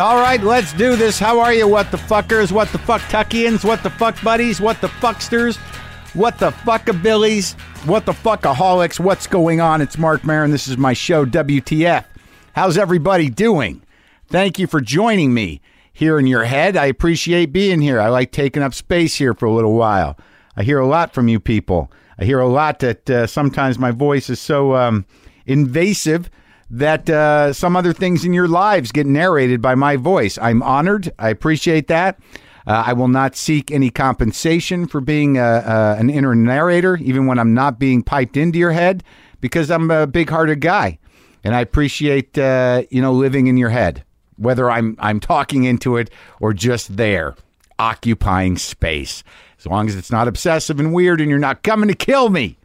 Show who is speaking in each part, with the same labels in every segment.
Speaker 1: All right, let's do this. How are you, what the fuckers, what the fuck tuckians, what the fuck buddies, what the fucksters, what the fuckabillies, what the fuckaholics, what's going on? It's Mark Marin. This is my show, WTF. How's everybody doing? Thank you for joining me here in your head. I appreciate being here. I like taking up space here for a little while. I hear a lot from you people. I hear a lot that uh, sometimes my voice is so um, invasive that uh, some other things in your lives get narrated by my voice. I'm honored. I appreciate that. Uh, I will not seek any compensation for being uh, uh, an inner narrator, even when I'm not being piped into your head, because I'm a big-hearted guy, and I appreciate uh, you know living in your head, whether I'm I'm talking into it or just there, occupying space. As long as it's not obsessive and weird, and you're not coming to kill me.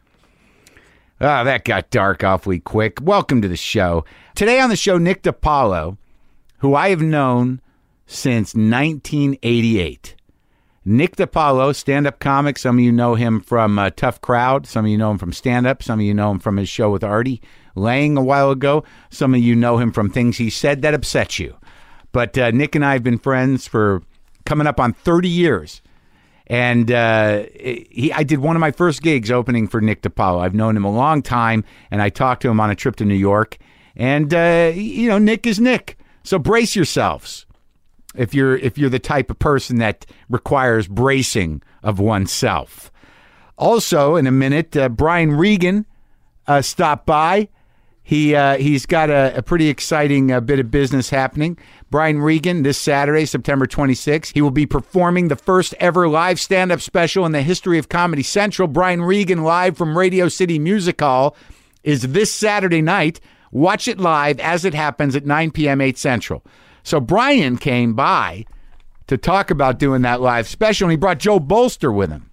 Speaker 1: Ah, that got dark awfully quick. Welcome to the show. Today on the show, Nick DiPaolo, who I have known since 1988. Nick DiPaolo, stand up comic. Some of you know him from uh, Tough Crowd. Some of you know him from stand up. Some of you know him from his show with Artie Lang a while ago. Some of you know him from things he said that upset you. But uh, Nick and I have been friends for coming up on 30 years and uh, he, I did one of my first gigs opening for Nick DiPaolo. I've known him a long time, and I talked to him on a trip to New York. And uh, you know, Nick is Nick, so brace yourselves if you're if you're the type of person that requires bracing of oneself. Also, in a minute, uh, Brian Regan uh, stopped by. He uh, he's got a, a pretty exciting uh, bit of business happening. Brian Regan this Saturday, September 26th, he will be performing the first ever live stand-up special in the history of Comedy Central. Brian Regan live from Radio City Music Hall is this Saturday night. Watch it live as it happens at 9 p.m. 8 Central. So Brian came by to talk about doing that live special, and he brought Joe Bolster with him.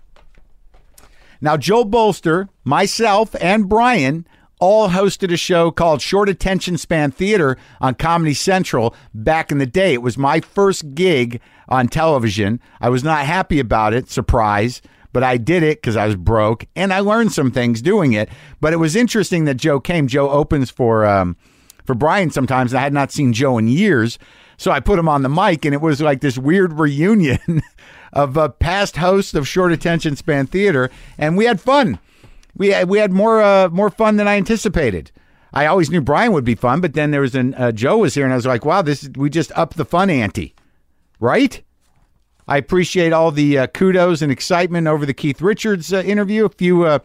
Speaker 1: Now, Joe Bolster, myself, and Brian all hosted a show called Short Attention Span Theater on Comedy Central back in the day. It was my first gig on television. I was not happy about it, surprise, but I did it because I was broke and I learned some things doing it. But it was interesting that Joe came. Joe opens for um, for Brian sometimes, and I had not seen Joe in years. So I put him on the mic, and it was like this weird reunion of uh, past hosts of Short Attention Span Theater, and we had fun. We had, we had more uh, more fun than I anticipated. I always knew Brian would be fun, but then there was an uh, Joe was here, and I was like, wow, this is, we just upped the fun ante, right? I appreciate all the uh, kudos and excitement over the Keith Richards uh, interview. A few uh,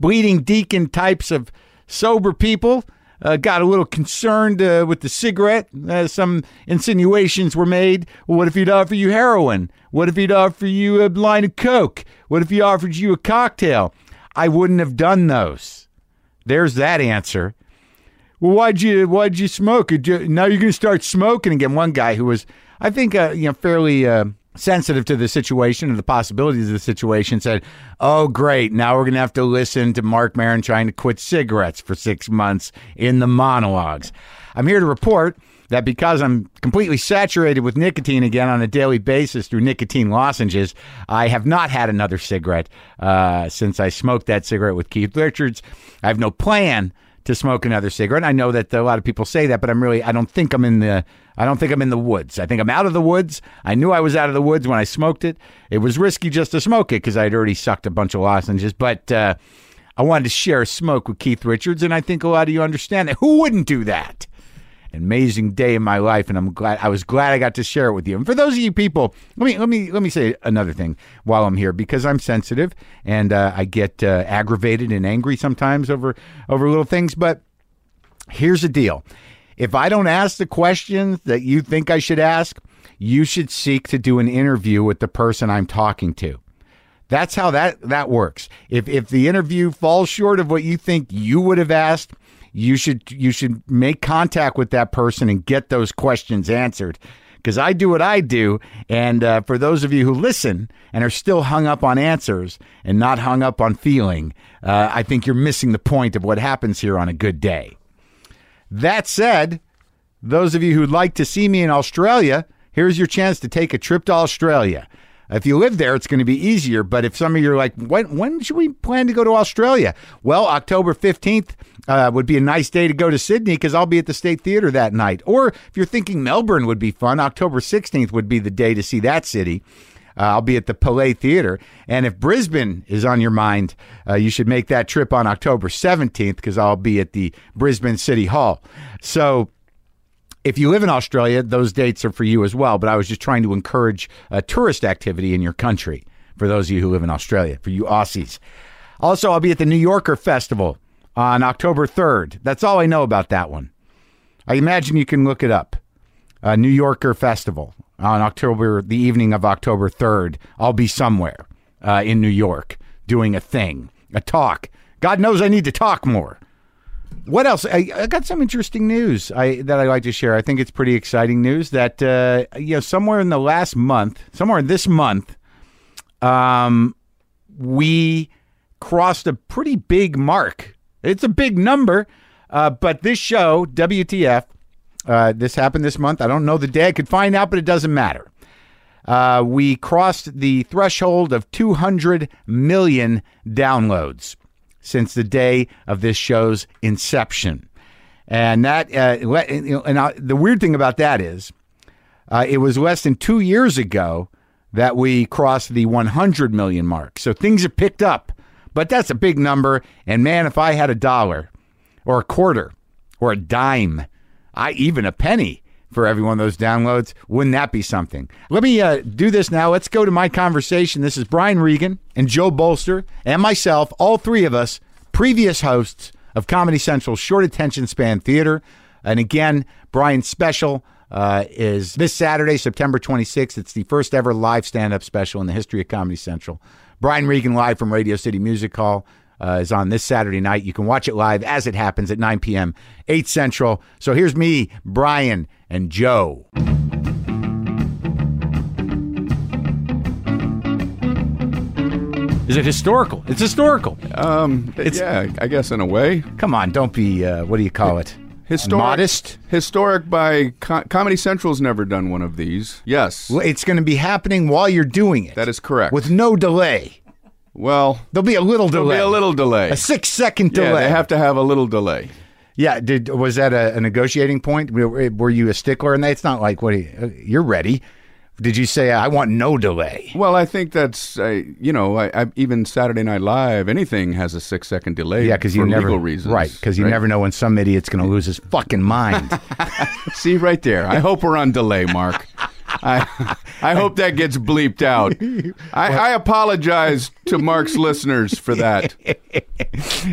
Speaker 1: bleeding deacon types of sober people uh, got a little concerned uh, with the cigarette. Uh, some insinuations were made. Well, what if he'd offer you heroin? What if he'd offer you a line of coke? What if he offered you a cocktail? I wouldn't have done those. There's that answer. Well, why'd you why'd you smoke? Did you- now you're going to start smoking again. One guy who was, I think, uh, you know, fairly uh, sensitive to the situation and the possibilities of the situation said, "Oh, great! Now we're going to have to listen to Mark Maron trying to quit cigarettes for six months in the monologues." I'm here to report that because I'm completely saturated with nicotine again on a daily basis through nicotine lozenges, I have not had another cigarette uh, since I smoked that cigarette with Keith Richards. I have no plan to smoke another cigarette. I know that a lot of people say that, but I'm really I don't think I'm in the I don't think I'm in the woods. I think I'm out of the woods. I knew I was out of the woods when I smoked it. It was risky just to smoke it because I had already sucked a bunch of lozenges, but uh, I wanted to share a smoke with Keith Richards, and I think a lot of you understand that. Who wouldn't do that? An amazing day in my life, and I'm glad I was glad I got to share it with you. And for those of you people, let me let me let me say another thing while I'm here because I'm sensitive and uh, I get uh, aggravated and angry sometimes over over little things. But here's the deal: if I don't ask the questions that you think I should ask, you should seek to do an interview with the person I'm talking to. That's how that that works. If if the interview falls short of what you think you would have asked, you should you should make contact with that person and get those questions answered. Because I do what I do, and uh, for those of you who listen and are still hung up on answers and not hung up on feeling, uh, I think you're missing the point of what happens here on a good day. That said, those of you who'd like to see me in Australia, here's your chance to take a trip to Australia. If you live there, it's going to be easier. But if some of you are like, when, when should we plan to go to Australia? Well, October 15th uh, would be a nice day to go to Sydney because I'll be at the State Theatre that night. Or if you're thinking Melbourne would be fun, October 16th would be the day to see that city. Uh, I'll be at the Palais Theater. And if Brisbane is on your mind, uh, you should make that trip on October 17th because I'll be at the Brisbane City Hall. So if you live in Australia, those dates are for you as well. But I was just trying to encourage uh, tourist activity in your country for those of you who live in Australia, for you Aussies. Also, I'll be at the New Yorker Festival on October 3rd. That's all I know about that one. I imagine you can look it up. Uh, New Yorker Festival on October, the evening of October 3rd. I'll be somewhere uh, in New York doing a thing, a talk. God knows I need to talk more what else? I, I got some interesting news I, that I like to share. I think it's pretty exciting news that uh, you know somewhere in the last month, somewhere in this month, um, we crossed a pretty big mark. It's a big number, uh, but this show WTF, uh, this happened this month. I don't know the day. I could find out, but it doesn't matter. Uh, we crossed the threshold of 200 million downloads since the day of this show's inception. And that, uh, le- you know, and I, the weird thing about that is, uh, it was less than two years ago that we crossed the 100 million mark. So things have picked up, but that's a big number. And man, if I had a dollar or a quarter or a dime, I even a penny for every one of those downloads, wouldn't that be something? Let me uh, do this now. Let's go to my conversation. This is Brian Regan and Joe Bolster and myself, all three of us, previous hosts of Comedy Central's Short Attention Span Theater. And again, Brian's special uh, is this Saturday, September 26th. It's the first ever live stand up special in the history of Comedy Central. Brian Regan, live from Radio City Music Hall, uh, is on this Saturday night. You can watch it live as it happens at 9 p.m., 8 Central. So here's me, Brian, and Joe. Is it historical? It's historical.
Speaker 2: Um, yeah, I guess in a way.
Speaker 1: Come on, don't be, uh, what do you call it?
Speaker 2: Historic,
Speaker 1: Modest?
Speaker 2: Historic by Co- Comedy Central's never done one of these. Yes,
Speaker 1: Well, It's going to be happening while you're doing it.
Speaker 2: that is correct.
Speaker 1: With no delay.
Speaker 2: well,
Speaker 1: There'll be a little
Speaker 2: there'll
Speaker 1: delay.
Speaker 2: be a little delay.
Speaker 1: A six second
Speaker 2: yeah,
Speaker 1: delay.
Speaker 2: they have to have a little delay.
Speaker 1: Yeah, did was that a, a negotiating point? Were, were you a stickler in that? It's not like what do you, uh, you're ready. Did you say I want no delay?
Speaker 2: Well, I think that's uh, you know, I, I, even Saturday Night Live, anything has a six-second delay.
Speaker 1: Yeah, because you
Speaker 2: for
Speaker 1: never
Speaker 2: legal reasons,
Speaker 1: right? Because you never know when some idiot's going to lose his fucking mind.
Speaker 2: see right there. I hope we're on delay, Mark. I, I hope that gets bleeped out. I, I apologize to Mark's listeners for that.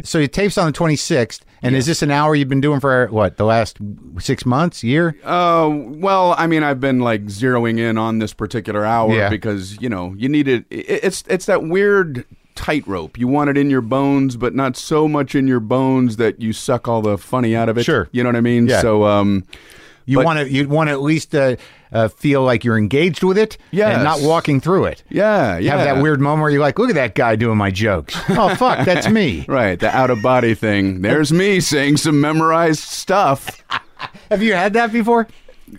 Speaker 1: so your tapes on the 26th, and is this an hour you've been doing for what the last six months, year?
Speaker 2: Uh, well, I mean, I've been like zeroing in on this particular hour
Speaker 1: Yeah.
Speaker 2: because you know you need it. it- It's it's that weird tightrope. You want it in your bones, but not so much in your bones that you suck all the funny out of it.
Speaker 1: Sure.
Speaker 2: you know what I mean.
Speaker 1: Yeah.
Speaker 2: So, um,
Speaker 1: You
Speaker 2: but-
Speaker 1: want to you want to at least uh, uh, feel like you're engaged with it, and
Speaker 2: Yes.
Speaker 1: not walking through it.
Speaker 2: yeah, yeah,
Speaker 1: Have that weird moment where you're like, look at that guy doing my jokes. oh fuck, that's me.
Speaker 2: Right, the out of body thing. There's me saying some memorized stuff.
Speaker 1: Have you had that before?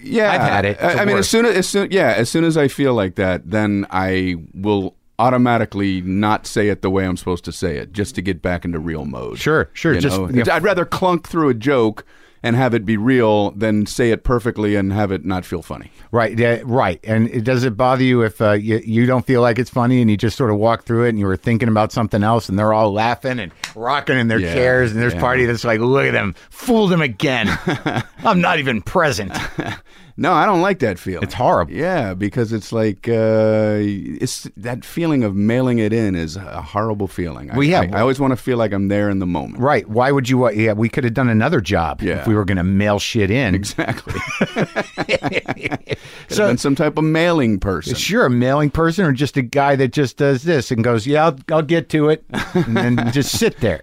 Speaker 2: Yeah,
Speaker 1: I've had it.
Speaker 2: I,
Speaker 1: It's the
Speaker 2: I mean,
Speaker 1: worst.
Speaker 2: as soon as, as soon, yeah, as soon as I feel like that, then I will automatically not say it the way I'm supposed to say it, just to get back into real mode.
Speaker 1: Sure, sure,
Speaker 2: You
Speaker 1: just-
Speaker 2: know?
Speaker 1: yeah.
Speaker 2: I'd rather clunk through a joke and have it be real than say it perfectly and have it not feel funny.
Speaker 1: Right, yeah, right. And it, does it bother you if uh, you, you don't feel like it's funny and you just sort of walk through it and you were thinking about something else and they're all laughing and rocking in their
Speaker 2: Yeah,
Speaker 1: chairs and there's
Speaker 2: yeah.
Speaker 1: party that's like, look at them, fooled them again. I'm not even present.
Speaker 2: No, I don't like that feeling.
Speaker 1: It's horrible.
Speaker 2: Yeah, because it's like uh, it's that feeling of mailing it in is a horrible feeling. I,
Speaker 1: Well, yeah.
Speaker 2: I, I always want to feel like I'm there in the moment.
Speaker 1: Right. Why would you? wa- Yeah, we could have done another job
Speaker 2: Yeah.
Speaker 1: if we were going to mail shit in.
Speaker 2: Exactly.
Speaker 1: So-
Speaker 2: so, been some type of mailing person.
Speaker 1: Sure, a mailing person or just a guy that just does this and goes, "Yeah, I'll, I'll get to it," and then just sit there,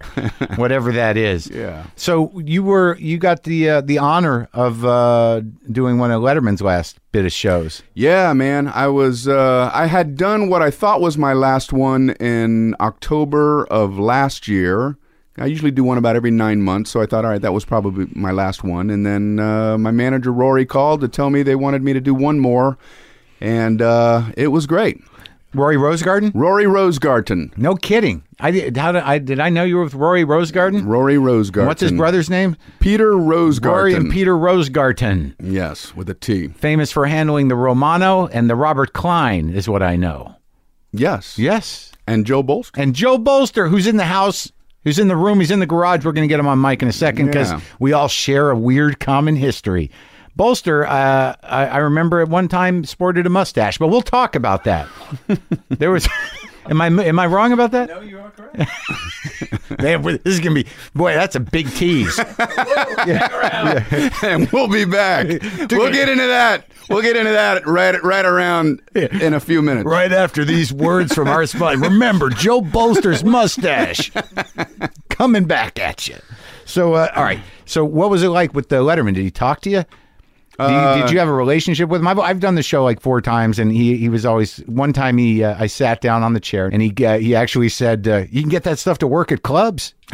Speaker 1: whatever that is.
Speaker 2: Yeah.
Speaker 1: So you were you got the uh, the honor of uh, doing one of Letterman's last bit of shows.
Speaker 2: Yeah, man. I was uh, I had done what I thought was my last one in October of last year. I usually do one about every nine months, so I thought, all right, that was probably my last one. And then uh, my manager Rory called to tell me they wanted me to do one more, and uh, it was great.
Speaker 1: Rory Rosegarden?
Speaker 2: Rory Rosegarten.
Speaker 1: No kidding. I did. How did I? Did I know you were with Rory Rosegarden?
Speaker 2: Rory Rosegarten.
Speaker 1: What's his brother's name?
Speaker 2: Peter Rosegarten.
Speaker 1: Rory and Peter Rosegarten,
Speaker 2: Yes, with a T.
Speaker 1: famous for handling the Romano and the Robert Klein, is what I know.
Speaker 2: Yes.
Speaker 1: Yes.
Speaker 2: And Joe Bolst.
Speaker 1: And Joe Bolster, who's in the house, who's in the room, he's in the garage. We're going to get him on mic in a second because
Speaker 2: Yeah.
Speaker 1: we all share a weird common history. Bolster, uh, I, I remember at one time sported a mustache, but we'll talk about that. there was. Am I am I wrong about that? No, Oh, you are correct. Man, this is gonna be boy. That's a big tease.
Speaker 2: and we'll be back. we'll get into that. We'll get into that right right around in a few minutes.
Speaker 1: right after these words from our spot. Remember, Joe Bolster's mustache coming back at you. So, uh, all right. So, what was it like with the Letterman? Did he talk to you? Do you- did you
Speaker 2: Uh,
Speaker 1: have a relationship with him? I've, I've done the show like four times, and he he was always one time he uh, I sat down on the chair and he uh, he actually said uh, you can get that stuff to work at clubs.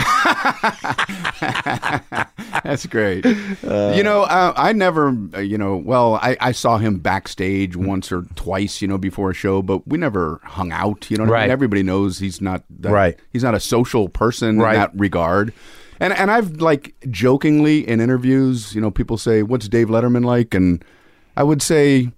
Speaker 2: That's great. you know, uh, I never, uh, you know, well, I, I saw him backstage once or twice, you know, before a show, but we never hung out. You know, what I
Speaker 1: Right.
Speaker 2: mean? everybody knows he's not that,
Speaker 1: Right.
Speaker 2: He's not a social person
Speaker 1: Right.
Speaker 2: in that regard. And and I've like jokingly in interviews, you know, people say, "What's Dave Letterman like?" And I would say,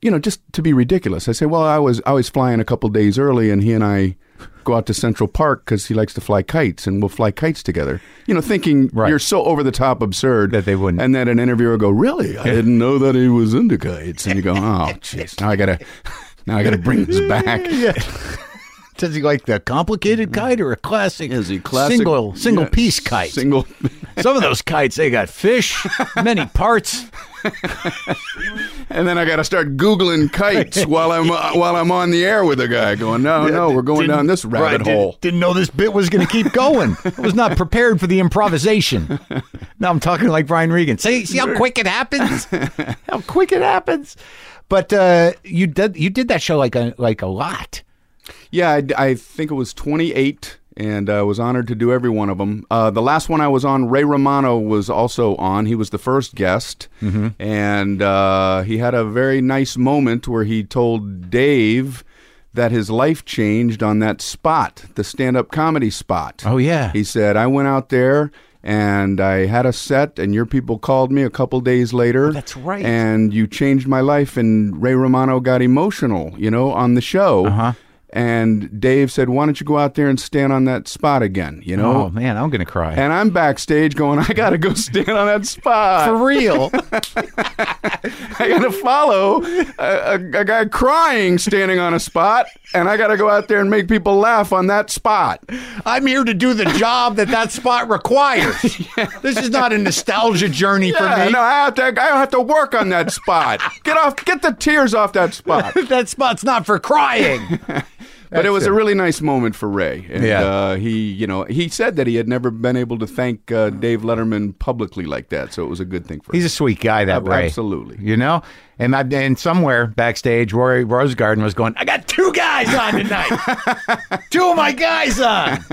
Speaker 2: you know, just to be ridiculous, I say, "Well, I was I was flying a couple days early, and he and I." Go out to Central Park because he likes to fly kites, and we'll fly kites together. You know, thinking
Speaker 1: Right.
Speaker 2: you're so over the top absurd
Speaker 1: That they wouldn't.
Speaker 2: And then an interviewer would go, "Really? I didn't know that he was into kites." And you go, "Oh, jeez, now I gotta, now I gotta bring this back."
Speaker 1: Does he like the complicated kite or a classic?
Speaker 2: Mm-hmm. Is he classic?
Speaker 1: single single
Speaker 2: Yeah,
Speaker 1: piece kite?
Speaker 2: Single.
Speaker 1: Some of those kites they got fish, many parts.
Speaker 2: And then I got to start googling kites while I'm uh, while I'm on the air with a guy going, "No, no, we're going
Speaker 1: Didn't-
Speaker 2: down this rabbit
Speaker 1: right, didn't-
Speaker 2: hole."
Speaker 1: Didn't, know this bit was going to keep going. I was not prepared for the improvisation. Now I'm talking like Brian Regan. See, see how quick it happens. How quick it happens. But uh, you did you did that show like a like a lot.
Speaker 2: Yeah, I, I think it was 28, and I was honored to do every one of them. Uh, the last one I was on, Ray Romano was also on. He was the first guest, and uh, he had a very nice moment where he told Dave that his life changed on that spot, the stand-up comedy spot.
Speaker 1: Oh, yeah.
Speaker 2: He said, "I went out there." And I had a set, and your people called me a couple days later.
Speaker 1: Oh, that's right.
Speaker 2: And you changed my life. And Ray Romano got emotional, you know, on the show.
Speaker 1: Uh-huh.
Speaker 2: And Dave said, "Why don't you go out there and stand on that spot again?" You know.
Speaker 1: Oh man, I'm gonna cry.
Speaker 2: And I'm backstage going, "I gotta go stand on that spot.
Speaker 1: for real.
Speaker 2: I gotta follow a, a, a guy crying standing on a spot, and I gotta go out there and make people laugh on that spot."
Speaker 1: I'm here to do the job that that spot requires. This is not a nostalgia journey for
Speaker 2: Yeah,
Speaker 1: me.
Speaker 2: no, I have to. I have to work on that spot. get off. Get the tears off that spot.
Speaker 1: That spot's not for crying.
Speaker 2: but it was a really nice moment for Ray. And,
Speaker 1: Yeah.
Speaker 2: Uh, he, you know, he said that he had never been able to thank uh, Dave Letterman publicly like that, so it was a good thing for
Speaker 1: He's
Speaker 2: him.
Speaker 1: a sweet guy, that
Speaker 2: Ab-
Speaker 1: way.
Speaker 2: absolutely.
Speaker 1: You know, and I, and somewhere backstage, Rory Rosegarden was going, "I got two guys on tonight, two of my guys on."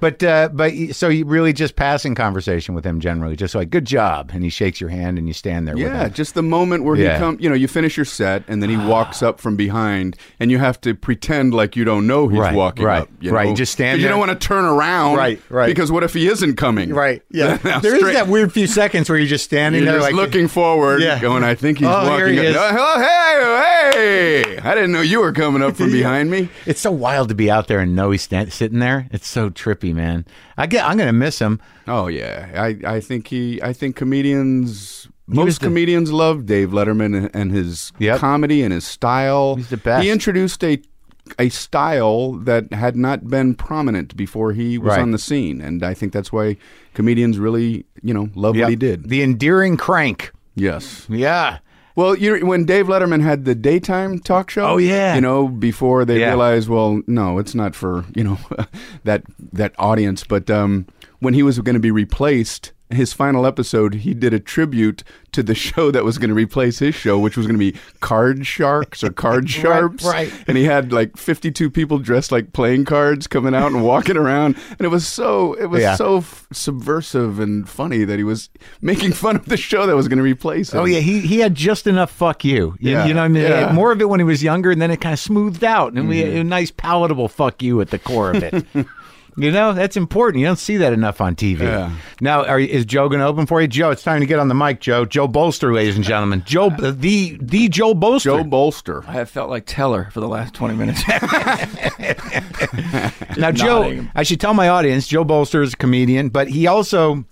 Speaker 1: but uh, but y- so you really just passing conversation with him generally, just like good job, and he shakes your hand and you stand there.
Speaker 2: Yeah,
Speaker 1: with him.
Speaker 2: just the moment where
Speaker 1: Yeah. Ah.
Speaker 2: he come, you know, you finish your set and then he walks up from behind, and you have to pretend like you don't know he's
Speaker 1: Right,
Speaker 2: walking
Speaker 1: right,
Speaker 2: up. You
Speaker 1: right.
Speaker 2: know?
Speaker 1: Just stand
Speaker 2: 'Cause You don't
Speaker 1: there.
Speaker 2: want to turn around,
Speaker 1: Right, right.
Speaker 2: Because what if he isn't coming?
Speaker 1: Yeah.
Speaker 2: Now
Speaker 1: there is
Speaker 2: straight-
Speaker 1: that weird few seconds where you're just standing
Speaker 2: You're
Speaker 1: there,
Speaker 2: just
Speaker 1: like
Speaker 2: looking forward,
Speaker 1: Yeah.
Speaker 2: going, I think he's
Speaker 1: Oh,
Speaker 2: walking
Speaker 1: here he
Speaker 2: up.
Speaker 1: is.
Speaker 2: Oh, hello, hey, hey! I didn't know you were coming up from behind me.
Speaker 1: It's so wild to be out there and know he's sta- sitting there. It's so trippy, man. I get. I'm gonna miss him.
Speaker 2: Oh yeah, I, I think he I think comedians
Speaker 1: was
Speaker 2: most
Speaker 1: the-
Speaker 2: comedians love Dave Letterman and, and his
Speaker 1: Yep.
Speaker 2: comedy and his style.
Speaker 1: He's the best.
Speaker 2: He introduced a a style that had not been prominent before he was
Speaker 1: Right.
Speaker 2: on the scene, and I think that's why comedians really you know love
Speaker 1: Yep.
Speaker 2: what he did.
Speaker 1: The endearing crank.
Speaker 2: Yes.
Speaker 1: Yeah.
Speaker 2: Well, you when Dave Letterman had the daytime talk show.
Speaker 1: Oh, yeah.
Speaker 2: You know before they
Speaker 1: Yeah.
Speaker 2: realized, well, no, it's not for you know that that audience. But um, when he was going to be replaced his final episode, he did a tribute to the show that was going to replace his show, which was going to be Card Sharks or Card Sharps.
Speaker 1: right.
Speaker 2: And he had like 52 people dressed like playing cards coming out and walking around, and it was so it was
Speaker 1: Yeah.
Speaker 2: so f- subversive and funny that he was making fun of the show that was going to replace him.
Speaker 1: Oh yeah, he he had just enough fuck you. You,
Speaker 2: Yeah,
Speaker 1: you know what I mean? He had
Speaker 2: yeah. Mm-hmm.
Speaker 1: more of it when he was younger, and then it kind of smoothed out, and we had a nice palatable fuck you at the core of it. you know that's important. You don't see that enough on TV.
Speaker 2: Yeah.
Speaker 1: Now, are, is Joe going to open for you, Joe? It's time to get on the mic, Joe. Joe Bolster, ladies and gentlemen. Joe, the the Joe Bolster.
Speaker 2: Joe Bolster.
Speaker 3: I have felt like Teller for the last 20 minutes.
Speaker 1: Now, Joe,
Speaker 3: nodding.
Speaker 1: I should tell my audience, Joe Bolster is a comedian, but he also,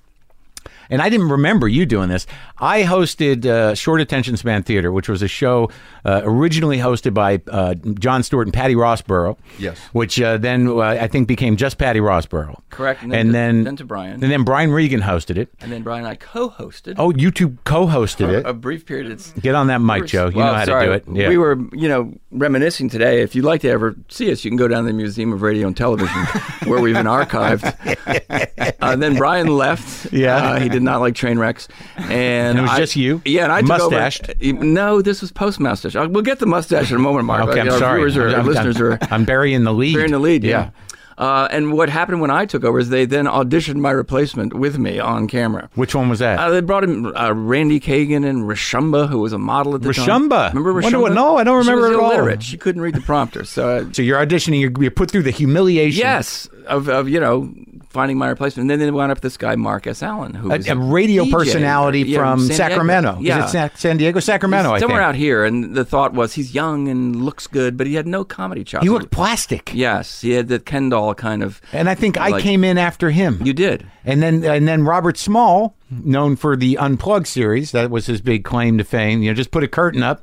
Speaker 1: and I didn't remember you doing this. I hosted uh, Short Attention Span Theater, which was a show uh, originally hosted by uh, John Stewart and Patty Rossborough.
Speaker 2: Yes.
Speaker 1: Which uh, then uh, I think became just Patty Rossborough.
Speaker 3: Correct,
Speaker 1: And
Speaker 3: and
Speaker 1: then,
Speaker 3: then
Speaker 1: and
Speaker 3: to- then to
Speaker 1: then,
Speaker 3: Brian.
Speaker 1: And then Brian Regan hosted it.
Speaker 3: and then Brian and I co-hosted.
Speaker 1: Oh, you two co hosted
Speaker 3: a
Speaker 1: it.
Speaker 3: brief period. It's,
Speaker 1: Get on that mic, Joe. You
Speaker 3: Uh, Well,
Speaker 1: know how
Speaker 3: sorry.
Speaker 1: to do it. Yeah.
Speaker 3: We were, you know, reminiscing today. If you'd like to ever see us, you can go down to the Museum of Radio and Television, where we've been archived. Uh, and then Brian left.
Speaker 1: Yeah.
Speaker 3: Uh, he did not like train wrecks, and
Speaker 1: it was
Speaker 3: I-
Speaker 1: just you?
Speaker 3: Yeah, and I
Speaker 1: Mustached?
Speaker 3: Took over. Uh, No, this was post mustache. Uh, We'll get the mustache in a moment, Mark. Uh,
Speaker 1: Okay,
Speaker 3: Our
Speaker 1: I'm sorry.
Speaker 3: Viewers or
Speaker 1: I'm,
Speaker 3: our
Speaker 1: I'm-
Speaker 3: listeners are.
Speaker 1: I'm burying the lead.
Speaker 3: They're in the lead, yeah. Uh, and what happened when I took over is they then auditioned my replacement with me on camera.
Speaker 1: Which one was that?
Speaker 3: Uh, they brought in uh, Randy Kagan and Rashumba, who was a model at the time.
Speaker 1: Rashomba?
Speaker 3: Remember
Speaker 1: Wonder
Speaker 3: Rashumba?
Speaker 1: what- no, I don't remember
Speaker 3: she was
Speaker 1: at all.
Speaker 3: illiterate. She couldn't read the prompter. So, uh,
Speaker 1: so you're auditioning, you're, you're put through the humiliation.
Speaker 3: yes, of, of, you know, finding my replacement. And then they wound up with this guy, Mark S. Allen, who was
Speaker 1: a, a radio
Speaker 3: DJ,
Speaker 1: personality
Speaker 3: yeah,
Speaker 1: from
Speaker 3: San Diego.
Speaker 1: Sacramento.
Speaker 3: Yeah.
Speaker 1: Is it Sa- San Diego? Sacramento, I think.
Speaker 3: Somewhere out here. And the thought was he's young and looks good, but he had no comedy chops.
Speaker 1: He looked plastic.
Speaker 3: Yes, he had the Ken doll kind of.
Speaker 1: And I think I
Speaker 3: like-
Speaker 1: came in after him.
Speaker 3: You did.
Speaker 1: and then and then Robert Small, known for the Unplugged series, that was his big claim to fame. You know, just put a curtain up.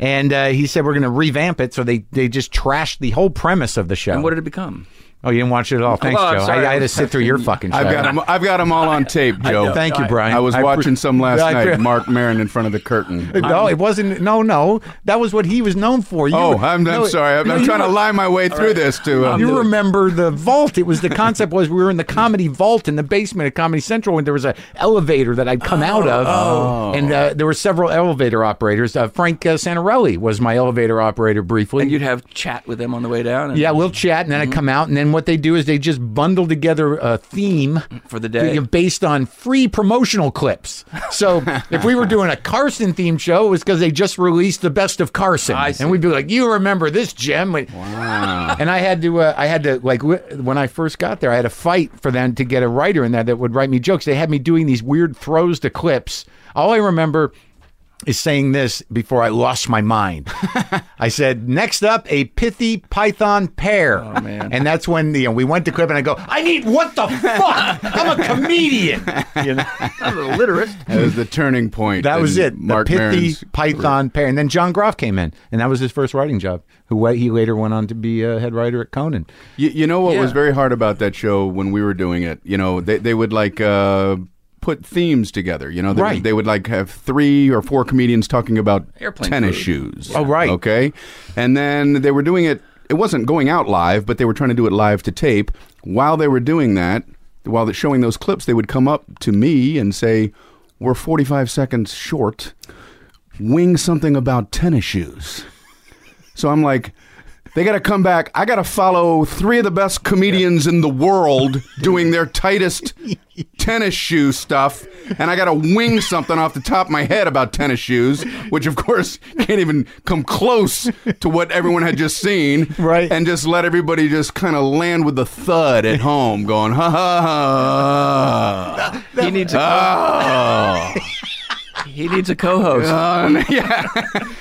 Speaker 1: And uh, he said we're going to revamp it, so they, they just trashed the whole premise of the show.
Speaker 3: And what did it become?
Speaker 1: oh, you didn't watch it at all? Thanks,
Speaker 3: I'm
Speaker 1: Joe.
Speaker 3: sorry.
Speaker 1: I, I had to sit through your fucking show.
Speaker 2: I've got them. I've got 'em all on tape, Joe.
Speaker 1: Thank you, Brian.
Speaker 2: I was
Speaker 1: appre-
Speaker 2: watching some last
Speaker 1: I appre-
Speaker 2: night. Mark Marin in front of the curtain.
Speaker 1: No, it wasn't. No, no, that was what he was known for. You
Speaker 2: Oh,
Speaker 1: were-
Speaker 2: I'm, I'm
Speaker 1: no,
Speaker 2: sorry. I'm,
Speaker 1: no,
Speaker 2: I'm
Speaker 1: you
Speaker 2: trying to
Speaker 1: were-
Speaker 2: lie my way through this to. Uh,
Speaker 1: you remember the vault? It was the concept was we were in the comedy vault in the basement at Comedy Central, and there was a elevator that I'd come out of,
Speaker 3: Oh.
Speaker 1: and uh, there were several elevator operators. Uh, Frank uh, Santarelli was my elevator operator briefly.
Speaker 3: And Mm-hmm. you'd have chat with them on the way down. And
Speaker 1: yeah, we'll chat, and then I come out, and then what they do is they just bundle together a theme
Speaker 3: Mm-hmm. For the day.
Speaker 1: to- based on free promotional clips. So if we were doing a Carson themed show, it was because they just released the best of Carson,
Speaker 3: I see.
Speaker 1: and we'd be like, "You remember this gem?" Wow. And I had to, uh, I had to like wh- when I first got there, I had to fight for them to get a writer in there that would write me jokes. They had me doing these weird throws to clips. All I remember is saying this before I lost my mind. I said, next up, a pithy python pear. Oh,
Speaker 3: man.
Speaker 1: And that's when you know, we went to clip and I go, I need what the fuck? I'm a comedian. You know?
Speaker 3: I'm a literist.
Speaker 2: that was the turning point.
Speaker 1: That was
Speaker 2: in
Speaker 1: it.
Speaker 2: Mark
Speaker 1: the pithy
Speaker 2: Maron's
Speaker 1: python pair, and then John Groff came in, and that was his first writing job. Who wa- he later went on to be a head writer at Conan.
Speaker 2: You, you know what was
Speaker 3: Yeah.
Speaker 2: very hard about that show when we were doing it? You know, they, they would like uh, put themes together. You know, they,
Speaker 1: Right.
Speaker 2: they would like have three or four comedians talking about
Speaker 3: Airplane
Speaker 2: tennis
Speaker 3: food.
Speaker 2: shoes.
Speaker 1: Oh, right.
Speaker 2: Okay. And then they were doing it, it wasn't going out live, but they were trying to do it live to tape. While they were doing that, while they're showing those clips, they would come up to me and say, We're 45 seconds short. Wing something about tennis shoes. So I'm like, they got to come back. I got to follow three of the best comedians in the world doing their tightest tennis shoe stuff, and I got to wing something off the top of my head about tennis shoes, which of course can't even come close to what everyone had just seen.
Speaker 1: Right.
Speaker 2: And just let everybody just kind of land with the thud at home, going ha ha ha.
Speaker 3: He needs a
Speaker 2: Oh,
Speaker 3: he needs a co-host.
Speaker 2: Um, yeah.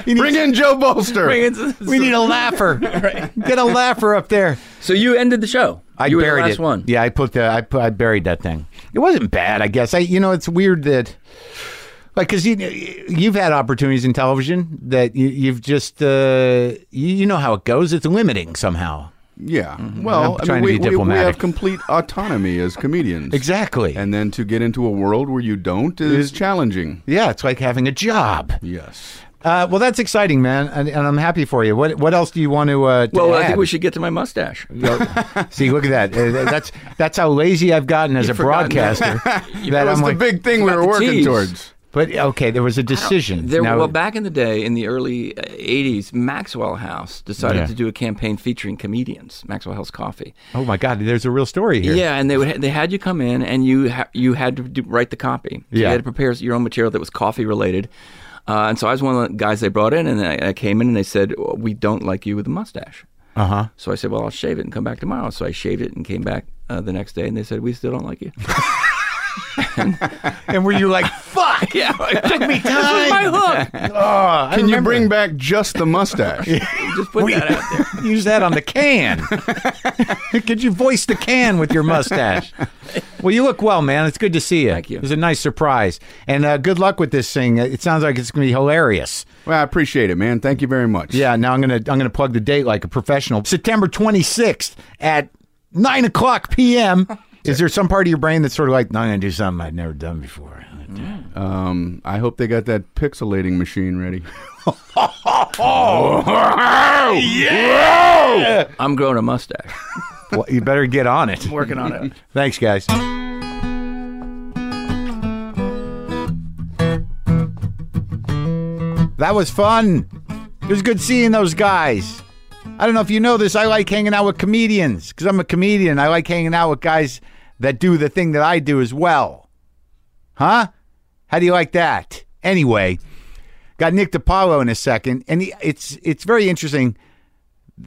Speaker 2: Bring in Joe Bolster.
Speaker 1: We need a laugher. Get a laugher up there.
Speaker 3: so you ended the show.
Speaker 1: I
Speaker 3: you were
Speaker 1: buried
Speaker 3: the last
Speaker 1: it.
Speaker 3: one.
Speaker 1: Yeah, I put the I put, I buried that thing. It wasn't bad, I guess. I you know it's weird that like because you you've had opportunities in television that you, you've just uh, you, you know how it goes. It's limiting somehow.
Speaker 2: Yeah.
Speaker 1: Mm-hmm.
Speaker 2: Well,
Speaker 1: I'm
Speaker 2: I
Speaker 1: trying
Speaker 2: mean,
Speaker 1: to be
Speaker 2: we, we- we
Speaker 1: diplomatic.
Speaker 2: have complete autonomy as comedians.
Speaker 1: Exactly.
Speaker 2: And then to get into a world where you don't is challenging.
Speaker 1: yeah, it's like having a job.
Speaker 2: Yes.
Speaker 1: Uh, well, that's exciting, man, and, and I'm happy for you. What What else do you want to? Uh, to
Speaker 3: Well, I
Speaker 1: add?
Speaker 3: think we should get to my mustache.
Speaker 1: See, look at that. Uh, that's that's how lazy I've gotten as a
Speaker 3: forgotten that.
Speaker 1: broadcaster.
Speaker 2: That
Speaker 1: that
Speaker 2: was
Speaker 1: I'm like,
Speaker 2: the big thing we
Speaker 3: about
Speaker 2: were
Speaker 3: the
Speaker 2: working
Speaker 3: tease.
Speaker 2: towards.
Speaker 1: but okay, there was a decision.
Speaker 3: There,
Speaker 1: Now-
Speaker 3: well, back in the day, in the early uh, 80s, Maxwell House decided
Speaker 1: Yeah.
Speaker 3: to do a campaign featuring comedians, Maxwell House Coffee.
Speaker 1: oh my God, there's a real story here.
Speaker 3: Yeah, and they would ha- they had you come in, and you ha- you had to do, write the copy. So
Speaker 1: Yeah.
Speaker 3: you had to prepare your own material that was coffee related. Uh, and so I was one of the guys they brought in, and I, I came in and they said, "We don't like you with a mustache."
Speaker 1: Uh huh.
Speaker 3: So I said, "Well, I'll shave it and come back tomorrow." So I shaved it and came back uh, the next day, and they said, "We still don't like you."
Speaker 1: And were you like, fuck?
Speaker 3: yeah, took me
Speaker 1: time.
Speaker 3: my
Speaker 1: Oh, I
Speaker 2: Can you
Speaker 1: remember.
Speaker 2: bring back just the mustache?
Speaker 3: hook. Just put that out there.
Speaker 1: Use that on the can. Could you voice the can with your mustache? Well, you look well, man. It's good to see you.
Speaker 3: Thank you.
Speaker 1: It was a nice surprise, and uh, good luck with this thing. It sounds like it's going to be hilarious.
Speaker 2: Well, I appreciate it, man. Thank you very much.
Speaker 1: Yeah, now I'm gonna I'm gonna plug the date like a professional. September 26th at nine o'clock p.m. Is there some part of your brain that's sort of like, no, I'm gonna do something I've never done before?
Speaker 2: Um, I hope they got that pixelating machine ready.
Speaker 3: I'm growing a mustache.
Speaker 1: Well, you better get on it.
Speaker 3: Working on it.
Speaker 1: Thanks, guys. That was fun. It was good seeing those guys. I don't know if you know this. I like hanging out with comedians because I'm a comedian. I like hanging out with guys that do the thing that I do as well. Huh? How do you like that? Anyway, got Nick DiPaolo in a second, and he, it's it's very interesting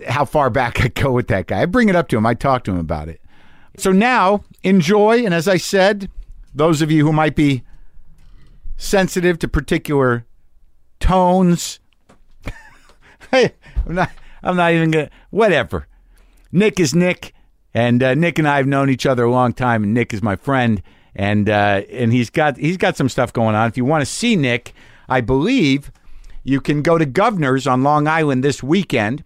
Speaker 1: how far back I go with that guy. I bring it up to him. I talk to him about it. So now, enjoy. And as I said, those of you who might be sensitive to particular tones, hey, I'm not. I'm not even gonna. Whatever. Nick is Nick, and uh, Nick and I have known each other a long time, and Nick is my friend, and uh, and he's got he's got some stuff going on. If you want to see Nick, I believe you can go to Governor's on Long Island this weekend.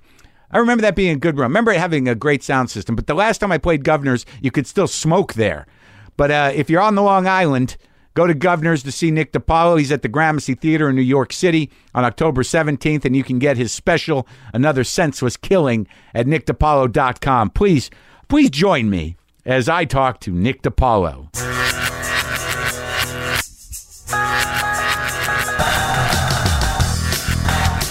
Speaker 1: I remember that being a good run. I remember it having a great sound system. But the last time I played Governor's, you could still smoke there. But uh, if you're on the Long Island, go to Governor's to see Nick DiPaolo. He's at the Gramercy Theater in New York City on October 17th, and you can get his special, Another Senseless Killing, at nickdepaulo.com. Please, please join me as I talk to Nick DiPaolo.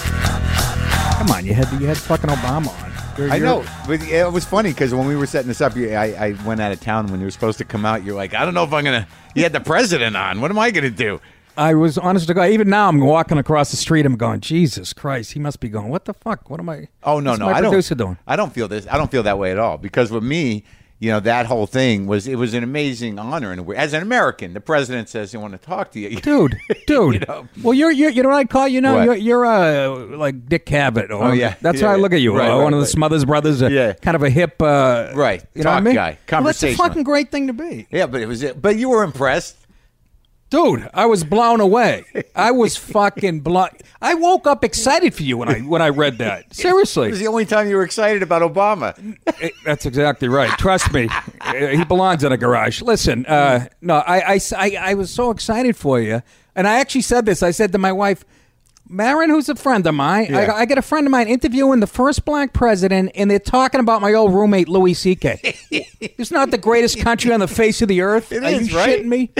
Speaker 4: Come on, you had you had fucking Obama on. You're-
Speaker 1: I
Speaker 4: you're-
Speaker 1: know, but it was funny because when we were setting this up, you, I, I went out of town when you were supposed to come out. You're like, I don't know if I'm gonna. You had the president on. What am I gonna do?
Speaker 4: I was honest to God. Even now, I'm walking across the street. I'm going, Jesus Christ. He must be going. What the fuck? What am I?
Speaker 1: Oh no,
Speaker 4: what's
Speaker 1: no,
Speaker 4: my
Speaker 1: I don't.
Speaker 4: producer doing?
Speaker 1: I don't feel this. I don't feel that way at all. Because with me, you know, that whole thing was it was an amazing honor, and as an American, the president says he want to talk to you.
Speaker 4: Dude, dude.
Speaker 1: know.
Speaker 4: Well, you're, you're, you know what I call you now?
Speaker 1: What?
Speaker 4: You're, you're uh, like Dick Cavett. Or,
Speaker 1: Oh, yeah.
Speaker 4: That's
Speaker 1: Yeah,
Speaker 4: how I
Speaker 1: yeah.
Speaker 4: look at you.
Speaker 1: Right,
Speaker 4: uh,
Speaker 1: right,
Speaker 4: one of the
Speaker 1: right.
Speaker 4: Smothers Brothers. Uh,
Speaker 1: Yeah.
Speaker 4: Kind of a hip. Uh,
Speaker 1: Right.
Speaker 4: You know
Speaker 1: Talk
Speaker 4: what I mean?
Speaker 1: guy.
Speaker 4: Well, that's a
Speaker 1: Conversational.
Speaker 4: fucking great thing to be.
Speaker 1: yeah, but it was. But you were impressed.
Speaker 4: Dude, I was blown away. I was fucking blown. I woke up excited for you when I when I read that. Seriously.
Speaker 1: It was the only time you were excited about Obama.
Speaker 4: Eh, That's exactly right. Trust me, Eh, he belongs in a garage. Listen, uh, no, I, I, I, I was so excited for you, and I actually said this. I said to my wife, Marin, who's a friend of mine, I, I got a friend of mine interviewing the first black president, and they're talking about my old roommate Louis C.K. it's not the greatest country on the face of the earth. Are
Speaker 1: is,
Speaker 4: you
Speaker 1: right?
Speaker 4: shitting me?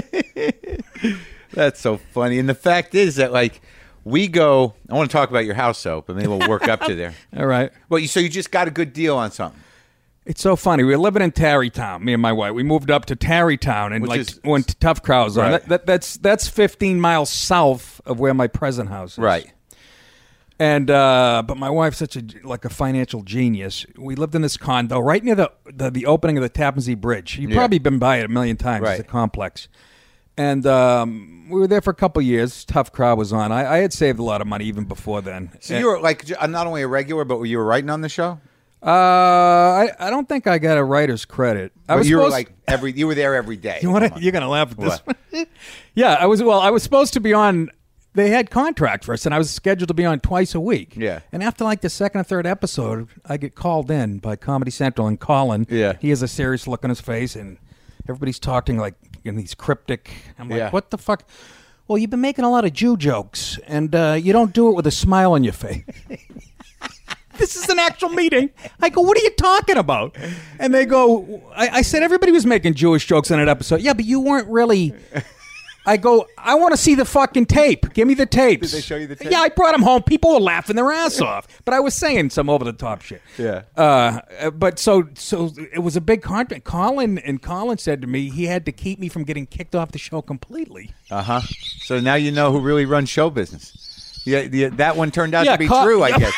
Speaker 1: That's so funny. And the fact is that like we go. I want to talk about your house soap, and maybe we'll work up to there.
Speaker 4: All right.
Speaker 1: Well, you, so you just got a good deal on something.
Speaker 4: It's so funny. We were living in Tarrytown, me and my wife. We moved up to Tarrytown, and
Speaker 1: Which
Speaker 4: like
Speaker 1: is-
Speaker 4: when Tough Crowds on.
Speaker 1: Right.
Speaker 4: That, that, that's that's 15 miles south of where my present house is. And uh, but my wife's such a like a financial genius. We lived in this condo right near the the, the opening of the Tappan Zee Bridge. You've probably been by it a million times.
Speaker 1: Right.
Speaker 4: It's a complex. And um, we were there for a couple years. Tough crowd was on. I, I had saved a lot of money even before then.
Speaker 1: So you were like j- uh, not only a regular, but you were writing on the show.
Speaker 4: Uh, I, I don't think I got a writer's credit. I
Speaker 1: But
Speaker 4: was
Speaker 1: you were
Speaker 4: supposed-
Speaker 1: like every. You were there every day.
Speaker 4: You want
Speaker 1: Come
Speaker 4: to?
Speaker 1: on.
Speaker 4: You're gonna laugh at this. one. yeah, I was. Well, I was supposed to be on. They had contract for us, and I was scheduled to be on twice a week.
Speaker 1: Yeah.
Speaker 4: And after like the second or third episode, I get called in by Comedy Central, and Colin.
Speaker 1: Yeah.
Speaker 4: He has a serious look on his face, and everybody's talking like in these cryptic. I'm like,
Speaker 1: Yeah.
Speaker 4: what the fuck? "Well, you've been making a lot of Jew jokes, and uh, you don't do it with a smile on your face." this is an actual meeting. I go, what are you talking about? And they go, I, I said everybody was making Jewish jokes in an episode. Yeah, but you weren't really. I go, I want to see the fucking tape. Give me the tapes. Did they show you the tape? Yeah, I brought them home. People were laughing their ass off, but I was saying some over the top shit.
Speaker 5: Yeah.
Speaker 4: Uh, but so so it was a big contract. Colin and Colin said to me he had to keep me from getting kicked off the show completely.
Speaker 1: Uh huh. So now you know who really runs show business. Yeah, the, that one turned out
Speaker 4: Yeah,
Speaker 1: to be
Speaker 4: co-
Speaker 1: true, I guess.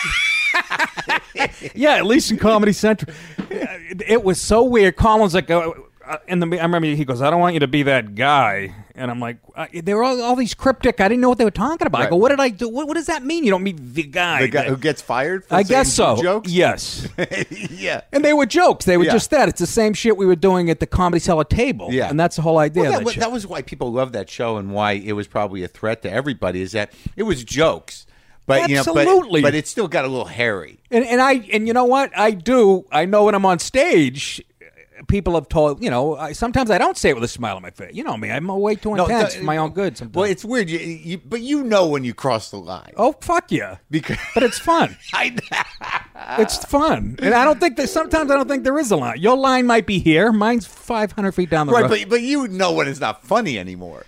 Speaker 4: yeah, at least in Comedy Central. It it was so weird. Colin's like, uh, uh, in the I remember he goes, "I don't want you to be that guy," and I'm like, uh, "They were all, all these cryptic. I didn't know what they were talking about." I
Speaker 1: Right.
Speaker 4: go, "What did I do? What, what does that mean? You don't mean the guy?
Speaker 1: the guy
Speaker 4: that-
Speaker 1: who gets fired for
Speaker 4: I
Speaker 1: saying
Speaker 4: guess so.
Speaker 1: jokes?
Speaker 4: Yes,
Speaker 1: yeah.
Speaker 4: and they were jokes. They were
Speaker 1: Yeah.
Speaker 4: just that. It's the same shit we were doing at the comedy cellar table.
Speaker 1: Yeah.
Speaker 4: and that's the whole idea.
Speaker 1: Well,
Speaker 4: of
Speaker 1: that,
Speaker 4: that
Speaker 1: wa-
Speaker 4: shit.
Speaker 1: that was why people loved that show and why it was probably a threat to everybody is that it was jokes. But you know,
Speaker 4: Absolutely.
Speaker 1: but, but it still got a little hairy.
Speaker 4: And, and I and you know what I do I know when I'm on stage, people have told you know I, sometimes I don't say it with a smile on my face. You know me, I'm way too intense
Speaker 1: the-
Speaker 4: for my own good. Sometimes.
Speaker 1: Well, it's weird, you, you, but you know when you cross the line.
Speaker 4: oh fuck yeah,
Speaker 1: Because-
Speaker 4: but it's fun.
Speaker 1: I,
Speaker 4: it's fun, and I don't think that sometimes I don't think there is a line. Your line might be here, mine's 500 feet down the
Speaker 1: right,
Speaker 4: road.
Speaker 1: but but you know when it's not funny anymore.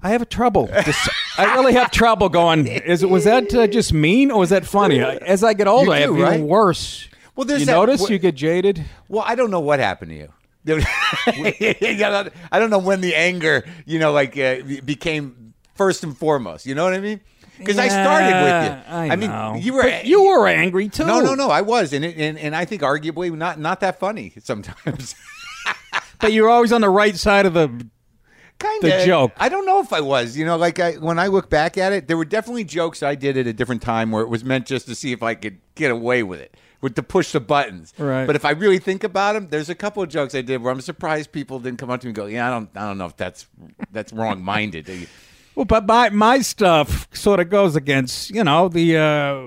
Speaker 4: I have a trouble. dis- I really have trouble going. Is it was that uh, just mean or was that funny? I- As I get older, I
Speaker 1: do,
Speaker 4: have
Speaker 1: right?
Speaker 4: even worse.
Speaker 1: Well, there's
Speaker 4: you
Speaker 1: that-
Speaker 4: notice
Speaker 1: wh-
Speaker 4: you get jaded.
Speaker 1: Well, I don't know what happened to you. There was- I don't know when the anger, you know, like uh, became first and foremost. You know what I mean? Because I started with you.
Speaker 4: Yeah, I,
Speaker 1: mean,
Speaker 4: know.
Speaker 1: you were
Speaker 4: But you were angry too.
Speaker 1: No, no, no. I was, and it, and, and I think arguably not not that funny sometimes.
Speaker 4: But you're always on the right side of the.
Speaker 1: kind
Speaker 4: The joke.
Speaker 1: I don't know if I was. You know, like I when I look back at it, there were definitely jokes I did at a different time where it was meant just to see if I could get away with it, with to push the buttons.
Speaker 4: Right.
Speaker 1: But if I really think about them, there's a couple of jokes I did where I'm surprised people didn't come up to me and go, "Yeah, I don't, I don't know if that's that's wrong minded."
Speaker 4: Well, but my my stuff sort of goes against you know the uh,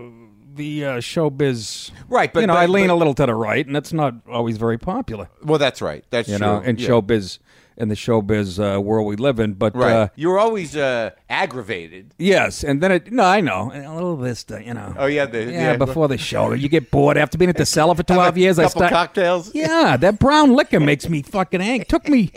Speaker 4: the uh, showbiz.
Speaker 1: Right, but-
Speaker 4: you know
Speaker 1: but-
Speaker 4: I lean
Speaker 1: but-
Speaker 4: a little to the right, and that's not always very popular.
Speaker 1: well, that's right. That's
Speaker 4: You
Speaker 1: true.
Speaker 4: know, in
Speaker 1: Yeah.
Speaker 4: showbiz, in the showbiz uh, world we live in, but.
Speaker 1: Right.
Speaker 4: Uh,
Speaker 1: you were always uh, aggravated.
Speaker 4: Yes, and then it. No, I know and a little of this, uh, you know.
Speaker 1: Oh, yeah, the-
Speaker 4: yeah.
Speaker 1: yeah.
Speaker 4: Before the show, you get bored after being at the cellar for twelve years. I
Speaker 1: couple
Speaker 4: start
Speaker 1: cocktails.
Speaker 4: Yeah, that brown liquor makes me fucking angry. Took me,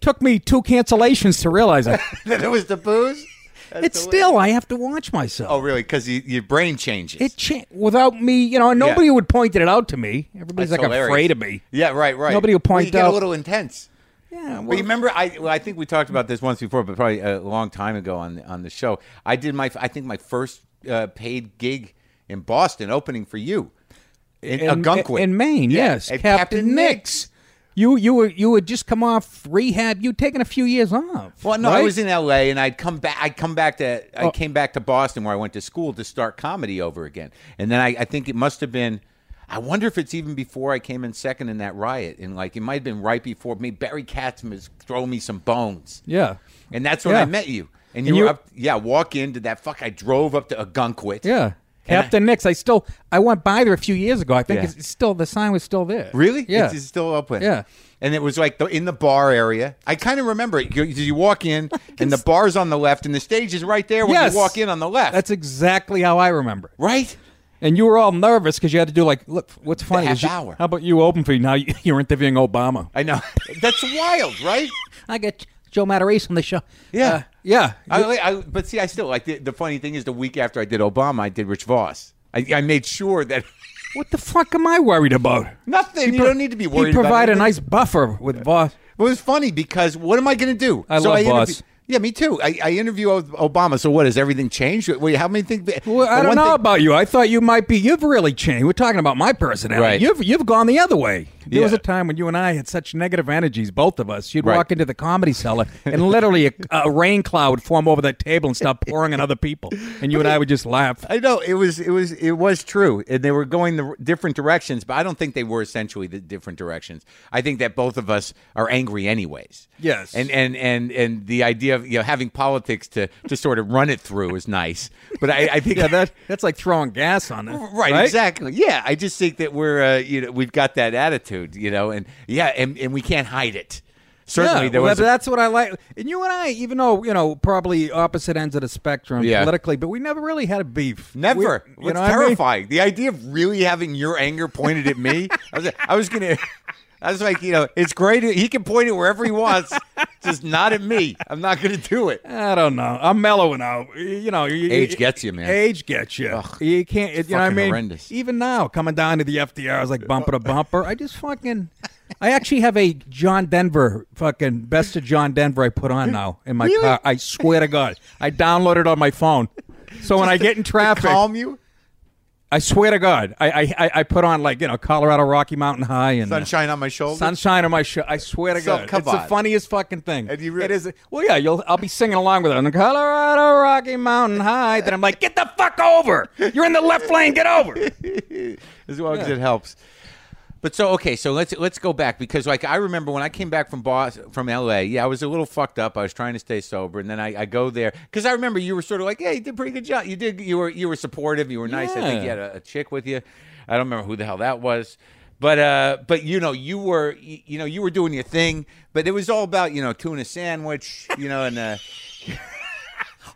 Speaker 4: took me two cancellations to realize it.
Speaker 1: Then it was the booze. That's
Speaker 4: it's
Speaker 1: the way-
Speaker 4: still I have to watch myself.
Speaker 1: Oh, really? Because you, your brain changes.
Speaker 4: It cha- without me, you know, and nobody would point it out to me. Everybody's
Speaker 1: That's
Speaker 4: like
Speaker 1: hilarious.
Speaker 4: afraid of me.
Speaker 1: Yeah, right, right.
Speaker 4: Nobody will
Speaker 1: Well,
Speaker 4: point
Speaker 1: you get
Speaker 4: out-
Speaker 1: a little intense.
Speaker 4: Yeah,
Speaker 1: But
Speaker 4: well,
Speaker 1: you remember, I well, I think we talked about this once before, but probably a long time ago on on the show. I did my I think my first uh, paid gig in Boston, opening for you in,
Speaker 4: in,
Speaker 1: Algonquin
Speaker 4: in Maine,
Speaker 1: Yeah,
Speaker 4: yes,
Speaker 1: at
Speaker 4: Captain, Nix. You you were you had just come off rehab. You taken a few years off.
Speaker 1: Well, no, I
Speaker 4: right? Oh.
Speaker 1: was in L.A. and I'd come back. I'd come back to. I came back to Boston where I went to school to start comedy over again. And then I, I think it must have been. I wonder if it's even before I came in second in that riot, and like it might have been right before. Me, Barry Katzman throw me some bones.
Speaker 4: Yeah.
Speaker 1: and that's when
Speaker 4: Yeah.
Speaker 1: I met you. And you
Speaker 4: And
Speaker 1: were
Speaker 4: you-
Speaker 1: up, yeah. Walk into that fuck. I drove up to Agunquit.
Speaker 4: Yeah.
Speaker 1: And I-
Speaker 4: Captain Nix, I still I went by there a few years ago. I think
Speaker 1: Yeah.
Speaker 4: it's it's still the sign was still there.
Speaker 1: Really?
Speaker 4: Yeah.
Speaker 1: It's, it's still open.
Speaker 4: Yeah.
Speaker 1: And it was like the, in the bar area. I kind of remember it. You, you walk in, and the bar's on the left, and the stage is right there when
Speaker 4: Yes.
Speaker 1: you walk in on the left.
Speaker 4: That's exactly how I remember. it.
Speaker 1: right.
Speaker 4: And you were all nervous because you had to do like, look, what's funny
Speaker 1: half
Speaker 4: is you-
Speaker 1: hour.
Speaker 4: How about you open for you now? you- You're interviewing Obama.
Speaker 1: I know. That's wild, right?
Speaker 4: I got Joe Matarese on the show.
Speaker 1: Yeah.
Speaker 4: Uh, yeah.
Speaker 1: I, I, but see, I still like the, the funny thing is the week after I did Obama, I did Rich Voss. I, I made sure that
Speaker 4: what the fuck am I worried about?
Speaker 1: nothing. you
Speaker 4: pro-
Speaker 1: don't need to be worried.
Speaker 4: He provided a
Speaker 1: about anything.
Speaker 4: nice buffer with Voss.
Speaker 1: It was funny because what am I going to do?
Speaker 4: I love
Speaker 1: interview-
Speaker 4: Voss.
Speaker 1: Yeah, me too. I, I interview O- Obama. So what? Has everything changed? Wait, how many things?
Speaker 4: Well,
Speaker 1: the
Speaker 4: I don't
Speaker 1: one
Speaker 4: know
Speaker 1: thing-
Speaker 4: about you. I thought you might be. You've really changed. We're talking about my personality.
Speaker 1: Right.
Speaker 4: You've you've gone the other way. There was
Speaker 1: Yeah.
Speaker 4: a time when you and I had such negative energies, both of us. You'd
Speaker 1: Right.
Speaker 4: walk into the comedy cellar, and literally a, a rain cloud would form over that table and start pouring on other people, and you and I would just laugh.
Speaker 1: I know it was it was it was true, and they were going the r- different directions, but I don't think they were essentially the different directions. I think that both of us are angry anyways.
Speaker 4: Yes.
Speaker 1: and and and and the idea of you know having politics to to sort of run it through is nice, but I, I think
Speaker 4: Yeah, that that's like throwing gas on it.
Speaker 1: Right, exactly. Yeah, I just think that we're uh, you know we've got that attitude, you know, and yeah, and, and we can't hide it. certainly
Speaker 4: yeah,
Speaker 1: there
Speaker 4: well,
Speaker 1: was.
Speaker 4: that- that's what I like. And you and I, even though you know, probably opposite ends of the spectrum
Speaker 1: Yeah.
Speaker 4: politically, but we never really had a beef.
Speaker 1: Never.
Speaker 4: We-
Speaker 1: It's
Speaker 4: you know what I mean?
Speaker 1: terrifying. The idea of really having your anger pointed at me. I was, I was gonna. I was like, you know, it's great. He can point it wherever he wants, just not at me. I'm not gonna do it.
Speaker 4: I don't know. I'm mellowing out. You know, you,
Speaker 1: Age gets you, man.
Speaker 4: Age gets you. you can't. you know what I
Speaker 1: fucking
Speaker 4: mean?
Speaker 1: horrendous.
Speaker 4: Even now, coming down to the FDR, I was like bumper to bumper. I just fucking. I actually have a John Denver fucking best of John Denver I put on now in my car. I swear to God, I downloaded it on my phone. So when I get in traffic,
Speaker 1: Calm you.
Speaker 4: I swear to God, I, I I- I put on like you know Colorado Rocky Mountain High and uh,
Speaker 1: Sunshine on my shoulder.
Speaker 4: Sunshine on my shirt. I swear to
Speaker 1: So,
Speaker 4: God,
Speaker 1: come
Speaker 4: it's the
Speaker 1: on.
Speaker 4: funniest fucking thing.
Speaker 1: And you re-
Speaker 4: it is. Well, yeah, you'll. I'll be singing along with it. on the Colorado Rocky Mountain High. Then I'm like, get the fuck over. You're in the left lane. Get over.
Speaker 1: as long as it helps. But so okay, so let's let's go back because like I remember when I came back from Boston from LA, yeah, I was a little fucked up. I was trying to stay sober, and then I, I go there because I remember you were sort of like, yeah, you did a pretty good job. You did you were you were supportive. You were nice. I think you
Speaker 4: Yeah.
Speaker 1: had a, a chick with you. I don't remember who the hell that was. But uh, but you know you were you, you know you were doing your thing, but it was all about you know tuna sandwich, you know, and uh,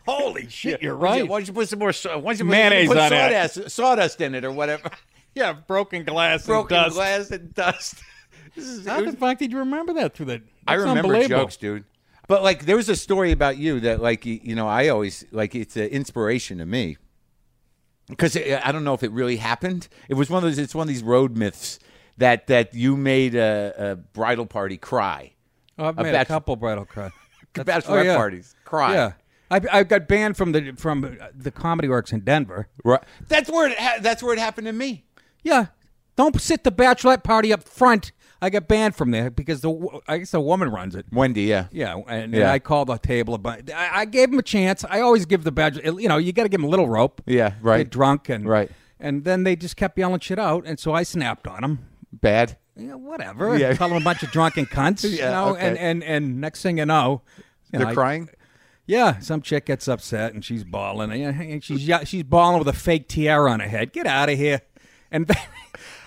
Speaker 4: Holy shit, you're
Speaker 1: why
Speaker 4: right.
Speaker 1: don't you put some more sa- why don't you put-
Speaker 4: Mayonnaise
Speaker 1: put
Speaker 4: on it.
Speaker 1: sawdust, sawdust in it or whatever,
Speaker 4: Yeah, broken glass.
Speaker 1: broken
Speaker 4: and dust.
Speaker 1: glass and dust. This is-
Speaker 4: How
Speaker 1: it was-
Speaker 4: the fuck did you remember that? Through that,
Speaker 1: I
Speaker 4: That's
Speaker 1: remember
Speaker 4: unbelievable.
Speaker 1: jokes, dude. But like, there was a story about you that, like, you, you know, I always like it's an inspiration to me because I don't know if it really happened. It was one of those. It's one of these road myths that that you made a, a bridal party cry,
Speaker 4: Oh, I've
Speaker 1: A
Speaker 4: made
Speaker 1: batch-
Speaker 4: a couple bridal cry. That's-
Speaker 1: bachelorette
Speaker 4: oh, yeah.
Speaker 1: parties cry.
Speaker 4: Yeah. I, I got banned from the from the comedy works in Denver.
Speaker 1: Right. That's where it. Ha- that's where it happened to me.
Speaker 4: Yeah. Don't sit the bachelorette party up front. I got banned from there because the wo- I guess the woman runs it.
Speaker 1: Wendy, yeah,
Speaker 4: Yeah, and, and
Speaker 1: Yeah.
Speaker 4: I called the table. But I, I gave him a chance. I always give the bachelor. You know, you got to give him a little rope.
Speaker 1: Yeah, right.
Speaker 4: Get drunk and
Speaker 1: Right.
Speaker 4: And then they just kept yelling shit out, and so I snapped on him.
Speaker 1: bad.
Speaker 4: Yeah, whatever.
Speaker 1: Yeah.
Speaker 4: Call him a bunch of drunken cunts. you
Speaker 1: Yeah,
Speaker 4: know,
Speaker 1: okay.
Speaker 4: and, and and next thing you know, you
Speaker 1: They're
Speaker 4: know, I-
Speaker 1: crying.
Speaker 4: yeah, some chick gets upset and she's bawling. And and she's yeah, she's bawling with a fake tiara on her head. Get out of here! And then,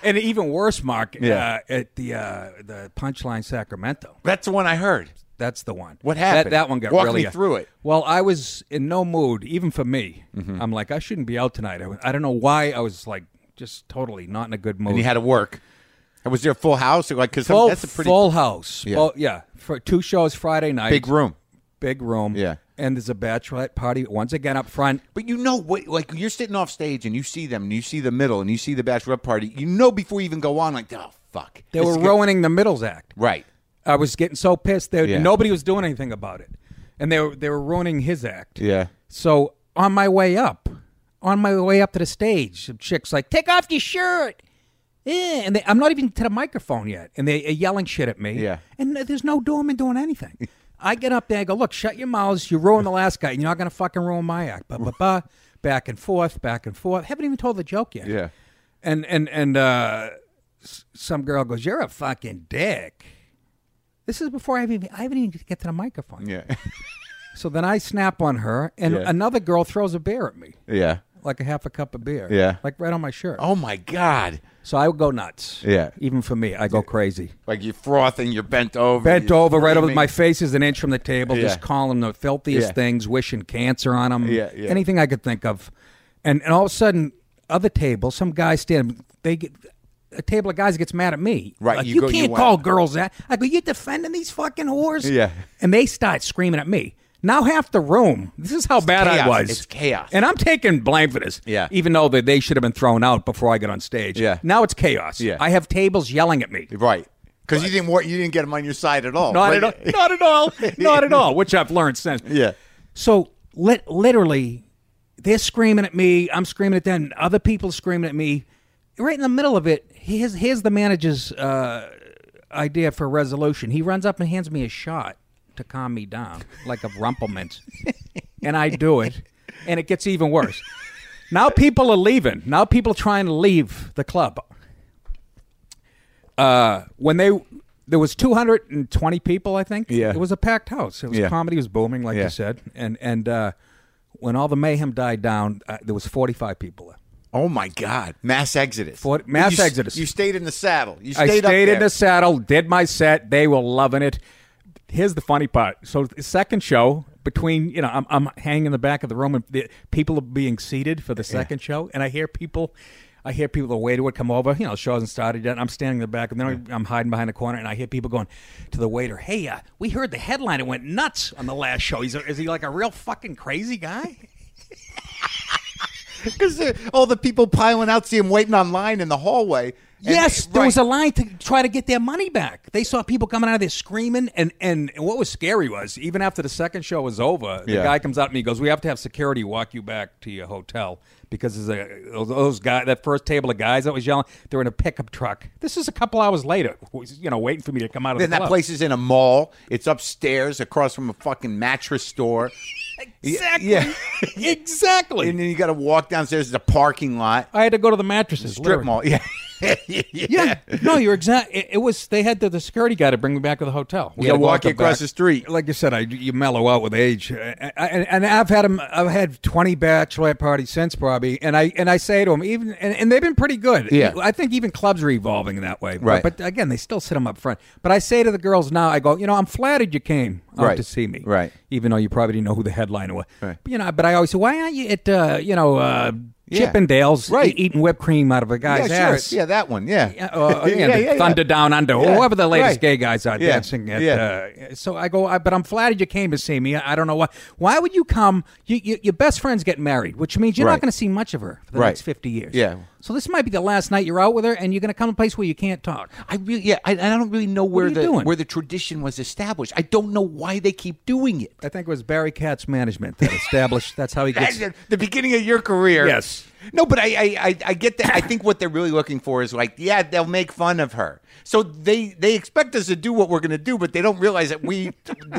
Speaker 4: and even worse, Mark
Speaker 1: Yeah.
Speaker 4: uh, at the uh, the punchline Sacramento.
Speaker 1: That's the one I heard.
Speaker 4: That's the one.
Speaker 1: What
Speaker 4: That-
Speaker 1: happened?
Speaker 4: That, one got
Speaker 1: Walk
Speaker 4: really
Speaker 1: me through it. Mm-hmm.
Speaker 4: Well, I was in no mood, even for me. I'm like, I shouldn't be out tonight. I, I don't know why. I was like, just totally not in a good mood.
Speaker 1: And you had to work. And was there a full house? Like, because
Speaker 4: full,
Speaker 1: that's a pretty
Speaker 4: full house.
Speaker 1: Yeah.
Speaker 4: Well, yeah, for two shows Friday night.
Speaker 1: big room.
Speaker 4: Big room.
Speaker 1: Yeah.
Speaker 4: And there's a bachelorette party once again up front.
Speaker 1: But you know what? Like you're sitting off stage and you see them, and you see the middle, and you see the bachelorette party. You know before you even go on, like, oh fuck,
Speaker 4: They
Speaker 1: This
Speaker 4: were
Speaker 1: is good."
Speaker 4: ruining the Middles Act.
Speaker 1: Right.
Speaker 4: I was getting so pissed. There,
Speaker 1: Yeah.
Speaker 4: nobody was doing anything about it, and they were they were ruining his act.
Speaker 1: Yeah.
Speaker 4: So on my way up, on my way up to the stage, some chicks like, "Take off your shirt." Yeah, and they, I'm not even to the microphone yet, and they are yelling shit at me.
Speaker 1: Yeah.
Speaker 4: and there's no doorman doing anything. I get up there, I go, "Look, shut your mouths. You ruined the last guy, and you're not gonna fucking ruin my act." Ba ba ba, back and forth, back and forth. Haven't even told the joke yet
Speaker 2: Yeah.
Speaker 4: and and and uh, s- some girl goes, "You're a fucking dick." This is before I even I haven't even get to the microphone.
Speaker 2: Yeah.
Speaker 4: So then I snap on her, and another girl throws a beer at me,
Speaker 2: Yeah.
Speaker 4: like a half a cup of beer.
Speaker 2: Yeah.
Speaker 4: like right on my shirt.
Speaker 1: Oh my god.
Speaker 4: So I would go nuts.
Speaker 2: Yeah.
Speaker 4: even for me, I go crazy.
Speaker 1: Like you're frothing, you're bent over.
Speaker 4: Bent
Speaker 1: you're
Speaker 4: over, right over.
Speaker 1: screaming.
Speaker 4: My face is an inch from the table. Just
Speaker 1: Yeah.
Speaker 4: calling the filthiest
Speaker 1: Yeah.
Speaker 4: things, wishing cancer on them.
Speaker 2: Yeah, yeah.
Speaker 4: Anything I could think of, and and all of a sudden, other table, some guy standing. They get a table of guys gets mad at me.
Speaker 1: Right,
Speaker 4: Like,
Speaker 1: you
Speaker 4: you,
Speaker 1: go- you
Speaker 4: can't
Speaker 1: went-
Speaker 4: call girls that. I go, you defending these fucking whores.
Speaker 2: Yeah.
Speaker 4: And they start screaming at me. Now half the room. This is how bad
Speaker 1: chaos.
Speaker 4: I was.
Speaker 1: It's chaos.
Speaker 4: And I'm taking blame for this.
Speaker 1: Yeah.
Speaker 4: Even though they, they should have been thrown out before I got on stage.
Speaker 1: Yeah.
Speaker 4: Now it's chaos.
Speaker 1: Yeah.
Speaker 4: I have tables yelling at me.
Speaker 1: Right. Because you didn't want, you didn't get them on your side at all.
Speaker 4: Not
Speaker 1: Right?
Speaker 4: at all. Not at all. Not at all. Which I've learned since.
Speaker 1: Yeah.
Speaker 4: So lit, literally, they're screaming at me. I'm screaming at them. Other people screaming at me. Right in the middle of it, here's here's the manager's uh, idea for resolution. He runs up and hands me a shot to calm me down, like a rumplement, and I do it, and it gets even worse. Now people are leaving. Now people trying to leave the club Uh, when they there was 220 people i think
Speaker 2: Yeah.
Speaker 4: it was a packed house it was
Speaker 2: Yeah.
Speaker 4: comedy was booming like
Speaker 2: Yeah.
Speaker 4: you said and and uh when all the mayhem died down uh, there was 45 people there
Speaker 1: Oh my god. Mass exodus.
Speaker 4: For- mass
Speaker 1: You s-
Speaker 4: exodus.
Speaker 1: You stayed in the saddle. You
Speaker 4: i
Speaker 1: stayed. up
Speaker 4: stayed in
Speaker 1: there.
Speaker 4: the saddle did my set they were loving it here's the funny part. So the second show between you know I'm I'm hanging in the back of the room and the, people are being seated for the second show, and I hear people. I hear people the waiter would come over, you know, the show hasn't started yet. and I'm standing in the back, and then I'm hiding behind a corner, and I hear people going to the waiter, "Hey, uh, we heard the headline. It went nuts on the last show. He's a, is he like a real fucking crazy guy?"
Speaker 6: Because
Speaker 1: uh,
Speaker 6: all the people piling out see him waiting online in the hallway. And-
Speaker 4: yes, there
Speaker 6: right.
Speaker 4: was a line to try to get their money back. They saw people coming out of there screaming, and and what was scary was even after the second show was over, the
Speaker 6: Yeah.
Speaker 4: guy comes out to me and goes, "We have to have security walk you back to your hotel because there's a those, those guy that first table of guys that was yelling, they're in a pickup truck. This is a couple hours later, who's, you know, waiting for me to come out of
Speaker 1: Then
Speaker 4: the
Speaker 1: that
Speaker 4: club.
Speaker 1: place is in a mall. It's upstairs, across from a fucking mattress store.
Speaker 4: Exactly,
Speaker 1: Yeah.
Speaker 4: exactly.
Speaker 1: And then you got to walk downstairs to the parking lot,
Speaker 4: I had to go to the mattresses
Speaker 1: strip
Speaker 4: literally.
Speaker 1: mall. Yeah.
Speaker 4: Yeah, no, you're exact. It, it was they had the, the security guy to bring me back to the hotel. We
Speaker 1: You got
Speaker 4: had to
Speaker 1: to
Speaker 4: walk
Speaker 1: walk
Speaker 4: them
Speaker 1: across
Speaker 4: back.
Speaker 1: the street.
Speaker 4: like you said, I you mellow out with age, I, I, and I've had 'em- I've had twenty bachelorette parties since probably, and I and I say to them even, and, and they've been pretty good.
Speaker 1: Yeah.
Speaker 4: I think even clubs are evolving that way. But,
Speaker 1: Right.
Speaker 4: but again, they still sit them up front. But I say to the girls now, I go, you know, I'm flattered you came out
Speaker 1: Right.
Speaker 4: to see me,
Speaker 1: Right.
Speaker 4: Even though you probably didn't know who the headliner was,
Speaker 1: Right.
Speaker 4: But, you know. But I always say, why aren't you at uh, you know uh,
Speaker 1: Yeah.
Speaker 4: Chippendales,
Speaker 1: Right.
Speaker 4: e- eating whipped cream out of a guy's
Speaker 1: yeah,
Speaker 4: ass?
Speaker 1: Yeah, that one. Yeah.
Speaker 4: Yeah, uh, yeah, the Thunder Down Under, or
Speaker 1: Yeah,
Speaker 4: whoever the latest
Speaker 1: right.
Speaker 4: gay guys are
Speaker 1: Yeah,
Speaker 4: dancing at.
Speaker 1: yeah.
Speaker 4: Uh, so I go, I, but I'm flattered you came to see me. I, I don't know why. Why would you come? You, you, your best friend's getting married, which means you're not
Speaker 1: Right.
Speaker 4: going to see much of her for the
Speaker 1: Right.
Speaker 4: next 50 years.
Speaker 1: Yeah.
Speaker 4: So this might be the last night you're out with her, and you're going to come to a place where you can't talk.
Speaker 1: I really, yeah, I, I don't really know
Speaker 4: are
Speaker 1: where
Speaker 4: you
Speaker 1: the
Speaker 4: doing?
Speaker 1: where the tradition was established. I don't know why they keep doing it.
Speaker 4: I think it was Barry Katz management that established that's how he gets.
Speaker 1: That's the beginning of your career.
Speaker 4: Yes.
Speaker 1: No, but I, I, I, I get that. I think what they're really looking for is like, yeah, they'll make fun of her. So they, they expect us to do what we're going to do, but they don't realize that we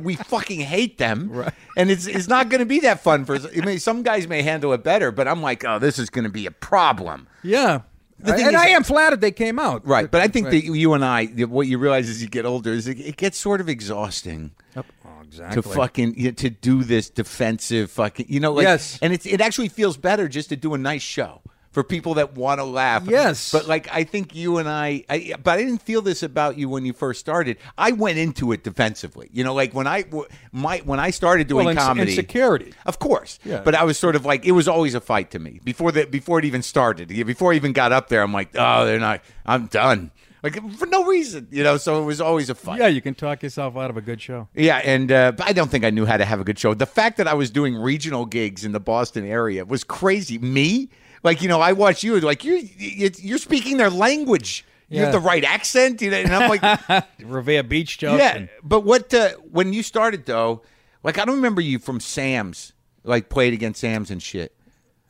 Speaker 1: we fucking hate them. Right. And it's it's not going to be that fun for. us. I mean, some guys may handle it better, but I'm like, oh, this is going to be a problem.
Speaker 4: Yeah.
Speaker 1: The thing
Speaker 4: and
Speaker 1: is-
Speaker 4: I am flattered they came out.
Speaker 1: Right. But I think that you and I, that what you realize as you get older is it, it gets sort of exhausting.
Speaker 4: Oh, exactly.
Speaker 1: To fucking you know, to do this defensive fucking you know like
Speaker 4: Yes.
Speaker 1: and it's it actually feels better just to do a nice show for people that want to laugh
Speaker 4: Yes.
Speaker 1: but like I think you and I, I but I didn't feel this about you when you first started I went into it defensively you know like when I w- my when I started doing
Speaker 4: Well, and- and
Speaker 1: comedy
Speaker 4: security.
Speaker 1: of course but I was sort of like it was always a fight to me before that before it even started before I even got up there I'm like oh they're not I'm done like for no reason you know so it was always a fight
Speaker 4: Yeah, you can talk yourself out of a good show.
Speaker 1: yeah, and uh, but I don't think I knew how to have a good show. The fact that I was doing regional gigs in the Boston area was crazy. Me, like you know, I watch you like you you- you're speaking their language. You
Speaker 4: Yeah.
Speaker 1: have the right accent, you know, and I'm like,
Speaker 4: Revere Beach jokes.
Speaker 1: yeah.
Speaker 4: and-
Speaker 1: But what uh, when you started though, like I don't remember you from Sam's, like played against Sam's and shit.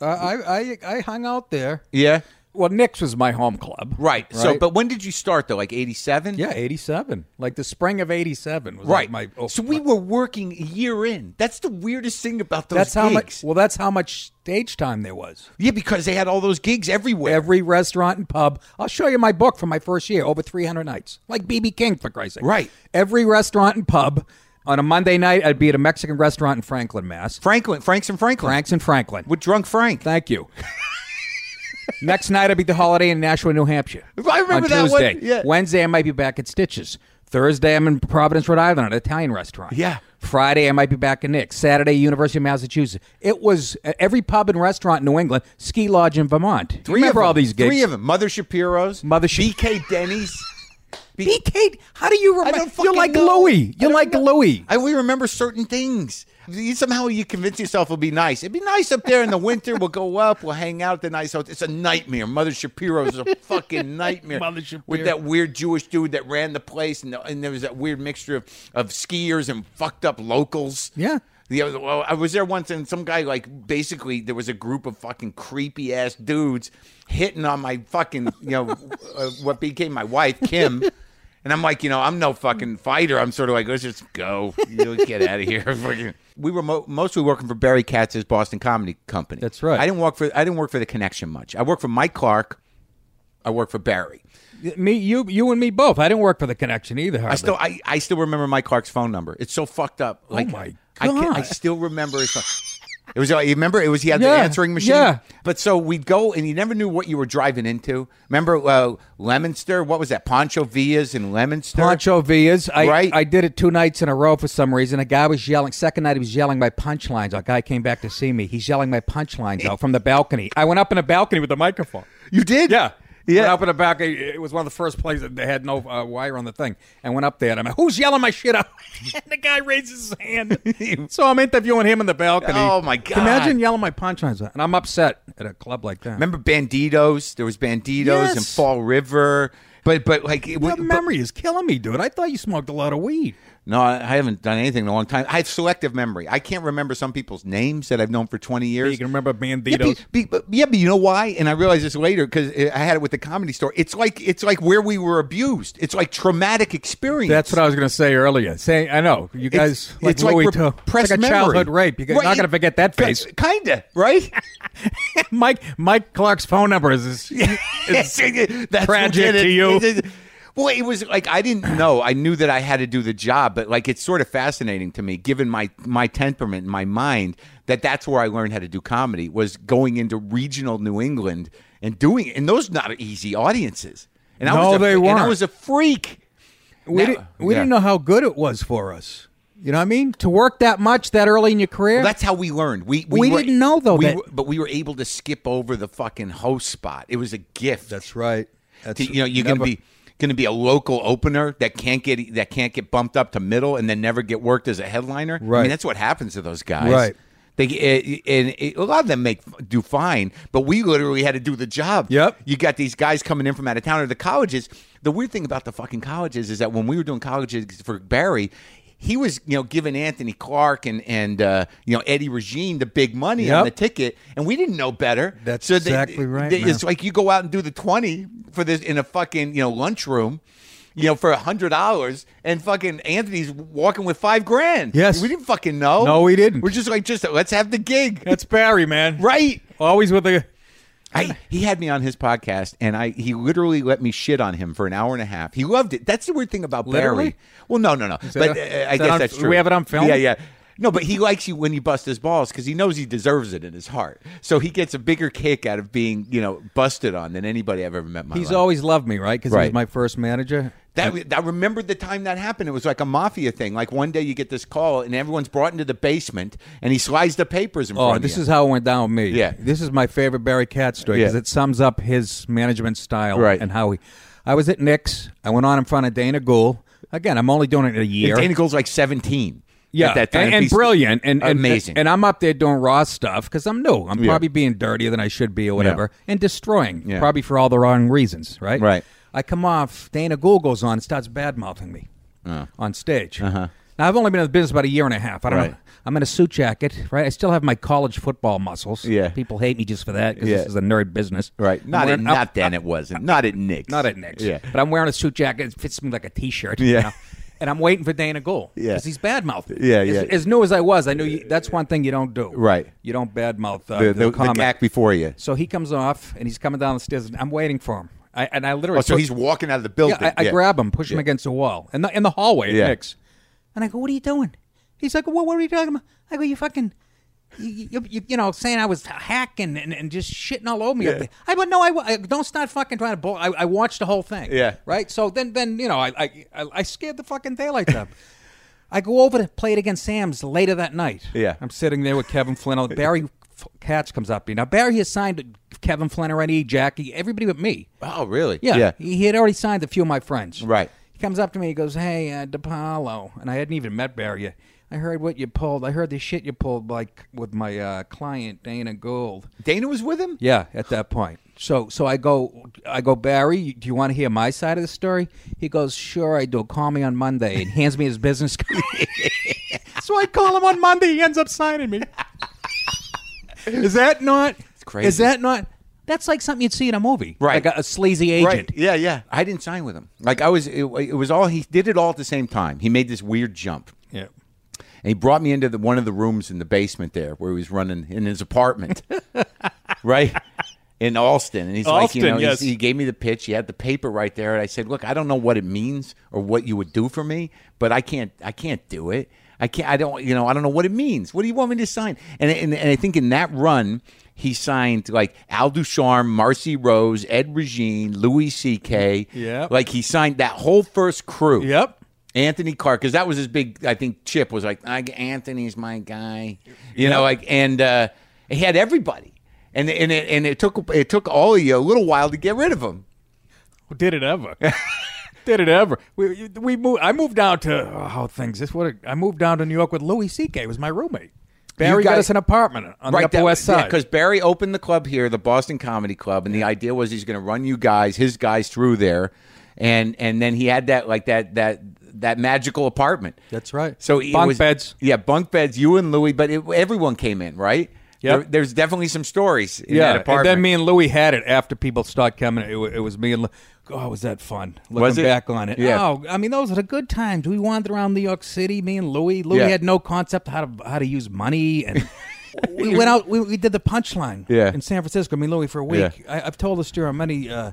Speaker 4: Uh, I, I, I hung out there.
Speaker 1: Yeah,
Speaker 4: Well, Nick's was my home club.
Speaker 1: right. So, but when did you start though? Like '87.
Speaker 4: yeah, eighty-seven, like the spring of eighty-seven was
Speaker 1: Right.
Speaker 4: Like my oh,
Speaker 1: so we were working a year in. That's the weirdest thing about those
Speaker 4: that's how
Speaker 1: gigs.
Speaker 4: much. Well, that's how much stage time there was.
Speaker 1: yeah, because they had all those gigs everywhere.
Speaker 4: Every restaurant and pub. I'll show you my book from my first year, over three hundred nights, like BB King for Christ's sake.
Speaker 1: Right.
Speaker 4: Every restaurant and pub. On a Monday night, I'd be at a Mexican restaurant in Franklin, Mass.
Speaker 1: Franklin, Franks and Franklin.
Speaker 4: Franks in Franklin.
Speaker 1: With Drunk Frank.
Speaker 4: Thank you. Next night, I'll be at the Holiday in Nashua, New Hampshire.
Speaker 1: I remember
Speaker 4: on
Speaker 1: that one.
Speaker 4: Tuesday.
Speaker 1: Yeah.
Speaker 4: Wednesday, I might be back at Stitches. Thursday, I'm in Providence, Rhode Island, at an Italian restaurant.
Speaker 1: Yeah.
Speaker 4: Friday, I might be back in Nick. Saturday, University of Massachusetts. It was at every pub and restaurant in New England, ski lodge in Vermont.
Speaker 1: Three
Speaker 4: Remember
Speaker 1: of 'em.
Speaker 4: all these gigs?
Speaker 1: Three of them. Mother Shapiro's.
Speaker 4: Mother Shap-
Speaker 1: BK Denny's.
Speaker 4: B. Kate, how do you
Speaker 1: I
Speaker 4: remember?
Speaker 1: don't fucking
Speaker 4: You're like
Speaker 1: know.
Speaker 4: Louie.
Speaker 1: I
Speaker 4: You're
Speaker 1: don't
Speaker 4: like
Speaker 1: know.
Speaker 4: Louie.
Speaker 1: I we remember certain things. You- somehow you convince yourself it'll be nice. It'd be nice up there in the winter. We'll go up. We'll hang out at the nice hotel. It's a nightmare. Mother Shapiro's is a fucking nightmare.
Speaker 4: Mother Shapiro.
Speaker 1: With that weird Jewish dude that ran the place, and, and there was that weird mixture of, of skiers and fucked up locals.
Speaker 4: Yeah.
Speaker 1: The other, well, I was there once, and some guy like basically there was a group of fucking creepy ass dudes hitting on my fucking you know uh, what became my wife Kim, and I'm like you know I'm no fucking fighter. I'm sort of like let's just go, you know, get out of here. Fucking- we were mo- mostly working for Barry Katz's Boston Comedy Company.
Speaker 4: That's right.
Speaker 1: I didn't work for I didn't work for the Connection much. I worked for Mike Clark. I worked for Barry.
Speaker 4: Me, you, you, and me both. I didn't work for the connection either.
Speaker 1: I
Speaker 4: hardly.
Speaker 1: still I, I still remember Mike Clark's phone number. It's so fucked up. Like
Speaker 4: Oh my
Speaker 1: I, can't, I
Speaker 4: God.
Speaker 1: still remember his phone. It was like, you remember it was he had the
Speaker 4: Yeah,
Speaker 1: answering machine.
Speaker 4: yeah.
Speaker 1: But so we'd go and you never knew what you were driving into. Remember uh, Lemonster? What was that? Pancho Villas in Lemonster.
Speaker 4: Pancho Villas. I,
Speaker 1: Right.
Speaker 4: I did it two nights in a row for some reason. A guy was yelling. Second night, he was yelling my punchlines. A guy came back to see me. He's yelling my punchlines out from the balcony. I went up in a balcony with a microphone.
Speaker 1: You did?
Speaker 4: Yeah.
Speaker 1: Yeah.
Speaker 4: Went up in the balcony. It was one of the first places that they had no uh, wire on the thing. And went up there and I'm like, who's yelling my shit out? and the guy raises his hand. so I'm interviewing him in the balcony.
Speaker 1: Oh, my God.
Speaker 4: Imagine yelling my punchlines out. And I'm upset at a club like that.
Speaker 1: Remember Bandidos? There was Bandidos and
Speaker 4: Yes.
Speaker 1: Fall River. But but like it,
Speaker 4: Your
Speaker 1: but-
Speaker 4: memory is killing me, dude. I thought you smoked a lot of weed.
Speaker 1: No, I I haven't done anything in a long time. I have selective memory. I can't remember some people's names that I've known for 20 years.
Speaker 4: You can remember Bandidos.
Speaker 1: Yeah, but- be- but, yeah, but you know why? And I realized this later because I had it with the comedy store. It's like it's like where we were abused. It's like traumatic experience.
Speaker 4: That's what I was going to say earlier. Say, I know you guys
Speaker 1: it's,
Speaker 4: like
Speaker 1: it's
Speaker 4: Louis
Speaker 1: like
Speaker 4: too. It's
Speaker 1: repressed
Speaker 4: like a
Speaker 1: memory.
Speaker 4: childhood rape. You're not going to forget that face.
Speaker 1: Kinda, right?
Speaker 4: Mike Mike Clark's phone number is. is
Speaker 1: That's
Speaker 4: tragic
Speaker 1: what did
Speaker 4: to you.
Speaker 1: It- it- Well, it was like I didn't know. I knew that I had to do the job, but like it's sort of fascinating to me, given my my temperament, and my mind, that that's where I learned how to do comedy was going into regional New England and doing it. And those not easy audiences. And I
Speaker 4: No,
Speaker 1: was a,
Speaker 4: they
Speaker 1: And I
Speaker 4: weren't.
Speaker 1: was a freak.
Speaker 4: we
Speaker 1: Now-
Speaker 4: didn't, we
Speaker 1: yeah.
Speaker 4: didn't know how good it was for us. You know what I mean? To work that much that early in your career.
Speaker 1: Well, that's how we learned. We we,
Speaker 4: We
Speaker 1: were-
Speaker 4: didn't know, though,
Speaker 1: we
Speaker 4: that-
Speaker 1: were- but we were able to skip over the fucking host spot. It was a gift.
Speaker 4: right.
Speaker 1: To- you know, you're gonna be gonna be a local opener that can't get that can't get bumped up to middle and then never get worked as a headliner. I
Speaker 4: Right.
Speaker 1: mean, that's what happens to those guys.
Speaker 4: Right.
Speaker 1: They eh, eh, and eh, a lot of them make do fine, but we literally had to do the job.
Speaker 4: Yep.
Speaker 1: You got these guys coming in from out of town or the colleges. The weird thing about the fucking colleges is that when we were doing colleges for Barry. He was, you know, giving Anthony Clark and and uh, you know Eddie Regine the big money on
Speaker 4: Yep.
Speaker 1: the ticket, and we didn't know better.
Speaker 4: That's
Speaker 1: they-
Speaker 4: exactly right,
Speaker 1: they-
Speaker 4: man.
Speaker 1: it's like you go out and do the 20 for this in a fucking you know lunchroom you know for a hundred dollars and fucking anthony's walking with five grand
Speaker 4: Yes.
Speaker 1: we didn't fucking know
Speaker 4: No, we didn't.
Speaker 1: we're just like just let's have the gig
Speaker 4: That's Barry, man.
Speaker 1: right
Speaker 4: Always with a.
Speaker 1: I, he had me on his podcast, and I he literally let me shit on him for an hour and a half. He loved it. That's the weird thing about Barry.
Speaker 4: Literally?
Speaker 1: Well, no, no, no. but
Speaker 4: that-
Speaker 1: uh,
Speaker 4: is
Speaker 1: I
Speaker 4: that
Speaker 1: guess
Speaker 4: on-
Speaker 1: that's
Speaker 4: we
Speaker 1: true.
Speaker 4: have it on film?
Speaker 1: Yeah, yeah. No, but he likes you when you bust his balls because he knows he deserves it in his heart. So he gets a bigger kick out of being you know busted on than anybody I've ever met. In my
Speaker 4: He's
Speaker 1: life.
Speaker 4: always loved me, right? Because he
Speaker 1: Right.
Speaker 4: was my first manager.
Speaker 1: That I remembered the time that happened. It was like a mafia thing. Like one day you get this call and everyone's brought into the basement and he slides the papers in front
Speaker 4: Oh,
Speaker 1: of
Speaker 4: this
Speaker 1: you.
Speaker 4: is how it went down with me.
Speaker 1: Yeah.
Speaker 4: This is my favorite Barry Katz story because
Speaker 1: Yeah.
Speaker 4: it sums up his management style
Speaker 1: Right.
Speaker 4: and how he. I was at Nick's. I went on in front of Dana Gould. Again, I'm only doing it in a year.
Speaker 1: And Dana Gold's like seventeen.
Speaker 4: yeah,
Speaker 1: at that time.
Speaker 4: and, and
Speaker 1: He's
Speaker 4: brilliant and and-
Speaker 1: amazing.
Speaker 4: And, I'm up there doing raw stuff because I'm new. I'm probably being dirtier than I should be or whatever, and destroying
Speaker 1: Yeah.
Speaker 4: probably for all the wrong reasons, right?
Speaker 1: Right.
Speaker 4: I come off. Dana Gould goes on and starts bad mouthing me
Speaker 1: Oh.
Speaker 4: on stage. Now I've only been in the business about a year and a half. I don't
Speaker 1: Uh-huh. Right.
Speaker 4: know. I'm in a suit jacket, right? I still have my college football muscles.
Speaker 1: Yeah.
Speaker 4: People hate me just for that because
Speaker 1: Yeah.
Speaker 4: this is a nerd business.
Speaker 1: Right.
Speaker 4: I'm
Speaker 1: Not at,
Speaker 4: wearing up-
Speaker 1: not then it wasn't. Not at Nick's.
Speaker 4: not at Nick's.
Speaker 1: Yeah.
Speaker 4: But I'm wearing a suit jacket. It fits me like a t-shirt.
Speaker 1: Yeah.
Speaker 4: You know? And I'm waiting for Dana Gould.
Speaker 1: Yeah.
Speaker 4: Because he's bad mouthed.
Speaker 1: Yeah,
Speaker 4: as,
Speaker 1: yeah.
Speaker 4: As new as I was, I knew you, that's one thing you don't do.
Speaker 1: Right.
Speaker 4: You don't bad mouth uh,
Speaker 1: The, the, the
Speaker 4: comic.
Speaker 1: act before you.
Speaker 4: So he comes off and he's coming down the stairs and I'm waiting for him. I, and I literally.
Speaker 1: Oh, so
Speaker 4: put-
Speaker 1: he's walking out of the building.
Speaker 4: yeah, I, I grab him, push him
Speaker 1: Yeah.
Speaker 4: against the wall, in the, in the hallway at
Speaker 1: Yeah.
Speaker 4: Nick's. And I go, "What are you doing?" He's like, "What? What are you talking about?" I go, "You fucking." You, you, you, you know, saying I was hacking and, and just shitting all over me. up there. I but no, I, wa- I- don't start fucking trying to. Bull- I, I watched the whole thing.
Speaker 1: Yeah.
Speaker 4: right. So then, then you know, I I, I I scared the fucking daylight up. I go over to play it against Sam's later that night.
Speaker 1: Yeah.
Speaker 4: I'm sitting there with Kevin Flynn. Barry F- Katz comes up to me now. Barry has signed Kevin Flynn already, Jackie, everybody but me.
Speaker 1: Oh, really?
Speaker 4: Yeah.
Speaker 1: Yeah.
Speaker 4: He, he had already signed a few of my friends.
Speaker 1: Right.
Speaker 4: He comes up to me. He goes, "Hey, uh, DePaulo," and I hadn't even met Barry yet. I heard what you pulled. I heard the shit you pulled, like with my uh, client Dana Gould.
Speaker 1: Dana was with him?
Speaker 4: Yeah, at that point. So, so I go, I go, Barry. Do you want to hear my side of the story? He goes, "Sure, I do." Call me on Monday, and hands me his business card. so I call him on Monday. He ends up signing me. Is that not?
Speaker 1: crazy.
Speaker 4: Is that not? That's like something you'd see in a movie,
Speaker 1: Right.
Speaker 4: Like a, a sleazy agent.
Speaker 1: Right. Yeah, yeah. I didn't sign with him. Like I was it, it was all he did it all at the same time. He made this weird jump.
Speaker 4: Yeah.
Speaker 1: And he brought me into the, one of the rooms in the basement there where he was running in his apartment, right? In Alston. And he's like, you
Speaker 4: Alston,
Speaker 1: know, he's-
Speaker 4: yes.
Speaker 1: he gave me the pitch. He had the paper right there. And I said, look, I don't know what it means or what you would do for me, but I can't, I can't do it. I can't. I don't. You know. I don't know what it means. What do you want me to sign? And and, and I think in that run. He signed like Al Ducharme, Marcy Rose, Ed Regine, Louis C.K.
Speaker 4: Yep.
Speaker 1: Like he signed that whole first crew.
Speaker 4: Yep.
Speaker 1: Anthony Carr, because that was his big. I think Chip was like, I, Anthony's my guy, you know, like, and uh, he had everybody, and and it and it took it took Ollie a little while to get rid of him.
Speaker 4: Well, Did it ever? Did it ever? We we moved. I moved down to oh, how things. This what I moved down to New York with Louis C.K. Was my roommate. Barry got,
Speaker 1: got-
Speaker 4: us an apartment on the Upper
Speaker 1: that-
Speaker 4: West
Speaker 1: yeah,
Speaker 4: Side.
Speaker 1: because Barry opened the club here, the Boston Comedy Club, and the idea was he's going to run you guys, his guys, through there, and and then he had that like that that that magical apartment.
Speaker 4: That's right.
Speaker 1: So it
Speaker 4: Bunk
Speaker 1: was-
Speaker 4: beds.
Speaker 1: yeah, bunk beds. You and Louis, but it, everyone came in, right?
Speaker 4: Yep.
Speaker 1: There- there's definitely some stories in
Speaker 4: yeah,
Speaker 1: that apartment.
Speaker 4: and then me and Louis had it after people started coming. It, wa- it was me and Lou- oh, was that fun? Looking
Speaker 1: Was it?
Speaker 4: back on it,
Speaker 1: Yeah.
Speaker 4: Oh, I mean, those are the good times. We wandered around New York City. Me and Louis. Louis
Speaker 1: Yeah.
Speaker 4: had no concept how to how to use money, and we went out. We, we did the punchline
Speaker 1: Yeah.
Speaker 4: in San Francisco. Me and Louis for a week. I, I've told this story on many. Uh,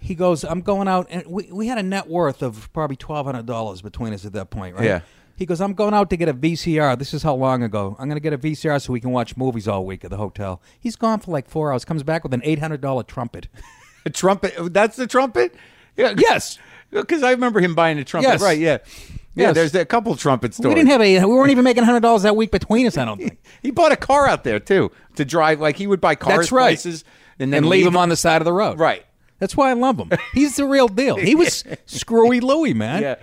Speaker 4: he goes, I'm going out, and we, we had a net worth of probably twelve hundred dollars between us at that point, right?
Speaker 1: Yeah.
Speaker 4: He goes, I'm going out to get a VCR. This is how long ago. I'm going to get a VCR so we can watch movies all week at the hotel. He's gone for like four hours, comes back with an $800 trumpet.
Speaker 1: A trumpet. That's the trumpet. Yeah.
Speaker 4: Yes.
Speaker 1: Because I remember him buying a trumpet.
Speaker 4: Yes.
Speaker 1: Right. Yeah. Yeah.
Speaker 4: Yes.
Speaker 1: There's a couple trumpet
Speaker 4: We
Speaker 1: stores.
Speaker 4: didn't have a, we weren't even making $100 that week between us, I don't think.
Speaker 1: He bought a car out there too to drive. Like he would buy cars
Speaker 4: That's right.
Speaker 1: places and then
Speaker 4: and leave him on the side of the road.
Speaker 1: Right.
Speaker 4: That's why I love him. He's the real deal. He was screwy Louie, man.
Speaker 1: Yeah.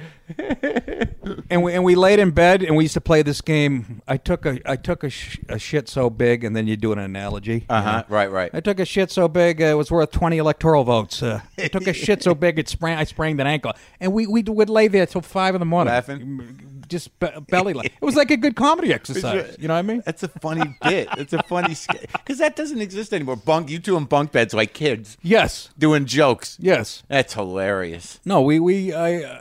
Speaker 4: and we and we laid in bed and we used to play this game. I took a I took a, sh- a shit so big, and then you do an analogy. Uh
Speaker 1: Uh-huh. Right, right.
Speaker 4: I took a shit so big uh, it was worth twenty electoral votes. Uh, I took a shit so big it sprang. I sprained an ankle, and we we would lay there till five in the morning,
Speaker 1: Laughing?
Speaker 4: just be- belly laugh. It was like a good comedy exercise. You know what I mean?
Speaker 1: That's a funny bit. It's a funny because that doesn't exist anymore. Bunk. You two in bunk beds like kids
Speaker 4: Yes,
Speaker 1: doing jokes.
Speaker 4: yes.
Speaker 1: That's hilarious.
Speaker 4: No, we we I. Uh,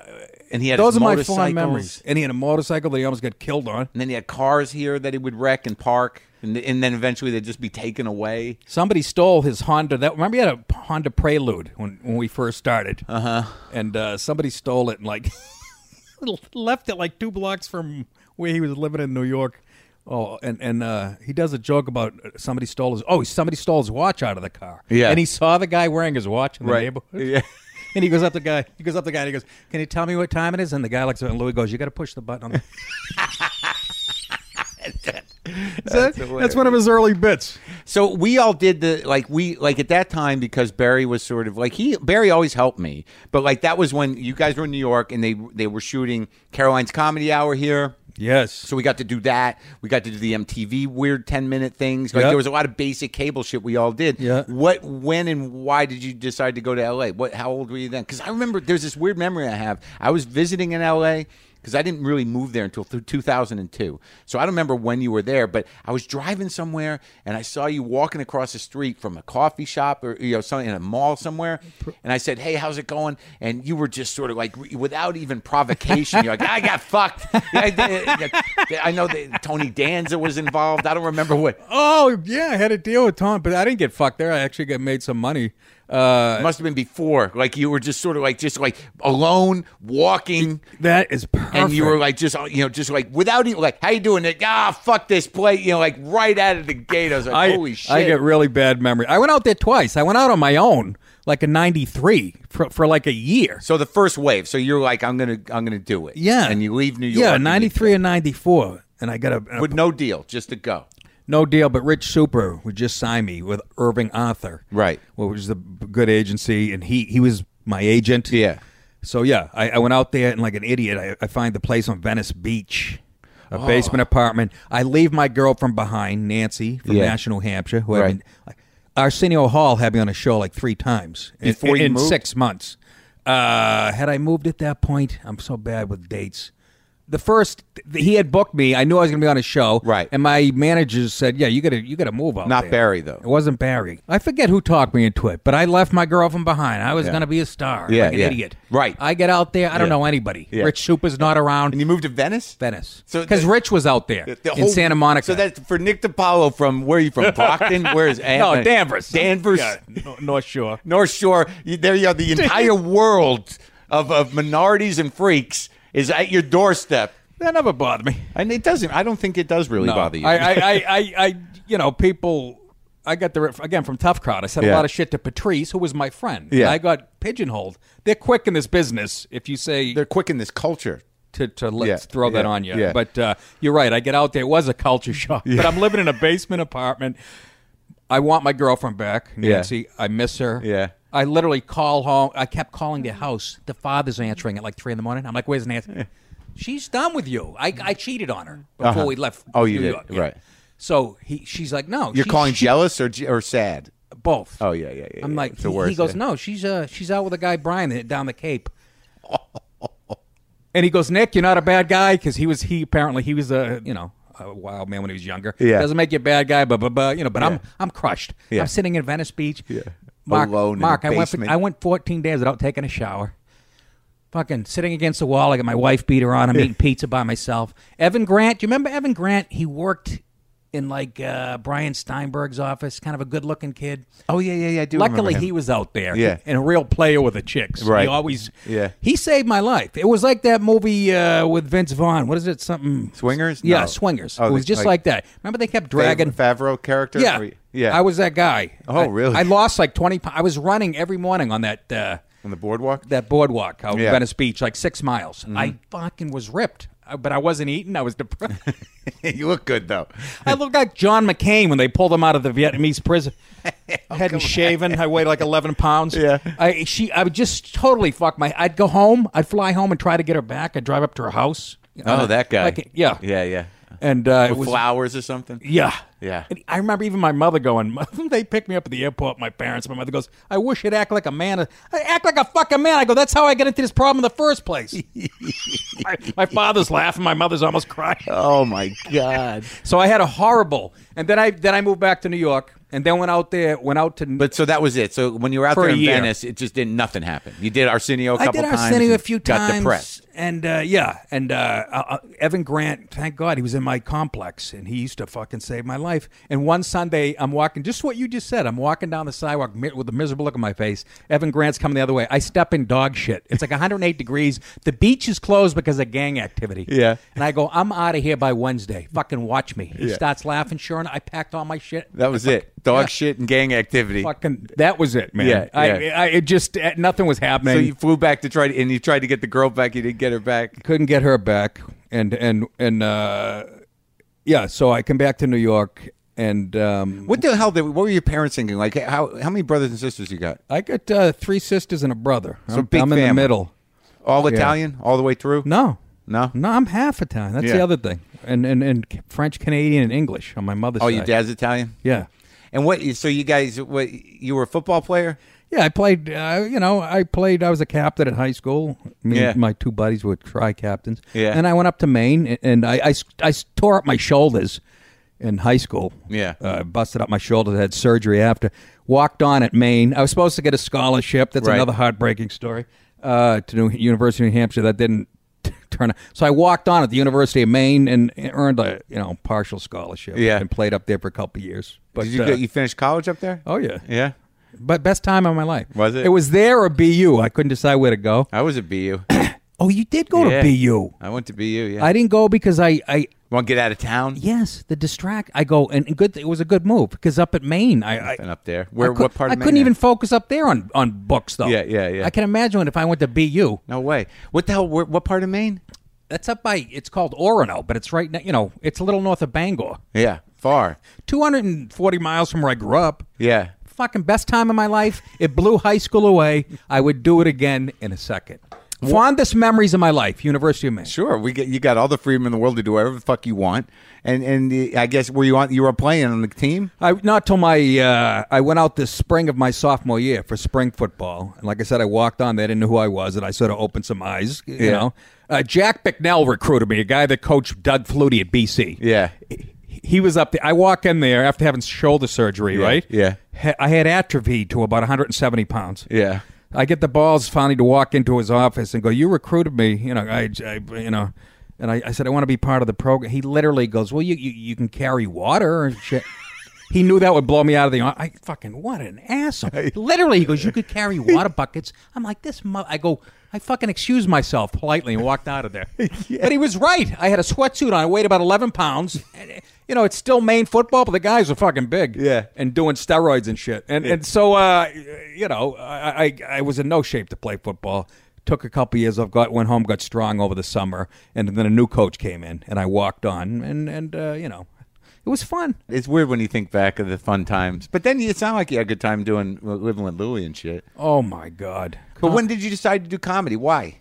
Speaker 1: And he had
Speaker 4: those
Speaker 1: his
Speaker 4: are my
Speaker 1: motorcycles,
Speaker 4: fond memories. And he had a motorcycle that he almost got killed on.
Speaker 1: And then he had cars here that he would wreck and park, and, and then eventually they'd just be taken away.
Speaker 4: Somebody stole his Honda. That remember he had a Honda Prelude when, when we first started.
Speaker 1: Uh-huh.
Speaker 4: Uh huh. And uh, somebody stole it and like left it like two blocks from where he was living in New York. Oh, and and uh, he does a joke about uh, somebody stole his. Oh, somebody stole his watch out of the car.
Speaker 1: Yeah.
Speaker 4: And he saw the guy wearing his watch in the
Speaker 1: Right.
Speaker 4: neighborhood.
Speaker 1: Yeah.
Speaker 4: And he goes up to the guy. He goes up to the guy. and He goes, "Can you tell me what time it is?" And the guy looks at him. And Louis goes, "You got to push the button." on the-" that's, that's one of his early bits.
Speaker 1: So we all did the like we like at that time because Barry was sort of like he Barry always helped me, but like that was when you guys were in New York and they they were shooting Caroline's Comedy Hour here.
Speaker 4: Yes.
Speaker 1: So we got to do that. We got to do the MTV weird ten minute things. Like
Speaker 4: Yeah.
Speaker 1: there was a lot of basic cable shit we all did.
Speaker 4: Yeah.
Speaker 1: What, when, and why did you decide to go to LA? What? How old were you then? Because I remember there's this weird memory I have. I was visiting in LA because I didn't really move there until th- 2002. So I don't remember when you were there, but I was driving somewhere and I saw you walking across the street from a coffee shop or you know something in a mall somewhere. And I said, "Hey, how's it going?" And you were just sort of like re- without even provocation, you're like, "I got fucked." I, I- I know that Tony Danza was involved. I don't remember what.
Speaker 4: Oh yeah, I had a deal with Tom, but I didn't get fucked there. I actually got made some money. Uh,
Speaker 1: It must have been before. Like you were just sort of like just like alone walking.
Speaker 4: that is perfect.
Speaker 1: And you were like just you know just like without even like how you doing it ah fuck this plate you know like right out of the gate I was like
Speaker 4: I,
Speaker 1: holy shit
Speaker 4: I get really bad memory. I went out there twice. I went out on my own, like in '93, for, for like a year.
Speaker 1: so the first wave so you're like I'm gonna I'm gonna do it
Speaker 4: Yeah,
Speaker 1: and you leave New York
Speaker 4: Yeah,
Speaker 1: and you-
Speaker 4: '93 and '94, and I got a,
Speaker 1: with no deal just to go
Speaker 4: no deal. But Rich Super would just sign me with Irving Arthur,
Speaker 1: Right.
Speaker 4: Which was a good agency, and he he was my agent.
Speaker 1: Yeah.
Speaker 4: So yeah, I, I went out there and like an idiot, I, I find the place on Venice Beach, a
Speaker 1: Oh.
Speaker 4: basement apartment. I leave my girl from behind, Nancy from
Speaker 1: Yeah.
Speaker 4: Nash, New Hampshire, who
Speaker 1: Right.
Speaker 4: I mean, like, Arsenio Hall had me on a show like three times in-
Speaker 1: Before
Speaker 4: in,
Speaker 1: you
Speaker 4: in
Speaker 1: moved?
Speaker 4: six months. Uh, had I moved at that point, I'm so bad with dates. The first th- he had booked me, I knew I was going to be on a show,
Speaker 1: Right.
Speaker 4: And my managers said, "Yeah, you got to you got to move out."
Speaker 1: Not
Speaker 4: there."
Speaker 1: Barry, though.
Speaker 4: It wasn't Barry. I forget who talked me into it, but I left my girl from behind. I was going to be a star,
Speaker 1: Yeah,
Speaker 4: like an
Speaker 1: yeah.
Speaker 4: idiot,
Speaker 1: Right.
Speaker 4: I get out there. I don't know anybody.
Speaker 1: Yeah.
Speaker 4: Rich Super's not around.
Speaker 1: and you moved to Venice
Speaker 4: Venice.
Speaker 1: So
Speaker 4: Because
Speaker 1: the-
Speaker 4: Rich was out there
Speaker 1: The- the
Speaker 4: in
Speaker 1: whole-
Speaker 4: Santa Monica.
Speaker 1: so that's for Nick DiPaolo from where are you from Brockton where is
Speaker 4: no, Danvers.
Speaker 1: Danvers
Speaker 4: Yeah, no- North Shore.
Speaker 1: North Shore. You, there you are. The entire world of, of minorities and freaks is at your doorstep.
Speaker 4: That never bothered me.
Speaker 1: And it doesn't. I don't think it does really bother you.
Speaker 4: I, I, I, I, I, you know, people. I got the again from Tough Crowd. I said
Speaker 1: Yeah.
Speaker 4: a lot of shit to Patrice, who was my friend.
Speaker 1: Yeah.
Speaker 4: And I got pigeonholed. They're quick in this business. If you say
Speaker 1: They're quick in this culture.
Speaker 4: to, to let's
Speaker 1: Yeah,
Speaker 4: throw that
Speaker 1: yeah,
Speaker 4: on you.
Speaker 1: yeah.
Speaker 4: But uh, you're right. I get out there. It was a culture shock. But I'm living in a basement apartment. I want my girlfriend back, Nancy. I miss her.
Speaker 1: Yeah.
Speaker 4: I literally call home. I kept calling their house. The father's answering at like three in the morning. I'm like, "Where's Nancy?" She's done with you. I, I cheated on her before we left.
Speaker 1: Oh, you
Speaker 4: New
Speaker 1: did.
Speaker 4: York. Yeah.
Speaker 1: Right.
Speaker 4: So he, she's like, "No."
Speaker 1: You're
Speaker 4: she-
Speaker 1: calling
Speaker 4: she-
Speaker 1: jealous or j- or sad?
Speaker 4: both.
Speaker 1: Oh, yeah, yeah, yeah,
Speaker 4: I'm
Speaker 1: yeah.
Speaker 4: like,
Speaker 1: It's the
Speaker 4: he,
Speaker 1: worst,
Speaker 4: he goes,
Speaker 1: yeah.
Speaker 4: no, she's uh, she's out with a guy Brian down the Cape. and he goes, Nick, you're not a bad guy because he was he apparently he was a you know a wild man when he was younger.
Speaker 1: Yeah.
Speaker 4: doesn't make you a bad guy, but but but you know, but I'm I'm crushed.
Speaker 1: Yeah.
Speaker 4: I'm sitting in Venice Beach. Yeah.
Speaker 1: Alone in
Speaker 4: Mark,
Speaker 1: a
Speaker 4: I went for,
Speaker 1: basement.
Speaker 4: I went 14 days without taking a shower. Fucking sitting against the wall. I got my wife beater on. I'm eating pizza by myself. Evan Grant, do you remember Evan Grant? He worked in like uh, Brian Steinberg's office, kind of a good looking kid.
Speaker 1: Oh yeah, yeah, yeah. I do.
Speaker 4: Luckily,
Speaker 1: remember
Speaker 4: he
Speaker 1: him.
Speaker 4: was out there.
Speaker 1: Yeah.
Speaker 4: And a real player with the chicks.
Speaker 1: Right.
Speaker 4: He always.
Speaker 1: Yeah.
Speaker 4: He saved my life. It was like that movie uh, with Vince Vaughn. What is it? Something.
Speaker 1: Swingers.
Speaker 4: Yeah,
Speaker 1: No.
Speaker 4: Swingers.
Speaker 1: Oh,
Speaker 4: it was
Speaker 1: they-
Speaker 4: just like, that. Remember they kept
Speaker 1: Fav-
Speaker 4: dragging.
Speaker 1: Favreau character.
Speaker 4: yeah.
Speaker 1: Or- yeah.
Speaker 4: I was that guy.
Speaker 1: Oh,
Speaker 4: I-
Speaker 1: really?
Speaker 4: I lost like 20 pounds. I was running every morning on that. Uh,
Speaker 1: on the boardwalk.
Speaker 4: that boardwalk out
Speaker 1: Yeah. Mm-hmm.
Speaker 4: in Venice Beach, like six miles. I fucking was ripped, uh, but I wasn't eating. I was depressed.
Speaker 1: you look good though.
Speaker 4: I looked like John McCain when they pulled him out of the Vietnamese prison. Head and shaven. I weighed like eleven pounds.
Speaker 1: Oh, Yeah.
Speaker 4: I she I would just totally fuck my. I'd go home. I'd fly home and try to get her back. I'd drive up to her house.
Speaker 1: Oh, that guy.
Speaker 4: Like, yeah.
Speaker 1: yeah, yeah.
Speaker 4: And uh, it
Speaker 1: With
Speaker 4: was
Speaker 1: flowers or something.
Speaker 4: yeah.
Speaker 1: Yeah.
Speaker 4: And I remember even my mother going, they picked me up at the airport, my parents. My mother goes, I wish you'd act like a man. I act like a fucking man. I go, that's how I get into this problem in the first place. my, my father's laughing. My mother's almost crying.
Speaker 1: Oh my god.
Speaker 4: So I had a horrible, and then I then I moved back to New York, and then went out there, went out to.
Speaker 1: But so that was it. So when you were out
Speaker 4: For
Speaker 1: there
Speaker 4: a
Speaker 1: in
Speaker 4: year.
Speaker 1: Venice, it just didn't nothing happened. You did Arsenio a
Speaker 4: I
Speaker 1: couple
Speaker 4: did
Speaker 1: times.
Speaker 4: Arsenio a
Speaker 1: and
Speaker 4: few
Speaker 1: got
Speaker 4: times,
Speaker 1: depressed.
Speaker 4: and uh, yeah, and uh, uh, Evan Grant, thank God he was in my complex, and he used to fucking save my life. And one Sunday, I'm walking, just what you just said. I'm walking down the sidewalk mi- with a miserable look on my face. Evan Grant's coming the other way. I step in dog shit. It's like 108 degrees. The beach is closed because of gang activity.
Speaker 1: Yeah.
Speaker 4: and I go, I'm out of here by Wednesday. Fucking watch me. He starts laughing. Sure, and I packed all my shit.
Speaker 1: That was it. Dog
Speaker 4: yeah.
Speaker 1: shit and gang activity.
Speaker 4: fucking that was it, man.
Speaker 1: Yeah,
Speaker 4: I,
Speaker 1: yeah.
Speaker 4: I it just uh, nothing was
Speaker 1: So
Speaker 4: happening.
Speaker 1: you flew back to try to, and you tried to get the girl back. You didn't get her back.
Speaker 4: couldn't get her back, and and and uh, yeah. So I come back to New York, and um,
Speaker 1: What the hell? Did, what were your parents thinking? Like how how many brothers and sisters you got?
Speaker 4: I got uh, three sisters and a brother. So I'm,
Speaker 1: big
Speaker 4: I'm in the
Speaker 1: family.
Speaker 4: middle.
Speaker 1: All Italian, all the way through.
Speaker 4: No,
Speaker 1: No?
Speaker 4: no. I'm half Italian. That's the
Speaker 1: Yeah.
Speaker 4: other thing, and and and French Canadian and English on my mother's
Speaker 1: Oh,
Speaker 4: side.
Speaker 1: your dad's Italian.
Speaker 4: Yeah.
Speaker 1: And what? So you guys, what? You were a football player?
Speaker 4: Yeah, I played. Uh, you know, I played. I was a captain at high school. Me
Speaker 1: Yeah.
Speaker 4: and my two buddies were tri captains.
Speaker 1: Yeah.
Speaker 4: and I went up to Maine, a- and I, I s- I s- tore up my shoulders in high school.
Speaker 1: Yeah.
Speaker 4: uh, busted up my shoulders. Had surgery after. Walked on at Maine. I was supposed to get a scholarship. That's
Speaker 1: Right.
Speaker 4: another heartbreaking story. Uh, to New University of New Hampshire, that didn't turn. out. So I walked on at the University of Maine and earned a you know partial scholarship.
Speaker 1: Yeah.
Speaker 4: and played up there for a couple of years. But
Speaker 1: Did you
Speaker 4: uh,
Speaker 1: go, you finish college up there?
Speaker 4: oh yeah,
Speaker 1: yeah.
Speaker 4: but best time of my life.
Speaker 1: Was it?
Speaker 4: It was there or BU. I couldn't decide where to go.
Speaker 1: I was at BU.
Speaker 4: Oh, you did go
Speaker 1: Yeah.
Speaker 4: to BU.
Speaker 1: I went to BU. Yeah.
Speaker 4: I didn't go because I, I
Speaker 1: Want to get out of town?
Speaker 4: yes, the distract. I go and and good. It was a good move because up at Maine, I, I
Speaker 1: Been up there. Where?
Speaker 4: I cou-
Speaker 1: what part?
Speaker 4: I
Speaker 1: of Maine
Speaker 4: couldn't
Speaker 1: at?
Speaker 4: even focus up there on on books though.
Speaker 1: Yeah, yeah, yeah.
Speaker 4: I can imagine if I went to BU.
Speaker 1: No way. What the hell? Where, what part of Maine?
Speaker 4: That's up by. It's called Orono, but it's right now. You know, it's a little north of Bangor.
Speaker 1: Yeah, far.
Speaker 4: Two hundred and forty miles from where I grew up.
Speaker 1: Yeah.
Speaker 4: Fucking best time of my life. It blew high school away. I would do it again in a second. Fondest memories of my life, University of Maine.
Speaker 1: Sure, we get you got all the freedom in the world to do whatever the fuck you want, and and the, I guess were you on you were playing on the team?
Speaker 4: I not till my uh, I went out this spring of my sophomore year for spring football, and like I said, I walked on. They didn't know who I was, and I sort of opened some eyes. You
Speaker 1: Yeah.
Speaker 4: know, uh, Jack Bicknell recruited me, a guy that coached Doug Flutie at BC.
Speaker 1: Yeah.
Speaker 4: He- he was up there. I walk in there after having shoulder surgery, right?
Speaker 1: yeah.
Speaker 4: Ha- I had atrophy to about 170 pounds.
Speaker 1: Yeah.
Speaker 4: I get the balls finally to walk into his office and go, "You recruited me, you know." I, I you know, and I, I said, "I want to be part of the program." He literally goes, "Well, you you, you can carry water and shit." He knew that would blow me out of the. I fucking what an asshole! Literally, he goes, "You could carry water buckets." I'm like, "This." Mo-. I go, "I fucking excused myself politely and walked out of there." But he was right. I had a sweatsuit on. I weighed about 11 pounds. And, eh, you know, it's still Maine football, but the guys are fucking big.
Speaker 6: Yeah.
Speaker 4: and doing steroids and shit. And and so, uh, you know, I, I I was in no shape to play football. Took a couple years off, got went home, got strong over the summer, and then a new coach came in, and I walked on, and and uh, you know, it was fun.
Speaker 1: It's weird when you think back of the fun times, but then it's not like you had a good time doing living with Louie and shit.
Speaker 4: Oh my God!
Speaker 1: But when did you decide to do comedy? Why?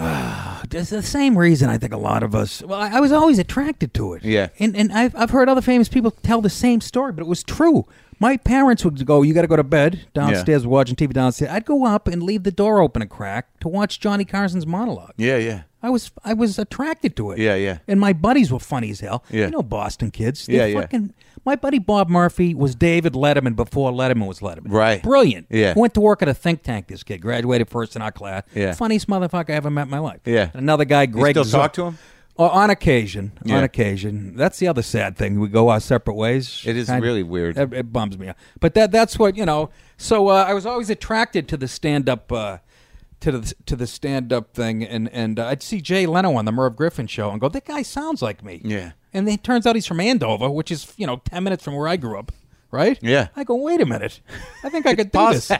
Speaker 4: It's Ah, the same reason I think a lot of us. Well, I, I was always attracted to it.
Speaker 1: Yeah.
Speaker 4: and and I've I've heard other famous people tell the same story, but it was true. My parents would go, "You got to go to bed downstairs, watching TV downstairs." I'd go up and leave the door open a crack to watch Johnny Carson's monologue.
Speaker 1: Yeah, yeah.
Speaker 4: I was I was attracted to it.
Speaker 1: Yeah, yeah.
Speaker 4: And my buddies were funny as hell.
Speaker 1: Yeah.
Speaker 4: You know Boston kids. They
Speaker 1: Yeah, yeah.
Speaker 4: fucking my buddy Bob Murphy was David Letterman before Letterman was Letterman.
Speaker 1: Right.
Speaker 4: Brilliant.
Speaker 1: Yeah.
Speaker 4: Went to work at a think tank this kid, graduated first in our class.
Speaker 1: Yeah.
Speaker 4: Funniest motherfucker I ever met in my life.
Speaker 1: Yeah.
Speaker 4: And another guy, Greg
Speaker 1: still
Speaker 4: Zuck-
Speaker 1: talk to him?
Speaker 4: Oh, on occasion.
Speaker 1: Yeah.
Speaker 4: On occasion. That's the other sad thing. We go our separate ways.
Speaker 1: It is
Speaker 4: Kind-
Speaker 1: really weird.
Speaker 4: It, it bums me out. But that that's what, you know. So uh, I was always attracted to the stand up uh, to the to the stand up thing and and uh, I'd see Jay Leno on the Merv Griffin show and go, "That guy sounds like me."
Speaker 1: Yeah.
Speaker 4: And then it turns out he's from Andover, which is, you know, 10 minutes from where I grew up. Right?
Speaker 1: Yeah.
Speaker 4: I go, wait a minute. I think I could do this.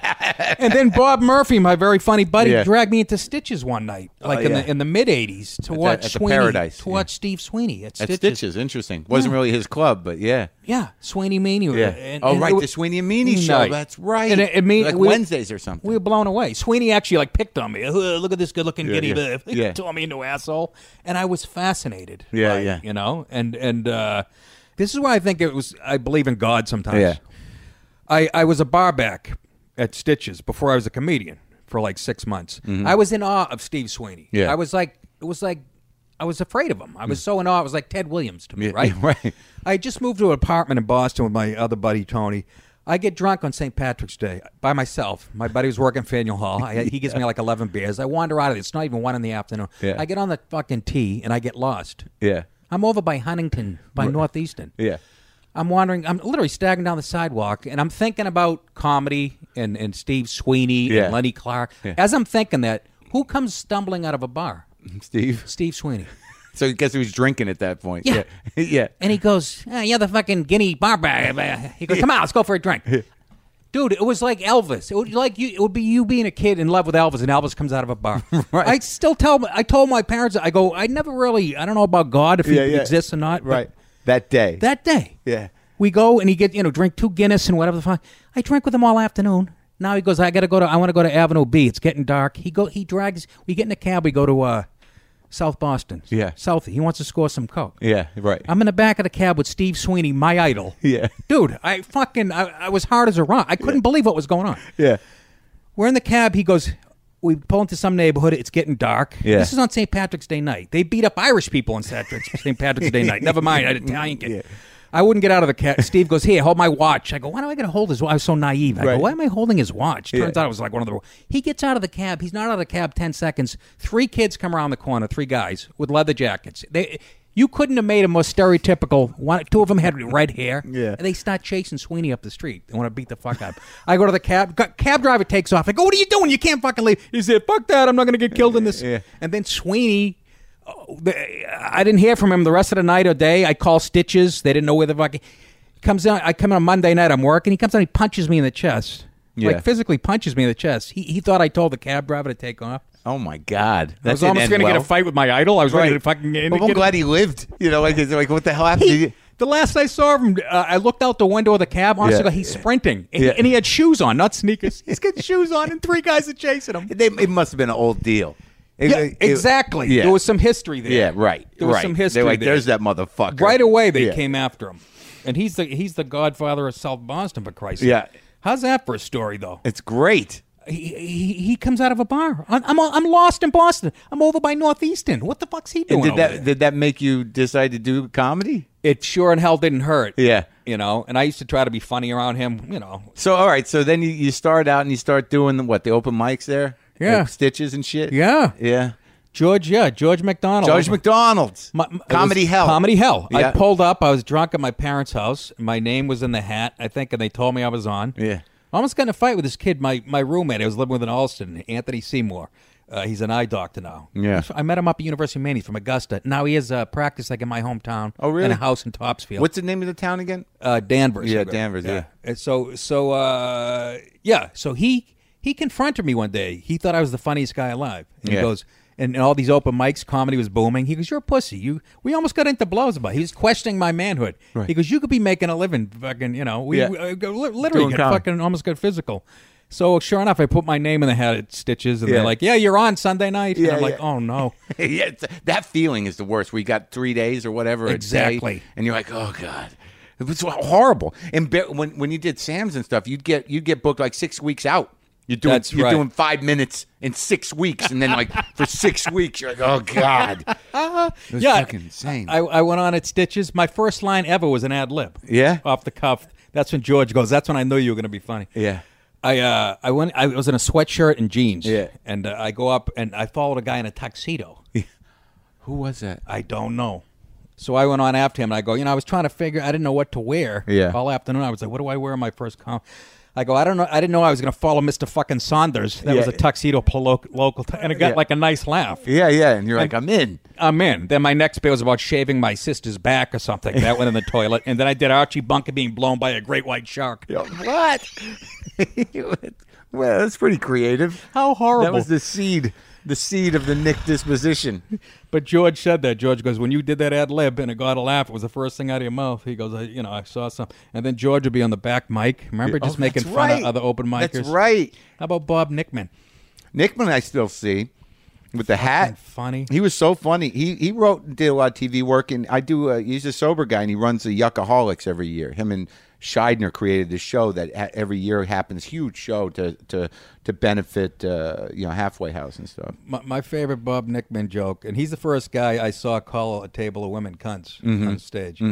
Speaker 4: and then Bob Murphy, my very funny buddy,
Speaker 1: Yeah. Oh,
Speaker 4: dragged me into Stitches one night, like in
Speaker 1: yeah.
Speaker 4: the in the mid '80s,
Speaker 1: the-
Speaker 4: to watch
Speaker 1: at the
Speaker 4: Sweeney,
Speaker 1: Paradise,
Speaker 4: to
Speaker 1: yeah.
Speaker 4: watch Steve Sweeney at
Speaker 1: At
Speaker 4: Stitches.
Speaker 1: Stitches. Interesting. Wasn't really his club, but yeah.
Speaker 4: Yeah, Sweeney Meany.
Speaker 1: Yeah. oh, right.
Speaker 4: it-
Speaker 1: the Sweeney and Meany show.
Speaker 4: Night.
Speaker 1: That's right.
Speaker 4: And it, it mean,
Speaker 1: like
Speaker 4: we-
Speaker 1: Wednesdays or something.
Speaker 4: We were blown away. Sweeney actually like picked on me. "Uh, Look at this good-looking giddy
Speaker 1: yeah.
Speaker 4: yeah.
Speaker 1: Yeah.
Speaker 4: tore me into asshole, and I was fascinated.
Speaker 1: Yeah,
Speaker 4: by it,
Speaker 1: yeah.
Speaker 4: You know, and and uh, this is why I think it was. I believe in God sometimes.
Speaker 1: Yeah.
Speaker 4: I, I was a barback at Stitches before I was a comedian for like six months. I was in awe of Steve Sweeney.
Speaker 1: Mm-hmm. Yeah. Mm.
Speaker 4: I was like, it was like, I was afraid of him. I was so in awe. It was like Ted Williams to me,
Speaker 1: Yeah,
Speaker 4: right?
Speaker 1: right.
Speaker 4: I just moved to an apartment in Boston with my other buddy Tony. I get drunk on St. Patrick's Day by myself. My buddy was working Faneuil Hall. I, he gives me like eleven beers. I wander out of it. It's not even one in the afternoon.
Speaker 1: Yeah.
Speaker 4: I get on the fucking T and I get lost.
Speaker 1: Yeah.
Speaker 4: I'm over by Huntington, by Northeastern.
Speaker 1: Yeah.
Speaker 4: I'm wandering. I'm literally staggering down the sidewalk, and I'm thinking about comedy and, and Steve Sweeney
Speaker 1: Yeah.
Speaker 4: and Lenny Clark. As I'm thinking that, who comes stumbling out of a bar?
Speaker 1: Steve.
Speaker 4: Steve Sweeney.
Speaker 1: So I guess he was drinking at that point.
Speaker 4: Yeah.
Speaker 1: Yeah. yeah.
Speaker 4: And he goes, "Ah, "You're the fucking guinea barber." He goes, "Come on, let's go for a drink." Dude, it was like Elvis. It would like you. It would be you being a kid in love with Elvis, and Elvis comes out of a bar. right. I still tell. I told my parents. I go. I never really. I don't know about God if
Speaker 1: Yeah,
Speaker 4: he
Speaker 1: yeah.
Speaker 4: exists or not. but
Speaker 1: Right. That day.
Speaker 4: That day.
Speaker 1: Yeah.
Speaker 4: We go and he get you know drink two Guinness and whatever the fuck. I drank with him all afternoon. Now he goes. I gotta go to. I want to go to Avenue B. It's getting dark. He go. He drags. We get in a cab. We go to uh, South Boston.
Speaker 1: Yeah.
Speaker 4: Southie. He wants to score some coke.
Speaker 1: yeah. Right.
Speaker 4: I'm in the back of the cab with Steve Sweeney, my idol.
Speaker 1: Yeah.
Speaker 4: Dude, I fucking I, I was hard as a rock. I couldn't believe what was going on.
Speaker 1: yeah.
Speaker 4: We're in the cab, he goes, We pull into some neighborhood, it's getting dark.
Speaker 1: Yeah.
Speaker 4: This is on St. Patrick's Day night. They beat up Irish people on Saturday- St. Patrick's Day night. Never mind, an Italian kid. I wouldn't get out of the cab. Steve goes, Here, hold my watch. I go, Why do I gotta hold his watch? I was so naive. I
Speaker 1: Right.
Speaker 4: go, Why am I holding his watch? Turns out it was like one of the He gets out of the cab, he's not out of the cab ten seconds. Three kids come around the corner, three guys with leather jackets. They you couldn't have made a more stereotypical one. Two of them had red hair.
Speaker 1: Yeah.
Speaker 4: And they start chasing Sweeney up the street. They want to beat the fuck out. of him. I go to the cab. ca- Cab driver takes off. I go, what are you doing? You can't fucking leave. He said, fuck that. I'm not going to get killed in this. And then Sweeney, oh, the- I didn't hear from him the rest of the night or day. I call Stitches. They didn't know where the fucking. Comes out. I come in on Monday night. I'm working. He comes out. He punches me in the chest.
Speaker 1: Yeah.
Speaker 4: Like physically punches me in the chest. He, he thought I told the cab driver to take off.
Speaker 1: Oh my God. That
Speaker 4: I was almost
Speaker 1: going
Speaker 4: going to get a fight with my idol. I was ready
Speaker 1: Right.
Speaker 4: to fucking.
Speaker 1: Well, I'm
Speaker 4: get-
Speaker 1: glad he lived. You know, like, it's like what the hell happened?
Speaker 4: he, the last I saw of him, uh, I looked out the window of the cab. Honestly,
Speaker 1: Yeah.
Speaker 4: he's sprinting, and,
Speaker 1: Yeah.
Speaker 4: he, and he had shoes on, not sneakers. He's got shoes on, and three guys are chasing him.
Speaker 1: They, it must have been an old deal. It-
Speaker 4: Yeah,
Speaker 1: it-
Speaker 4: exactly.
Speaker 1: Yeah.
Speaker 4: There was some history there.
Speaker 1: Yeah, right.
Speaker 4: There was
Speaker 1: right.
Speaker 4: some history.
Speaker 1: They're like,
Speaker 4: there.
Speaker 1: there's that motherfucker.
Speaker 4: Right away, they
Speaker 1: Yeah.
Speaker 4: came after him, and he's the he's the godfather of South Boston for Christ's
Speaker 1: Yeah.
Speaker 4: sake. How's that for a story, though?
Speaker 1: It's great.
Speaker 4: He, he, he comes out of a bar. I'm, I'm I'm lost in Boston. I'm over by Northeastern. What the fuck's he
Speaker 1: And
Speaker 4: doing?
Speaker 1: did
Speaker 4: over
Speaker 1: that
Speaker 4: there?
Speaker 1: did that make you decide to do comedy?
Speaker 4: it sure in hell didn't hurt.
Speaker 1: Yeah.
Speaker 4: you know. And I used to try to be funny around him. You know,
Speaker 1: So all right, so then you, you start out and you start doing the, what the open mics there,
Speaker 4: Yeah.
Speaker 1: Like, stitches and shit.
Speaker 4: Yeah.
Speaker 1: yeah.
Speaker 4: George, yeah, George McDonald.
Speaker 6: George McDonald's.
Speaker 4: My- m- it
Speaker 6: Comedy
Speaker 4: was
Speaker 6: Hell.
Speaker 4: Comedy Hell.
Speaker 6: Yeah.
Speaker 4: I pulled up. I was drunk at my parents' house. and My name was in the hat, I think, and they told me I was on.
Speaker 6: Yeah.
Speaker 4: I almost got in a fight with this kid, my, my roommate. I was living with in Alston, Anthony Seymour. Uh, he's an eye doctor now.
Speaker 6: Yeah.
Speaker 4: I met him up at University of Maine. He's from Augusta. Now he has a practice like in my hometown.
Speaker 6: Oh, really?
Speaker 4: In a house in Topsfield.
Speaker 6: What's the name of the town again?
Speaker 4: uh, Danvers.
Speaker 6: Yeah, Danvers, yeah.
Speaker 4: And so so uh, yeah. So he he confronted me one day. He thought I was the funniest guy alive. And
Speaker 6: Yeah.
Speaker 4: He goes. And all these open mics, comedy was booming. He goes, "You're a pussy." You, we almost got into blows about. It. He was questioning my manhood. He goes, "You could be making a living, fucking, you know." We,
Speaker 6: Yeah.
Speaker 4: we- uh, go- li- literally
Speaker 1: Doing
Speaker 4: got
Speaker 1: comedy.
Speaker 4: fucking almost got physical. So sure enough, I put my name in the hat at Stitches, and
Speaker 6: Yeah.
Speaker 4: they're like, "Yeah, you're on Sunday night."
Speaker 6: Yeah,
Speaker 4: and I'm like,
Speaker 6: yeah.
Speaker 4: "Oh no."
Speaker 1: yeah, it's, that feeling is the worst. We got three days or whatever, a day,
Speaker 4: Exactly.
Speaker 1: and you're like, oh god, it was horrible. And be- when when you did Sam's and stuff, you'd get you'd get booked like six weeks out. You're doing
Speaker 4: That's
Speaker 1: you're
Speaker 4: right.
Speaker 1: doing five minutes in six weeks, and then like for six weeks, you're like, oh god, it was
Speaker 4: yeah,
Speaker 1: fucking insane.
Speaker 4: I, I went on at Stitches. My first line ever was an ad lib.
Speaker 1: Yeah?
Speaker 4: off the cuff. That's when George goes. That's when I knew you were going to be funny.
Speaker 1: Yeah.
Speaker 4: I uh, I went. I was in a sweatshirt and jeans. Yeah, and uh, I go up and I followed a guy in a tuxedo.
Speaker 1: Who was that?
Speaker 4: I don't know. So I went on after him and I go, you know, I was trying to figure, I didn't know what to wear.
Speaker 1: Yeah.
Speaker 4: All afternoon, I was like, what do I wear in my first comp? I go, I don't know. I didn't know I was going to follow Mr. fucking Saunders. That was a tuxedo pl- lo- local, t- and it got like a nice laugh.
Speaker 1: Yeah, yeah, and you're like, I'm in.
Speaker 4: I'm in. Then my next bit was about shaving my sister's back or something. That went in the toilet. And then I did Archie Bunker being blown by a great white shark.
Speaker 1: What? well, that's pretty creative.
Speaker 4: How horrible.
Speaker 1: That was the seed, the seed of the Nick disposition.
Speaker 4: But George said that. George goes, when you did that ad lib and it got a laugh, it was the first thing out of your mouth. He goes, I, you know, I saw some. And then George would be on the back mic. Remember just making
Speaker 1: Oh, That's
Speaker 4: fun
Speaker 1: right.
Speaker 4: of other open micers?
Speaker 1: That's right.
Speaker 4: How about Bob Nickman?
Speaker 1: Nickman, I still see with the
Speaker 4: Fucking
Speaker 1: hat.
Speaker 4: funny.
Speaker 1: He was so funny. He he wrote and did a lot of TV work, and I do. Uh, he's a sober guy, and he runs the Yuckaholics every year. Him and Scheidner created this show that ha- every year happens, huge show to to to benefit uh, you know halfway house and stuff.
Speaker 4: My, my favorite Bob Nickman joke, and he's the first guy I saw call a table of women cunts on stage.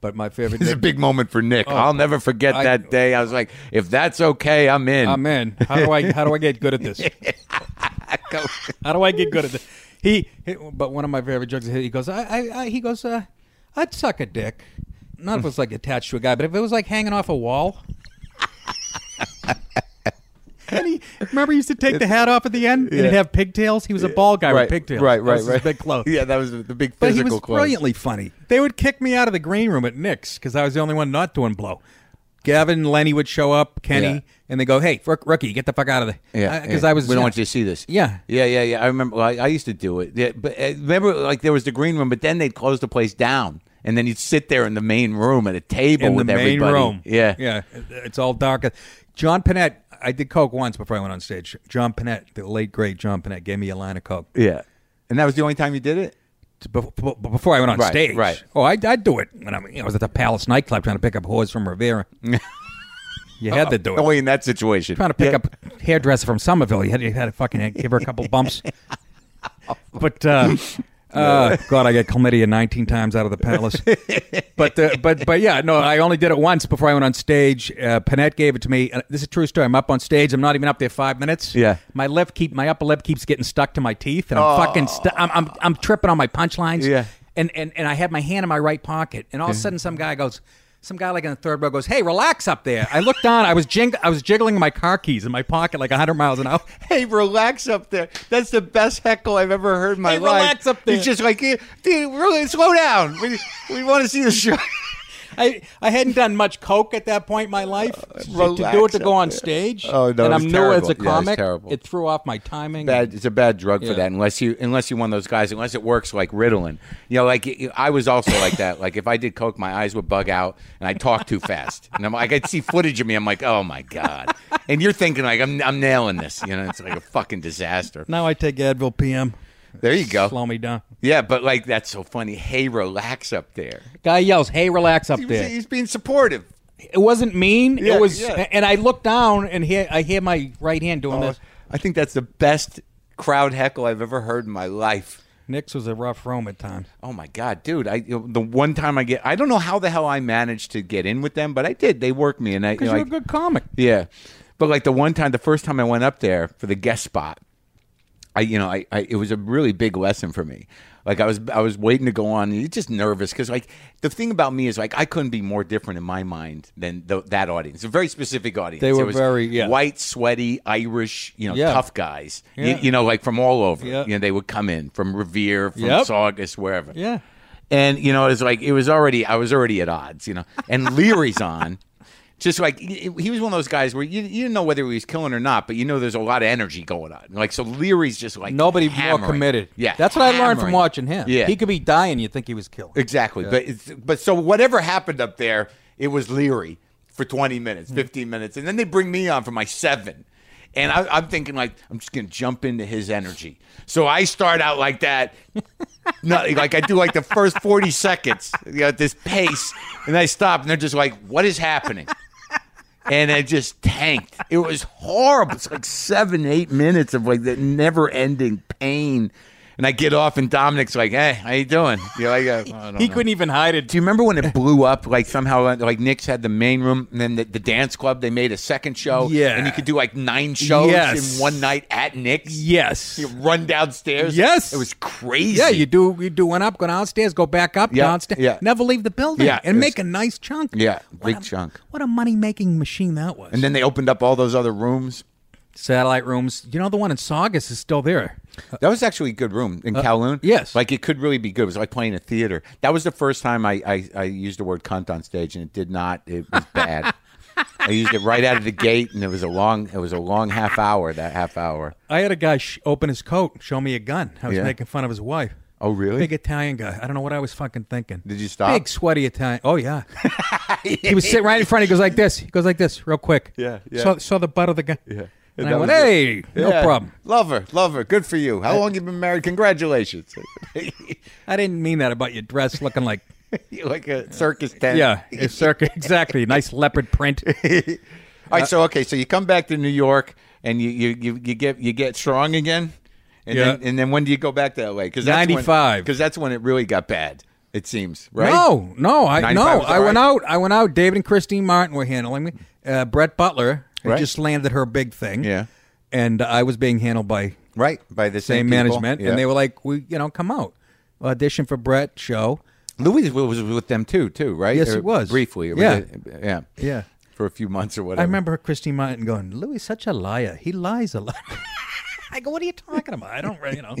Speaker 4: But my favorite.
Speaker 1: It's Mm-hmm. a big moment for Nick. I'll never forget
Speaker 4: Oh, I-
Speaker 1: that day. I was like, if that's okay, I'm in.
Speaker 4: I'm in. How do I? How do I get good at this? how do I get good at this? He, he- but one of my favorite jokes. He goes, I, I, I he goes, uh, I'd suck a dick. Not if it was like attached to a guy, but if it was like hanging off a wall. and he, remember, he used to take the hat off at the end and he'd have pigtails. He was a ball guy
Speaker 1: right,
Speaker 4: with pigtails.
Speaker 1: right,
Speaker 4: That
Speaker 1: right,
Speaker 4: was his
Speaker 1: right.
Speaker 4: Big clothes.
Speaker 1: Yeah, that was the big physical
Speaker 4: But he was
Speaker 1: clothes.
Speaker 4: brilliantly funny. They would kick me out of the green room at Nick's because I was the only one not doing blow. Gavin and Lenny would show up, Kenny,
Speaker 1: Yeah.
Speaker 4: and they go, "Hey, rook, rookie, get the fuck out of there!"
Speaker 1: Yeah,
Speaker 4: because
Speaker 1: yeah.
Speaker 4: I was.
Speaker 1: We don't want you to see this.
Speaker 4: Yeah.
Speaker 1: yeah, yeah, yeah. I remember. Well, I, I used to do it. Yeah, but uh, remember, like there was the green room, but then they'd close the place down, and then you'd sit there in the main room at a table
Speaker 4: in the
Speaker 1: with
Speaker 4: main
Speaker 1: everybody.
Speaker 4: room.
Speaker 1: Yeah,
Speaker 4: yeah, it's all dark. John Panette, I did coke once before I went on stage. John Panette, the late great John Panette, gave me a line of coke
Speaker 1: yeah. And that was the only time you did it.
Speaker 4: bef- bef- before I went on
Speaker 1: Right,
Speaker 4: stage.
Speaker 1: right.
Speaker 4: Oh, I, I'd do it when I, you know, I was at the Palace nightclub trying to pick up whores from Rivera. you had to do it.
Speaker 1: Only in that situation.
Speaker 4: trying to pick
Speaker 1: Yeah.
Speaker 4: up hairdresser from Somerville. You had, you had to fucking give her a couple bumps. but uh, uh, God, I got chlamydia 19 times out of the palace. but uh, but but yeah, no, I only did it once before I went on stage. Uh, Panette gave it to me. Uh, this is a true story. I'm up on stage. I'm not even up there five minutes.
Speaker 1: Yeah. Oh.
Speaker 4: my lip keep my upper lip keeps getting stuck to my teeth, and I'm fucking stu- I'm, I'm I'm tripping on my punchlines.
Speaker 1: Yeah.
Speaker 4: And, and and I had my hand in my right pocket, and all of a sudden, some guy goes, some guy like in the third row goes, "Hey, relax up there." I looked down. I was jing- I was jiggling my car keys in my pocket like 100 miles an hour.
Speaker 1: Hey, relax up there. That's the best heckle I've ever heard in my
Speaker 4: Hey,
Speaker 1: life.
Speaker 4: relax up there.
Speaker 1: He's just like, "Yeah, dude, really, slow down. We, we want to see the show.
Speaker 4: I, I hadn't done much coke at that point in my life. To- to
Speaker 1: Uh, relax
Speaker 4: do it to
Speaker 1: up
Speaker 4: go on
Speaker 1: there.
Speaker 4: stage,
Speaker 1: Oh, no,
Speaker 4: and
Speaker 1: it was
Speaker 4: I'm new as
Speaker 1: terrible.
Speaker 4: a
Speaker 1: Yeah, it was
Speaker 4: comic.
Speaker 1: terrible.
Speaker 4: it threw off my timing.
Speaker 1: bad. It's a bad drug
Speaker 4: Yeah.
Speaker 1: for that. Unless you, unless you one of those guys, unless it works like Ritalin. You know, like y- I was also like that. Like if I did coke, my eyes would bug out, and I talk too fast. And I'm like, I'd see footage of me. I'm like, oh my god. And you're thinking like, I'm, I'm nailing this. You know, it's like a fucking disaster.
Speaker 4: Now I take Advil PM.
Speaker 1: There you go.
Speaker 4: Slow me down.
Speaker 1: Yeah, but like that's so funny. Hey, relax up there.
Speaker 4: Guy yells, "Hey, relax up
Speaker 1: He was,
Speaker 4: there!"
Speaker 1: he's being supportive.
Speaker 4: it wasn't mean.
Speaker 1: Yeah,
Speaker 4: it was,
Speaker 1: yeah. Oh,
Speaker 4: and I looked down and hear, I hear my right hand doing this.
Speaker 1: I think that's the best crowd heckle I've ever heard in my life.
Speaker 4: Nick's was a rough room at times.
Speaker 1: Oh my god, dude! I you know, the one time I get, I don't know how the hell I managed to get in with them, but I did. They worked me, and I you
Speaker 4: Because
Speaker 1: know,
Speaker 4: you're
Speaker 1: I-
Speaker 4: a good comic.
Speaker 1: yeah. But like the one time, the first time I went up there for the guest spot, I you know I, I it was a really big lesson for me. Like I was I was waiting to go on. And you're just nervous because like the thing about me is like I couldn't be more different in my mind than th that audience. A very specific audience.
Speaker 4: They were
Speaker 1: It was
Speaker 4: very- yeah.
Speaker 1: white, sweaty, Irish, you know,
Speaker 4: Yeah.
Speaker 1: tough guys. You-
Speaker 4: Yeah.
Speaker 1: You, know, like from all over.
Speaker 4: Yeah.
Speaker 1: You know, they would come in from Revere, from
Speaker 4: Yep.
Speaker 1: Saugus, wherever.
Speaker 4: Yeah.
Speaker 1: And you know, it was like it was already I was already at odds, you know. And Leary's on. Just like he he was one of those guys where you, you didn't know whether he was killing or not, but you know there's a lot of energy going on. Like so, Leary's just like
Speaker 4: Nobody more
Speaker 1: hammering.
Speaker 4: committed.
Speaker 1: Yeah,
Speaker 4: that's what I learned from
Speaker 1: hammering.
Speaker 4: watching him.
Speaker 1: Yeah,
Speaker 4: he could be dying. You think he was killed?
Speaker 1: exactly. But it's, but so whatever happened up there, it was Leary for 20 minutes,
Speaker 4: Mm.
Speaker 1: 15 minutes, and then they bring me on for my seven. And I, I'm thinking like I'm just gonna jump into his energy. So I start out like that, no, like I do like the first 40 seconds you know, at this pace, and I stop, and they're just like, "What is happening?" And it just tanked. It was horrible. It's like seven, eight minutes of like that never-ending pain. And I get off, and Dominic's like, "Hey, how you doing?" You're like, uh, "I don't
Speaker 4: He
Speaker 1: know."
Speaker 4: couldn't even hide it.
Speaker 1: Do you remember when it blew up? Like somehow, uh, like Nick's had the main room, and then the, the dance club. They made a second show,
Speaker 4: Yeah.
Speaker 1: and you could do like nine shows
Speaker 4: Yes.
Speaker 1: in one night at Nick's.
Speaker 4: Yes.
Speaker 1: you run downstairs.
Speaker 4: Yes.
Speaker 1: it was crazy.
Speaker 4: Yeah, you do. You do one up, go downstairs, go back up,
Speaker 1: Yeah,
Speaker 4: downstairs.
Speaker 1: yeah.
Speaker 4: Never leave the building.
Speaker 1: Yeah,
Speaker 4: and
Speaker 1: it's-
Speaker 4: make a nice chunk.
Speaker 1: Yeah,
Speaker 4: What
Speaker 1: big
Speaker 4: a-
Speaker 1: chunk.
Speaker 4: What a money making machine that was.
Speaker 1: And then they opened up all those other rooms.
Speaker 4: satellite rooms. You know the one in Saugus is still there.
Speaker 1: That was actually a good room in Kowloon.
Speaker 4: yes.
Speaker 1: Like it could really be good. It was like playing a theater. That was the first time I, I, I used the word cunt on stage and it did not it was bad. I used it right out of the gate and it was a long it was a long half hour, that half hour.
Speaker 4: I had a guy sh- open his coat, and show me a gun. I was
Speaker 1: Yeah.
Speaker 4: making fun of his wife.
Speaker 1: Oh, really?
Speaker 4: Big Italian guy. I don't know what I was fucking thinking.
Speaker 1: Did you stop?
Speaker 4: Big sweaty Italian. Oh yeah. he was sitting right in front. He goes like this. He goes like this, real quick.
Speaker 1: Yeah, yeah.
Speaker 4: Saw, saw the butt of the gun. Yeah. And, I
Speaker 1: that
Speaker 4: went,
Speaker 1: was it.
Speaker 4: hey, no
Speaker 1: Yeah.
Speaker 4: problem.
Speaker 1: Love her, love her. Good for you. How long you been married? Congratulations.
Speaker 4: I didn't mean that about your dress looking like.
Speaker 1: You're like a circus tent.
Speaker 4: Yeah, it's circa- exactly. Nice leopard print.
Speaker 1: All right, so okay, so you come back to New York and you you you, you get you get strong again, and
Speaker 4: Yeah.
Speaker 1: then and then when do you go back that way? Because
Speaker 4: 95.
Speaker 1: because that's when it really got bad. It seems right.
Speaker 4: No, no, I
Speaker 1: 95
Speaker 4: no.
Speaker 1: was
Speaker 4: I
Speaker 1: all
Speaker 4: went
Speaker 1: right.
Speaker 4: out. I went out. David and Christine Martin were handling me. Uh, Brett Butler had
Speaker 1: Right.
Speaker 4: just landed her big thing.
Speaker 1: Yeah.
Speaker 4: and I was being handled by
Speaker 1: right by the same,
Speaker 4: same
Speaker 1: people.
Speaker 4: management,
Speaker 1: Yeah.
Speaker 4: and they were like, "We, you know, come out audition for Brett show."
Speaker 1: Louis was with them too, too, right?
Speaker 4: Yes, he was.
Speaker 1: briefly. It was
Speaker 4: Yeah.
Speaker 1: a- yeah,
Speaker 4: Yeah.
Speaker 1: for a few months or whatever.
Speaker 4: I remember Christine Martin going, "Louis, is such a liar. He lies a lot." I go, "What are you talking about? I don't, really, you know."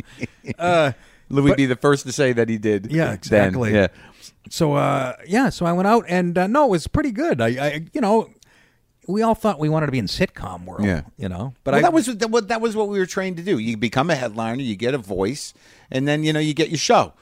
Speaker 4: Uh,
Speaker 1: Louis be the first to say that he did.
Speaker 4: Yeah,
Speaker 1: then.
Speaker 4: exactly.
Speaker 1: Yeah,
Speaker 4: so uh, yeah, so I went out and uh, no, it was pretty good. I, I, you know, we all thought we wanted to be in sitcom world.
Speaker 1: Yeah.
Speaker 4: you know, but
Speaker 1: Well,
Speaker 4: I
Speaker 1: that was that, what that was what we were trained to do. You become a headliner, you get a voice, and then you know you get your show.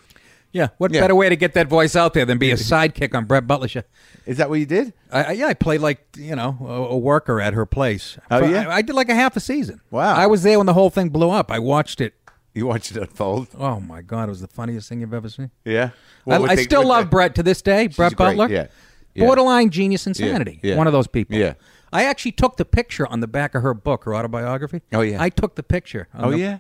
Speaker 4: yeah. What
Speaker 1: Yeah.
Speaker 4: better way to get that voice out there than be a sidekick on Brett Butler show?
Speaker 1: Is that what you did?
Speaker 4: I, I, yeah, I played like you know a, a worker at her place.
Speaker 1: Oh,
Speaker 4: But
Speaker 1: yeah?
Speaker 4: I, I did like a half a season.
Speaker 1: Wow.
Speaker 4: I was there when the whole thing blew up. I watched it.
Speaker 1: You watched it unfold.
Speaker 4: Oh my god, it was the funniest thing you've ever seen.
Speaker 1: Yeah,
Speaker 4: I, I still love Brett to this day.
Speaker 1: great,
Speaker 4: Brett Butler,
Speaker 1: yeah. Yeah.
Speaker 4: borderline genius insanity.
Speaker 1: yeah.
Speaker 4: One of those people.
Speaker 1: Yeah.
Speaker 4: I actually took the picture on the back of her book, her autobiography.
Speaker 1: Oh, yeah.
Speaker 4: I took the picture. on
Speaker 1: Oh
Speaker 4: the-
Speaker 1: yeah,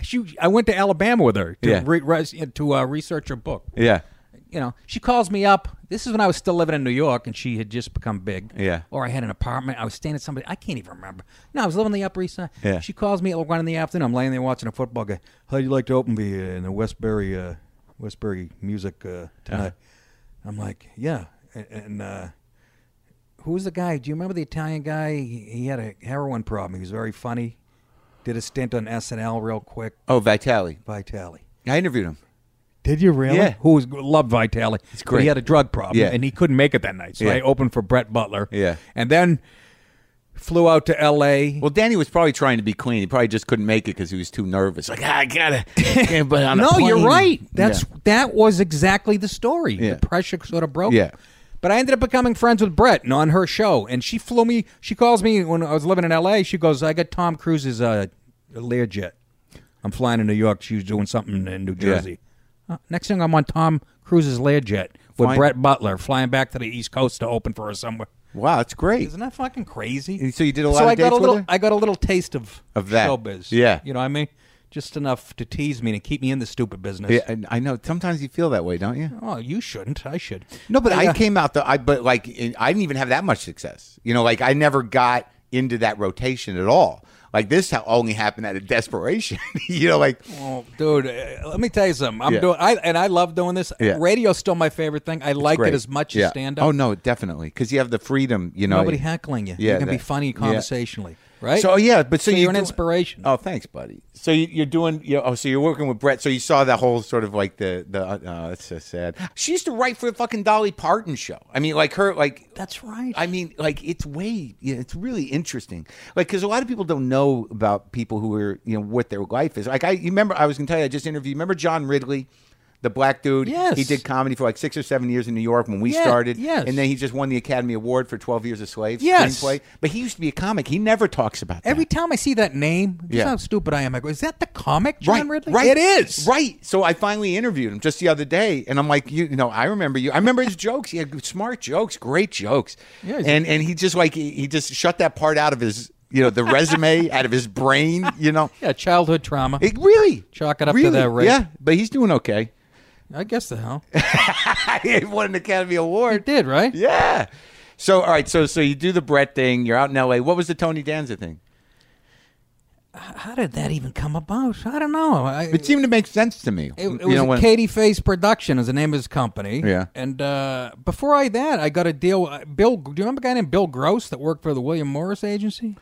Speaker 4: she. I went to Alabama with her to
Speaker 1: Yeah.
Speaker 4: re, res- to uh, research her book.
Speaker 1: yeah.
Speaker 4: you know, she calls me up. This is when I was still living in New York and she had just become big.
Speaker 1: Yeah.
Speaker 4: Or I had an apartment. I was staying at somebody. I can't even remember. No, I was living on the Upper East Side.
Speaker 1: Yeah.
Speaker 4: She calls me at like one in the afternoon. I'm laying there watching a football game. How'd you like to open the uh, in the Westbury uh, Westbury music uh, tonight?
Speaker 1: Uh-huh.
Speaker 4: I'm like, yeah. And, and uh, who was the guy? Do you remember the Italian guy? He, he had a heroin problem. He was very funny. Did a stint on SNL real quick.
Speaker 1: Oh, Vitali.
Speaker 4: Vitale.
Speaker 1: I interviewed him.
Speaker 4: Did you really?
Speaker 1: Yeah.
Speaker 4: Who was, loved Vitale. It's
Speaker 1: great.
Speaker 4: He had a drug problem
Speaker 1: Yeah.
Speaker 4: and he couldn't make it that night. So
Speaker 1: Yeah.
Speaker 4: I opened for Brett Butler.
Speaker 1: Yeah.
Speaker 4: And then flew out to L.A.
Speaker 1: Well, Danny was probably trying to be clean. He probably just couldn't make it because he was too nervous. Like "Ah, I gotta, can't put on a
Speaker 4: no, you're
Speaker 1: plane."
Speaker 4: right. That's That was exactly the story.
Speaker 1: Yeah.
Speaker 4: The pressure sort of broke.
Speaker 1: Yeah.
Speaker 4: But I ended up becoming friends with Brett and on her show. And she flew me, she calls me when I was living in L.A. She goes, I got Tom Cruise's uh, Learjet. I'm flying to New York. She was doing something in New Jersey. Uh, next thing I'm on Tom Cruise's Learjet with
Speaker 1: Flying-
Speaker 4: Brett Butler flying back to the East Coast to open for her somewhere.
Speaker 1: yeah. Wow, it's great.
Speaker 4: Isn't that fucking crazy?
Speaker 1: So you did a lot
Speaker 4: So
Speaker 1: of
Speaker 4: I got
Speaker 1: dates
Speaker 4: a
Speaker 1: with
Speaker 4: little.
Speaker 1: her?
Speaker 4: I got a little taste of
Speaker 1: Of that.
Speaker 4: showbiz.
Speaker 1: Yeah.
Speaker 4: you know what I mean. Just enough to tease me and keep me in the stupid business.
Speaker 1: Yeah, and I know. Sometimes you feel that way, don't you?
Speaker 4: Oh, you shouldn't. I should.
Speaker 1: No, but I,
Speaker 4: uh,
Speaker 1: came out the I but like I didn't even have that much success. You know, like I never got into that rotation at all. Like this ha- only happened out of desperation. you know, like
Speaker 4: Dude, uh, let me tell you something. I'm
Speaker 1: Yeah.
Speaker 4: doing, I and I love doing this.
Speaker 1: Yeah.
Speaker 4: Radio's still my favorite thing. I like
Speaker 1: great.
Speaker 4: it as much
Speaker 1: Yeah.
Speaker 4: as stand up.
Speaker 1: Oh no, definitely, because you have the freedom. You know,
Speaker 4: nobody heckling you.
Speaker 1: Yeah,
Speaker 4: you can be
Speaker 1: that-
Speaker 4: funny
Speaker 1: yeah.
Speaker 4: conversationally, right?
Speaker 1: So yeah, but so,
Speaker 4: you're,
Speaker 1: you
Speaker 4: an
Speaker 1: do-
Speaker 4: inspiration.
Speaker 1: Oh, thanks, buddy. So you, you're doing. You oh, so you're working with Brett. So you saw that whole sort of like the the. Uh, oh, that's so sad. She used to write for the fucking Dolly Parton show. I mean, like her, like
Speaker 4: That's right.
Speaker 1: I mean, like it's way, yeah, it's really interesting. Like, because a lot of people don't know about people who are, you know, what their life is. Like, I you remember I was gonna tell you I just interviewed. Remember John Ridley, the black dude?
Speaker 4: Yes.
Speaker 1: He did comedy for like six or seven years in New York when we
Speaker 4: Yeah,
Speaker 1: started.
Speaker 4: yes.
Speaker 1: And then he just won the Academy Award for Twelve Years a Slave
Speaker 4: Yes.
Speaker 1: screenplay. But he used to be a comic. He never talks about that.
Speaker 4: Every time I see that name, just
Speaker 1: Yeah.
Speaker 4: how stupid I am. I go, is that the comic John
Speaker 1: right,
Speaker 4: Ridley?
Speaker 1: Right,
Speaker 4: It is.
Speaker 1: Right. So I finally interviewed him just the other day, and I'm like, you, you know, I remember you. I remember his jokes. He had good- smart jokes, great jokes.
Speaker 4: Yeah, he's-
Speaker 1: and and he just like he, he just shut that part out of his, you know, the resume out of his brain. You know,
Speaker 4: Yeah, childhood trauma.
Speaker 1: it really
Speaker 4: Chalk it up to
Speaker 1: really,
Speaker 4: that rape.
Speaker 1: Yeah, but he's doing okay.
Speaker 4: I guess the hell.
Speaker 1: he won an Academy
Speaker 4: It
Speaker 1: Award.
Speaker 4: did, right?
Speaker 1: Yeah. So all right, so so you do the Brett thing. You're out in L.A. What was the Tony Danza thing?
Speaker 4: How did that even come about? I don't know. I,
Speaker 1: It seemed to make sense to me.
Speaker 4: It, it
Speaker 1: You
Speaker 4: was
Speaker 1: know,
Speaker 4: a
Speaker 1: when-
Speaker 4: Katie Face Production is the name of his company.
Speaker 1: Yeah.
Speaker 4: And uh, before I that, I got a deal. uh, Bill, do you remember a guy named Bill Gross that worked for the William Morris agency?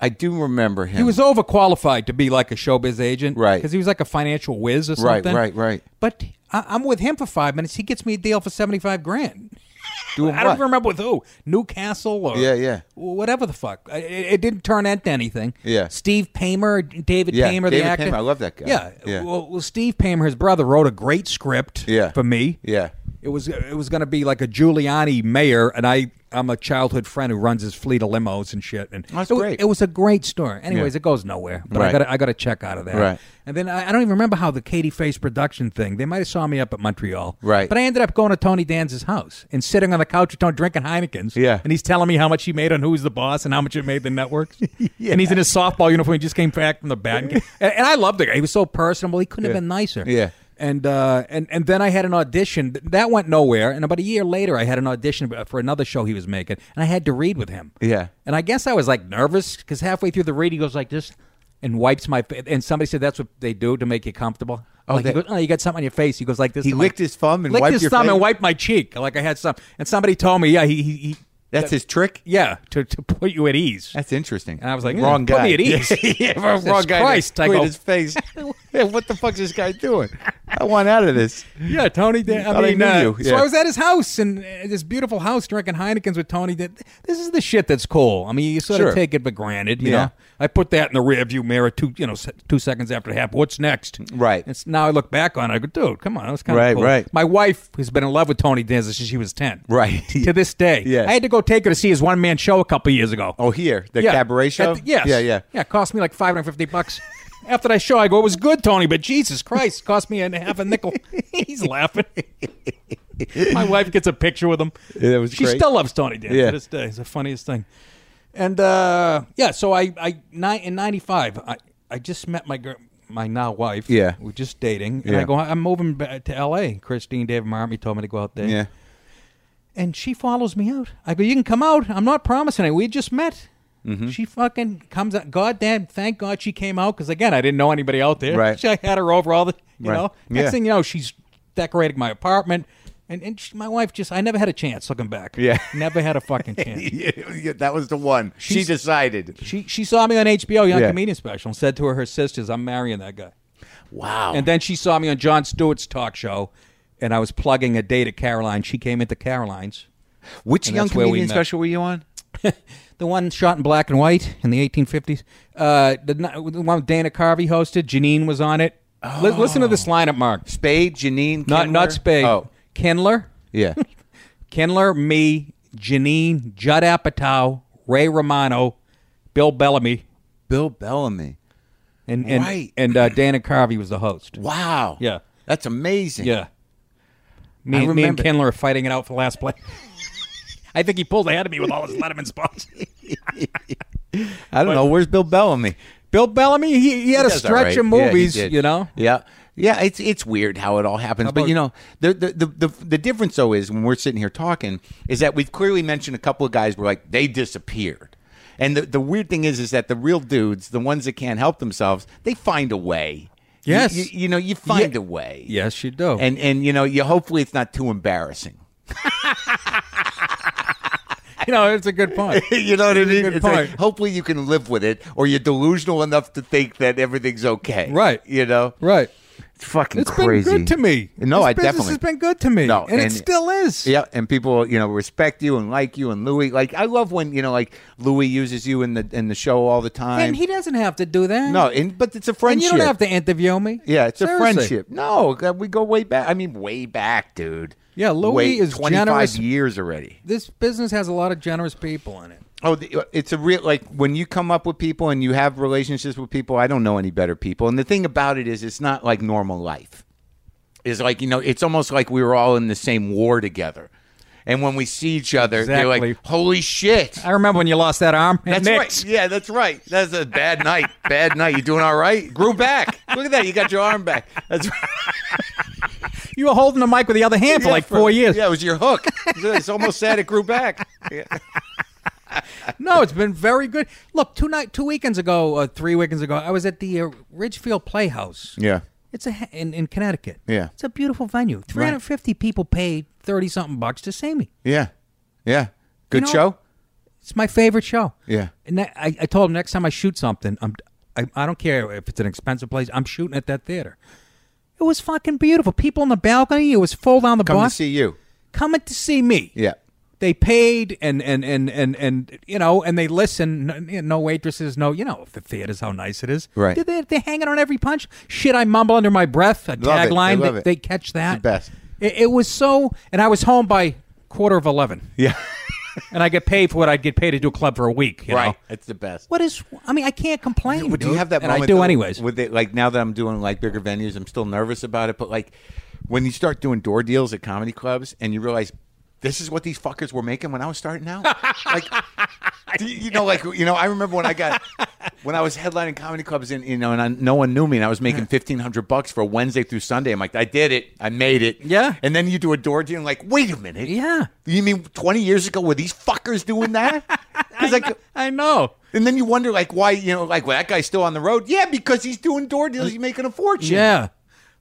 Speaker 1: I do remember him.
Speaker 4: He was overqualified to be like a showbiz agent,
Speaker 1: Right.
Speaker 4: Because he was like a financial whiz or
Speaker 1: Right,
Speaker 4: something,
Speaker 1: right, right.
Speaker 4: But I, I'm with him for five minutes. He gets me a deal for seventy five grand.
Speaker 1: doing
Speaker 4: I don't
Speaker 1: what?
Speaker 4: even remember with who. Newcastle or
Speaker 1: Yeah, yeah.
Speaker 4: whatever the fuck. I- It, it didn't turn into anything.
Speaker 1: Yeah.
Speaker 4: Steve Paymer, David
Speaker 1: Yeah,
Speaker 4: Paymer,
Speaker 1: David
Speaker 4: the actor.
Speaker 1: Paymer, I love that guy.
Speaker 4: Yeah.
Speaker 1: Yeah.
Speaker 4: Well, well, Steve Paymer, his brother, wrote a great script.
Speaker 1: Yeah.
Speaker 4: For me.
Speaker 1: Yeah.
Speaker 4: It was it was going to be like a Giuliani mayor, and I I'm a childhood friend who runs his fleet of limos and shit. And
Speaker 1: That's
Speaker 4: it, wa-
Speaker 1: great.
Speaker 4: It was a great story. Anyways, it goes nowhere, but
Speaker 1: Right.
Speaker 4: I got I got to check out of that.
Speaker 1: Right.
Speaker 4: And then I, I don't even remember how the Katie Face production thing. They might have saw me up at Montreal.
Speaker 1: Right.
Speaker 4: But I ended up going to Tony Danza's house and sitting on the couch with Tony drinking Heinekens.
Speaker 1: Yeah.
Speaker 4: And he's telling me how much he made on Who's the Boss and how much it made the networks. And he's in his softball uniform. He just came back from the bat. And, and I loved the guy. He was so personable. He couldn't have been nicer
Speaker 1: Yeah.
Speaker 4: and uh, and and then I had an audition Th- that went nowhere. And about a year later, I had an audition b- for another show he was making, and I had to read with him.
Speaker 1: Yeah.
Speaker 4: And I guess I was like nervous because halfway through the read, he goes like this and wipes my. Fa- and somebody said that's what they do to make you comfortable. Oh, like,
Speaker 1: they-
Speaker 4: he goes, oh, you got something on your face. He goes like this.
Speaker 1: He
Speaker 4: to my-
Speaker 1: licked his thumb and
Speaker 4: licked
Speaker 1: wiped
Speaker 4: his
Speaker 1: your
Speaker 4: thumb and
Speaker 1: face?
Speaker 4: wiped my cheek like I had some. And somebody told me, yeah, he he, he
Speaker 1: That's his trick.
Speaker 4: yeah to, to put you at ease.
Speaker 1: That's interesting.
Speaker 4: And I was like,
Speaker 1: wrong
Speaker 4: put
Speaker 1: guy.
Speaker 4: me at ease.
Speaker 1: yeah, yeah, wrong
Speaker 4: Jesus
Speaker 1: guy.
Speaker 4: Christ, I
Speaker 1: Look at
Speaker 4: go-
Speaker 1: his face. Yeah, what the fuck's this guy doing? I want out of this.
Speaker 4: Yeah, Tony. Dan-
Speaker 1: Thought
Speaker 4: I
Speaker 1: I
Speaker 4: mean,
Speaker 1: knew
Speaker 4: uh,
Speaker 1: you.
Speaker 4: so
Speaker 1: Yeah.
Speaker 4: I was at his house and uh, this beautiful house drinking Heinekens with Tony. Dan- This is the shit that's cool. I mean, you sort
Speaker 1: Sure.
Speaker 4: of take it for granted. You
Speaker 1: Yeah.
Speaker 4: know, I put that in the rearview mirror two, you know, se- two seconds after it happened. What's next?
Speaker 1: Right.
Speaker 4: It's now I look back on. it, I go, dude, come on, that was kind of
Speaker 1: Right,
Speaker 4: cool.
Speaker 1: right.
Speaker 4: My wife has been in love with Tony Danza since she was ten.
Speaker 1: Right.
Speaker 4: to this day.
Speaker 1: Yeah.
Speaker 4: I had to go take her to see his one man show a couple years ago.
Speaker 1: Oh, here the cabaret show.
Speaker 4: At the- yes.
Speaker 1: Yeah, yeah.
Speaker 4: Yeah, it cost me like 550 bucks. After that show, I go, it was good, Tony, but Jesus Christ, it cost me a half a nickel. He's laughing. My wife gets a picture with him.
Speaker 1: Yeah, that was
Speaker 4: she
Speaker 1: great.
Speaker 4: still loves Tony Dan
Speaker 1: Yeah.
Speaker 4: to this day. It's the funniest thing. And uh, yeah, so I, I ni- in '95, I, I just met my girl, my now wife.
Speaker 1: Yeah.
Speaker 4: we're just dating, and
Speaker 1: Yeah.
Speaker 4: I go, I'm moving ba- to L.A. Christine David Marmy told me to go out there
Speaker 1: Yeah.
Speaker 4: and she follows me out. I go, you can come out. I'm not promising it. We just met.
Speaker 1: Mm-hmm.
Speaker 4: She fucking comes out. God damn, thank God she came out because again, I didn't know anybody out there.
Speaker 1: Right.
Speaker 4: She, I had her over all the, you
Speaker 1: Right.
Speaker 4: know. Next
Speaker 1: Yeah.
Speaker 4: thing you know, she's decorating my apartment, and and she, my wife just, I never had a chance looking back.
Speaker 1: Yeah.
Speaker 4: never had a fucking chance.
Speaker 1: Yeah, that was the one. she
Speaker 4: She's-
Speaker 1: decided.
Speaker 4: She she saw me on HBO Young
Speaker 1: Yeah.
Speaker 4: Comedian Special and said to her her sisters, "I'm marrying that guy."
Speaker 1: Wow.
Speaker 4: And then she saw me on John Stewart's talk show, and I was plugging a date at Caroline. She came into Caroline's.
Speaker 1: Which
Speaker 4: and
Speaker 1: young
Speaker 4: that's where we
Speaker 1: comedian
Speaker 4: met.
Speaker 1: special were you on?
Speaker 4: The one shot in black and white in the 1850s. Uh, the, n- the one Dana Carvey hosted. Janine was on it. Li-
Speaker 1: Oh.
Speaker 4: listen to this lineup, Mark.
Speaker 1: Spade, Janine,
Speaker 4: Not
Speaker 1: Kindler?
Speaker 4: not Spade.
Speaker 1: Oh,
Speaker 4: Kindler.
Speaker 1: yeah.
Speaker 4: Kindler, me, Janine, Judd Apatow, Ray Romano, Bill Bellamy,
Speaker 1: Bill Bellamy.
Speaker 4: and and,
Speaker 1: Right.
Speaker 4: and uh, Dana Carvey was the host.
Speaker 1: Wow.
Speaker 4: Yeah.
Speaker 1: That's amazing. I
Speaker 4: Yeah. Me, me and
Speaker 1: remember-
Speaker 4: Kindler are fighting it out for last place. I think he pulled ahead of me with all his Letterman spots.
Speaker 1: I don't know. Where's Bill Bellamy?
Speaker 4: Bill Bellamy, he, he had a
Speaker 1: does all
Speaker 4: stretch
Speaker 1: right.
Speaker 4: of
Speaker 1: Yeah, he
Speaker 4: movies,
Speaker 1: did.
Speaker 4: you know.
Speaker 1: Yeah. Yeah, it's it's weird how it all happens, but
Speaker 4: about-
Speaker 1: you know the, the the the the difference though is when we're sitting here talking is that we've clearly mentioned a couple of guys were like they disappeared, And the, the weird thing is, is that the real dudes, the ones that can't help themselves, they find a way. You-
Speaker 4: Yes.
Speaker 1: you, you know, you find a way.
Speaker 4: Yes, you do.
Speaker 1: and and you know, you hopefully it's not too embarrassing.
Speaker 4: you know, it's a good point.
Speaker 1: you know what I mean?
Speaker 4: good
Speaker 1: It's like,
Speaker 4: point.
Speaker 1: hopefully you can live with it, or you're delusional enough to think that everything's okay.
Speaker 4: Right.
Speaker 1: You know.
Speaker 4: right.
Speaker 1: It's fucking
Speaker 4: It's
Speaker 1: crazy.
Speaker 4: been good to me.
Speaker 1: No,
Speaker 4: this
Speaker 1: I
Speaker 4: business
Speaker 1: definitely
Speaker 4: has been good to me.
Speaker 1: No,
Speaker 4: and,
Speaker 1: and-
Speaker 4: it still is.
Speaker 1: Yeah, and people, you know, respect you and like you and Louis. Like I love when, you know, like Louis uses you in the in the show all the time.
Speaker 4: And he doesn't have to do that.
Speaker 1: no, and, but it's a
Speaker 4: and
Speaker 1: friendship.
Speaker 4: you don't have to interview me.
Speaker 1: Yeah, it's
Speaker 4: Seriously.
Speaker 1: a friendship. No, God, we go way back. I mean, way back, dude.
Speaker 4: Yeah, Louis
Speaker 1: Way-
Speaker 4: is
Speaker 1: 25
Speaker 4: generous.
Speaker 1: years already.
Speaker 4: This business has a lot of generous people in it.
Speaker 1: Oh, the- it's a real like when you come up with people and you have relationships with people. I don't know any better people. And the thing about it is, it's not like normal life. It's like you know, it's almost like we were all in the same war together. And when we see each other, they're like,
Speaker 4: Exactly.
Speaker 1: "Holy shit!"
Speaker 4: I remember when you lost that arm.
Speaker 1: That's
Speaker 4: Knicks.
Speaker 1: right. Yeah, that's right. That's a bad night. Bad night. You doing all right? Grew back. Look at that. You got your arm back. That's right.
Speaker 4: You were holding the mic with the other hand for
Speaker 1: Yeah,
Speaker 4: like four years.
Speaker 1: Yeah, it was your hook. It's almost sad it grew back. Yeah.
Speaker 4: No, it's been very good. Look, two night, two weekends ago, uh, three weekends ago, I was at the uh, Ridgefield Playhouse.
Speaker 1: Yeah.
Speaker 4: It's a ha- in, in Connecticut.
Speaker 1: Yeah.
Speaker 4: it's a beautiful venue. Three hundred fifty people paid thirty something bucks to see me.
Speaker 1: Yeah. Yeah. Good
Speaker 4: know-
Speaker 1: show.
Speaker 4: It's my favorite show.
Speaker 1: Yeah.
Speaker 4: and that, I, I told him next time I shoot something, I'm I, I don't care if it's an expensive place. I'm shooting at that theater. It was fucking beautiful. People on the balcony. It was full down the
Speaker 1: Come
Speaker 4: bar.
Speaker 1: to see you.
Speaker 4: coming to see me.
Speaker 1: Yeah.
Speaker 4: They paid and and and and and you know, and they listen. No, no waitresses, no. You know, the theater's how nice it is.
Speaker 1: Right.
Speaker 4: They, are hanging on every punch. Shit, I mumble under my breath. A
Speaker 1: Love it.
Speaker 4: tagline.
Speaker 1: They love
Speaker 4: They,
Speaker 1: it.
Speaker 4: they catch that.
Speaker 1: the best.
Speaker 4: It, it was so, and I was home by quarter of eleven,
Speaker 1: Yeah.
Speaker 4: and I get paid for what I'd get paid to do a club for a week. You Know?
Speaker 1: Right. It's the best.
Speaker 4: What is? I mean, I can't complain.
Speaker 1: Would you
Speaker 4: dude.
Speaker 1: have that
Speaker 4: And
Speaker 1: moment?
Speaker 4: I do
Speaker 1: though,
Speaker 4: anyways.
Speaker 1: With it, like now that I'm doing like bigger venues, I'm still nervous about it. But like when you start doing door deals at comedy clubs and you realize this is what these fuckers were making when I was starting out. like do you, you know, like you know, I remember when I got when I was headlining comedy clubs and you know, and I, no one knew me, and I was making fifteen hundred bucks for Wednesday through Sunday. I'm like, I did it, I made it.
Speaker 4: Yeah.
Speaker 1: And then you do a door deal, and like, wait a minute,
Speaker 4: Yeah.
Speaker 1: You mean twenty years ago were these fuckers doing that? 'Cause, like.
Speaker 4: I know.
Speaker 1: And then you wonder, like, why, you know, like, well, that guy's still on the road. Yeah, because he's doing door deals. He's making a fortune.
Speaker 4: Yeah.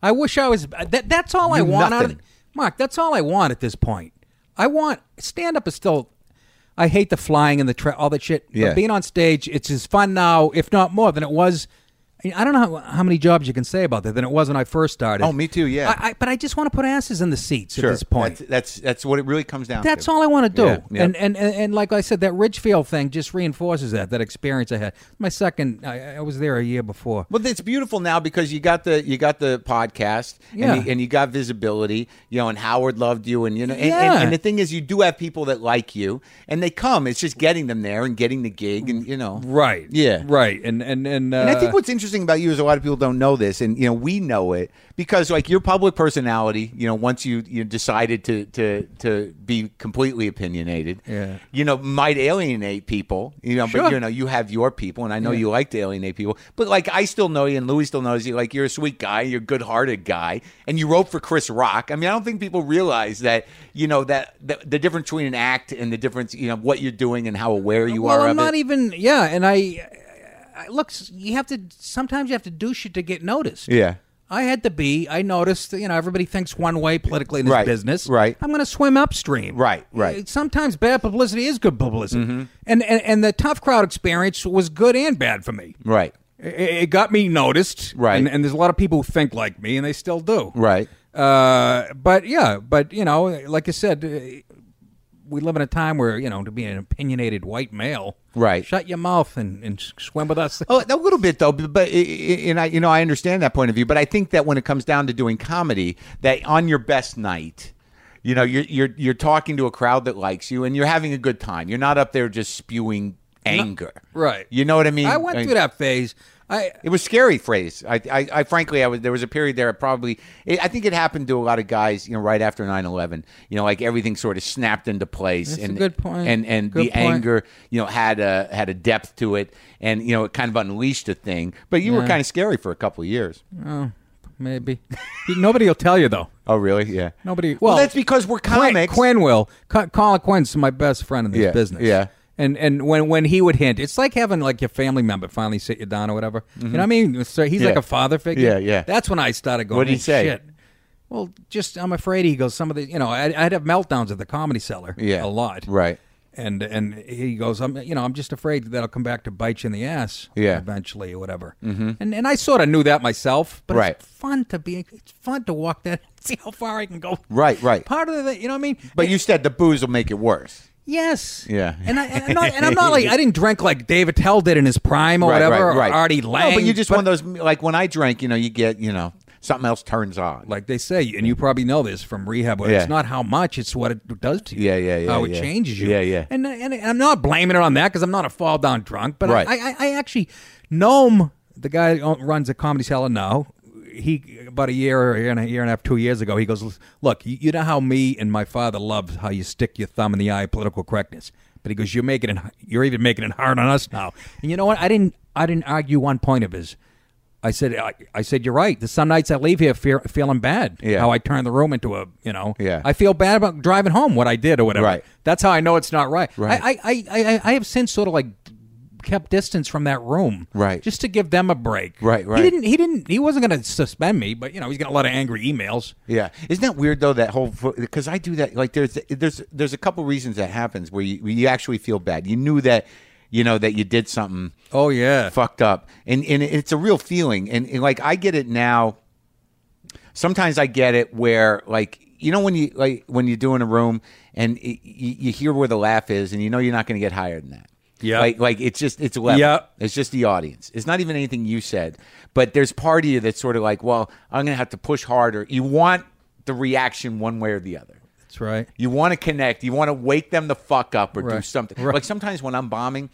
Speaker 4: I wish I was. That, that's all I want out of
Speaker 1: Nothing.
Speaker 4: Mark, that's all I want at this point. I want stand up is still. I hate the flying and the tra- all that shit.
Speaker 1: Yeah.
Speaker 4: But being on stage, it's as fun now, if not more, than it was. I don't know how, how many jobs you can say about that than it was when I first started.
Speaker 1: Oh, me too, yeah.
Speaker 4: I, I, but I just want to put asses in the seats
Speaker 1: Sure.
Speaker 4: at this point.
Speaker 1: That's, that's, that's what it really comes down
Speaker 4: That's
Speaker 1: to.
Speaker 4: all I want to do.
Speaker 1: Yeah, yeah.
Speaker 4: And, and and and like I said, that Ridgefield thing just reinforces that that experience I had. My second, I, I was there a year before.
Speaker 1: Well, it's beautiful now because you got the you got the podcast
Speaker 4: Yeah.
Speaker 1: and, you, and you got visibility, you know, and Howard loved you, and you know, and,
Speaker 4: Yeah.
Speaker 1: and, and the thing is, you do have people that like you, and they come. It's just getting them there and getting the gig, and you know,
Speaker 4: Right.
Speaker 1: yeah,
Speaker 4: Right. And and and, uh,
Speaker 1: And I think what's interesting about you is a lot of people don't know this, and you know we know it because like your public personality, you know, once you you decided to to to be completely opinionated,
Speaker 4: Yeah.
Speaker 1: you know, might alienate people, you know,
Speaker 4: Sure.
Speaker 1: but you know you have your people, and I know you like to alienate people, but like I still know you, and Louis still knows you. Like you're a sweet guy, you're a good-hearted guy, and you wrote for Chris Rock. I mean, I don't think people realize that you know that the, the difference between an act and the difference, you know, what you're doing and how aware you
Speaker 4: well,
Speaker 1: are
Speaker 4: I'm
Speaker 1: of
Speaker 4: not e-
Speaker 1: it.
Speaker 4: even. Yeah, and I, I look. You have to sometimes you have to do shit to get noticed.
Speaker 1: Yeah.
Speaker 4: I had to be. I noticed. You know, everybody thinks one way politically in this
Speaker 1: Right,
Speaker 4: business.
Speaker 1: right.
Speaker 4: I'm going to swim upstream.
Speaker 1: Right, right.
Speaker 4: Uh, Sometimes bad publicity is good publicity, and, and and the tough crowd experience was good and bad for me.
Speaker 1: right.
Speaker 4: It, it got me noticed.
Speaker 1: Right.
Speaker 4: And, and there's a lot of people who think like me, and they still do.
Speaker 1: Right.
Speaker 4: Uh, but yeah, but you know, like I said, uh, we live in a time where you know to be an opinionated white male,
Speaker 1: Right.
Speaker 4: Shut your mouth and, and swim with us.
Speaker 1: Oh, a little bit though, but but- and I, you know, I understand that point of view. But I think that when it comes down to doing comedy, that on your best night, you know, you're you're you're talking to a crowd that likes you, and you're having a good time. You're not up there just spewing anger,
Speaker 4: right.
Speaker 1: You know what I mean?
Speaker 4: I went
Speaker 1: Like,
Speaker 4: through that phase. I
Speaker 1: It was scary phrase. I, I, I frankly, I was there was a period there. I probably, it, I think it happened to a lot of guys. You know, right after 9-11, You know, like everything sort of snapped into place.
Speaker 4: That's a
Speaker 1: and
Speaker 4: good point.
Speaker 1: And and
Speaker 4: Good
Speaker 1: the
Speaker 4: point.
Speaker 1: anger, you know, had a had a depth to it, and you know, it kind of unleashed a thing. But you were
Speaker 4: Yeah.
Speaker 1: kind of scary for a couple of years.
Speaker 4: maybe nobody will tell you though.
Speaker 1: Oh, really? Yeah.
Speaker 4: Nobody.
Speaker 1: Well,
Speaker 4: Well,
Speaker 1: that's because we're
Speaker 4: Quinn-
Speaker 1: comics.
Speaker 4: Quinn will. Co- Colin Quinn's my best friend in this
Speaker 1: Yeah,
Speaker 4: business.
Speaker 1: yeah.
Speaker 4: And and when when he would hint, it's like having like your family member finally sit you down or whatever. You know what I mean? So he's like
Speaker 1: Mm-hmm. Yeah.
Speaker 4: a father figure.
Speaker 1: Yeah, yeah.
Speaker 4: That's when I started going.
Speaker 1: What'd he
Speaker 4: "Hey,
Speaker 1: say?"
Speaker 4: Shit. Well, just I'm afraid he goes. Some of the you know I, I'd have meltdowns at the comedy cellar.
Speaker 1: Yeah.
Speaker 4: a lot.
Speaker 1: Right.
Speaker 4: And and he goes. I'm you know I'm just afraid that'll come back to bite you in the ass.
Speaker 1: Yeah. Mm-hmm.
Speaker 4: Eventually or whatever. And and I sort of knew that myself. But
Speaker 1: Right.
Speaker 4: it's fun to be. It's fun to walk that. See how far I can go.
Speaker 1: Right, right.
Speaker 4: Part of the you know what I mean.
Speaker 1: But you said the booze will make it worse.
Speaker 4: Yes.
Speaker 1: Yeah.
Speaker 4: And I and, not, and I'm not like I didn't drink like David Tell did in his prime or whatever. Or Artie Lang.
Speaker 1: No, but you just one of those like when I drank, you know, you get you know something else turns on.
Speaker 4: like they say, and you probably know this from rehab. Where
Speaker 1: Yeah.
Speaker 4: It's not how much; it's what it does to you.
Speaker 1: Yeah, yeah, yeah,
Speaker 4: How it
Speaker 1: yeah.
Speaker 4: changes you.
Speaker 1: Yeah, yeah.
Speaker 4: And, and and I'm not blaming it on that because I'm not a fall down drunk, but
Speaker 1: Right.
Speaker 4: I, I I actually Gnome, the guy who runs a comedy cellar now. He about a year or a year and a year and a half, two years ago, he goes, "Look, you, you know how me and my father loved how you stick your thumb in the eye of political correctness." But he goes, "You're making it. You're even making it hard on us now." And you know what? I didn't. I didn't argue one point of his. I said, I, I said, you're right. There's some nights I leave here fear, feeling bad.
Speaker 1: Yeah.
Speaker 4: How I turned the room into a, you know.
Speaker 1: Yeah.
Speaker 4: I feel bad about driving home what I did or whatever.
Speaker 1: Right.
Speaker 4: That's how I know it's not right.
Speaker 1: Right.
Speaker 4: I, I, I, I, I have since sort of like kept distance from that room.
Speaker 1: Right.
Speaker 4: Just to give them a break.
Speaker 1: Right, right.
Speaker 4: He didn't. He didn't. He wasn't going to suspend me, but you know, he's got a lot of angry emails.
Speaker 1: Yeah, isn't that weird though? That whole because I do that. Like there's there's there's a couple reasons that happens where you where you actually feel bad. You knew that you know that you did something
Speaker 4: Oh yeah.
Speaker 1: fucked up, and and it's a real feeling. And, and like I get it now. Sometimes I get it where like you know when you like when you do in a room and y you, you hear where the laugh is, and you know you're not going to get higher than that.
Speaker 4: Yeah.
Speaker 1: like like it's just it's level.
Speaker 4: Yeah.
Speaker 1: It's just the audience. It's not even anything you said. But there's part of you that's sort of like, well, I'm going to have to push harder. You want the reaction one way or the other.
Speaker 4: That's right.
Speaker 1: You want to connect. You want to wake them the fuck up or do
Speaker 4: Right.
Speaker 1: something.
Speaker 4: Right.
Speaker 1: Like sometimes when I'm bombing,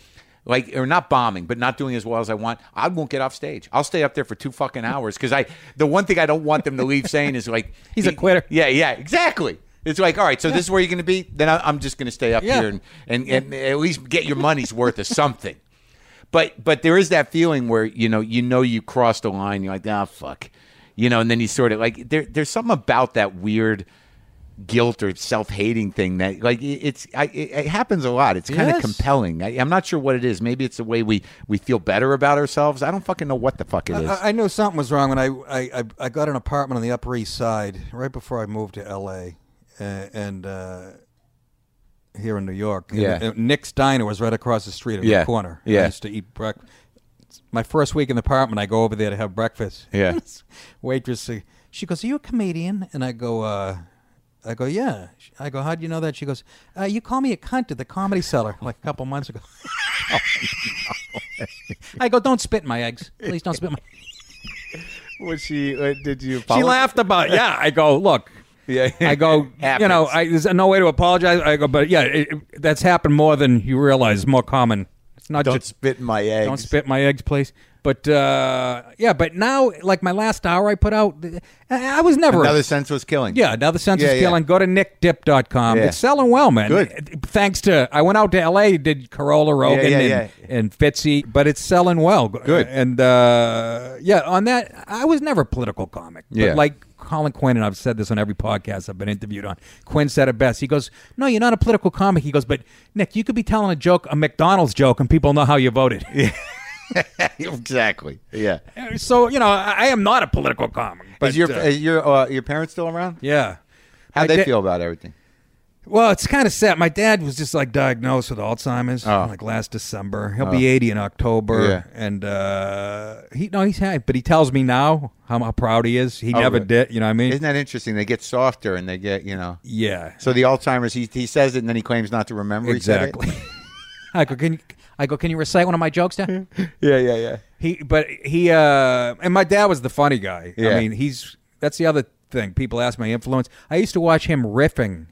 Speaker 1: like or not bombing, but not doing as well as I want, I won't get off stage. I'll stay up there for two fucking hours because I the one thing I don't want them to leave saying is like
Speaker 4: He's a quitter.
Speaker 1: Yeah, yeah, exactly. It's like, all right, so this is where you're going to be. Then I, I'm just going to stay up
Speaker 4: Yeah.
Speaker 1: here and, and and at least get your money's worth of something. But but there is that feeling where you know you know you crossed the line. You're like, ah, fuck, you know. And then you sort of like there. There's something about that weird guilt or self-hating thing that like it- it's I, it, it happens a lot it's kind of
Speaker 4: Yes.
Speaker 1: compelling I, i'm not sure what it is maybe it's the way we we feel better about ourselves i don't fucking know what the fuck it is
Speaker 7: I, I knew something was wrong when I, I, I, I got an apartment on the Upper East Side right before I moved to L.A. uh, and uh, here in New York. And,
Speaker 1: Yeah.
Speaker 7: uh, Nick's Diner was right across the street in
Speaker 1: Yeah.
Speaker 7: the corner.
Speaker 1: Yeah.
Speaker 7: I used to eat breakfast. My first week in the apartment, I go over there to have breakfast.
Speaker 1: Yeah.
Speaker 7: Waitress, uh, she goes, "Are you a comedian?" And I go, uh, "I go, yeah." She- I go, "How do you know that?" She goes, uh, "You call me a cunt at the Comedy Cellar like a couple months ago."
Speaker 4: I go, don't spit in my eggs. Please don't spit in my.
Speaker 1: was she uh, did you
Speaker 4: She laughed about. it. Yeah, I go look.
Speaker 1: Yeah.
Speaker 4: I go. you know, I, there's no way to apologize. I go, but yeah, it, it- that's happened more than you realize. More common. It's not
Speaker 1: don't
Speaker 4: just
Speaker 1: spit in my eggs
Speaker 4: don't spit my eggs, please. But uh, yeah, but now, like my last hour I put out, th- I, I was never
Speaker 1: another sense was killing
Speaker 4: yeah, another sense
Speaker 1: Yeah,
Speaker 4: of
Speaker 1: yeah.
Speaker 4: feeling. Go to nickdip.com.
Speaker 1: Yeah.
Speaker 4: It's selling well, man.
Speaker 1: Good.
Speaker 4: Thanks to I went out to LA, did Corolla Rogan
Speaker 1: Yeah, yeah,
Speaker 4: and, and Fitzy, but it's selling well. Good. And uh, yeah, on that I was never a political comic.
Speaker 1: Yeah.
Speaker 4: But like Colin Quinn, and I've said this on every podcast I've been interviewed on. Quinn said it best. He goes, No, you're not a political comic. He goes, But Nick, you could be telling a joke, a McDonald's joke, and people know how you voted.
Speaker 1: exactly yeah
Speaker 4: so, you know, I, I am not a political comic. But
Speaker 1: is your
Speaker 4: uh,
Speaker 1: is your uh, your parents still around
Speaker 4: yeah.
Speaker 1: how
Speaker 4: My
Speaker 1: they
Speaker 4: da-
Speaker 1: feel about everything
Speaker 4: Well, it's kind of sad. My dad was just like diagnosed with Alzheimer's like last December. He'll be 80 in October,
Speaker 1: Oh. Yeah.
Speaker 4: and uh, he no, he's happy. But he tells me now how, how proud he is. He never
Speaker 1: Oh, really?
Speaker 4: did. You know what I mean?
Speaker 1: isn't that interesting they get softer and they get you know
Speaker 4: yeah,
Speaker 1: so the alzheimer's he, he says it and then he claims not to remember he said it.
Speaker 4: exactly. I go. Can you, I go? Can you recite one of my jokes, Dad?
Speaker 1: yeah yeah yeah
Speaker 4: He, but he, uh, and my dad was the funny guy.
Speaker 1: Yeah.
Speaker 4: I mean, he's that's the other thing. People ask my influence. I used to watch him riffing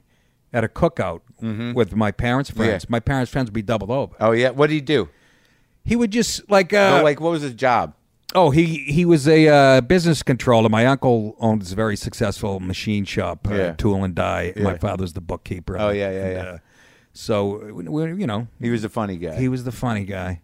Speaker 4: at a cookout
Speaker 1: Mm-hmm.
Speaker 4: with my parents' friends. My parents' friends would be doubled over.
Speaker 1: oh yeah what did he do
Speaker 4: He would just like, uh,
Speaker 1: No, like what was his job
Speaker 4: oh, he he was a uh, business controller. My uncle owned this very successful machine shop, uh,
Speaker 1: Yeah.
Speaker 4: Tool and Die. My father's the bookkeeper.
Speaker 1: Oh, yeah, yeah,
Speaker 4: And,
Speaker 1: yeah.
Speaker 4: uh, so we, we- you know,
Speaker 1: he was a funny guy
Speaker 4: he was the funny guy.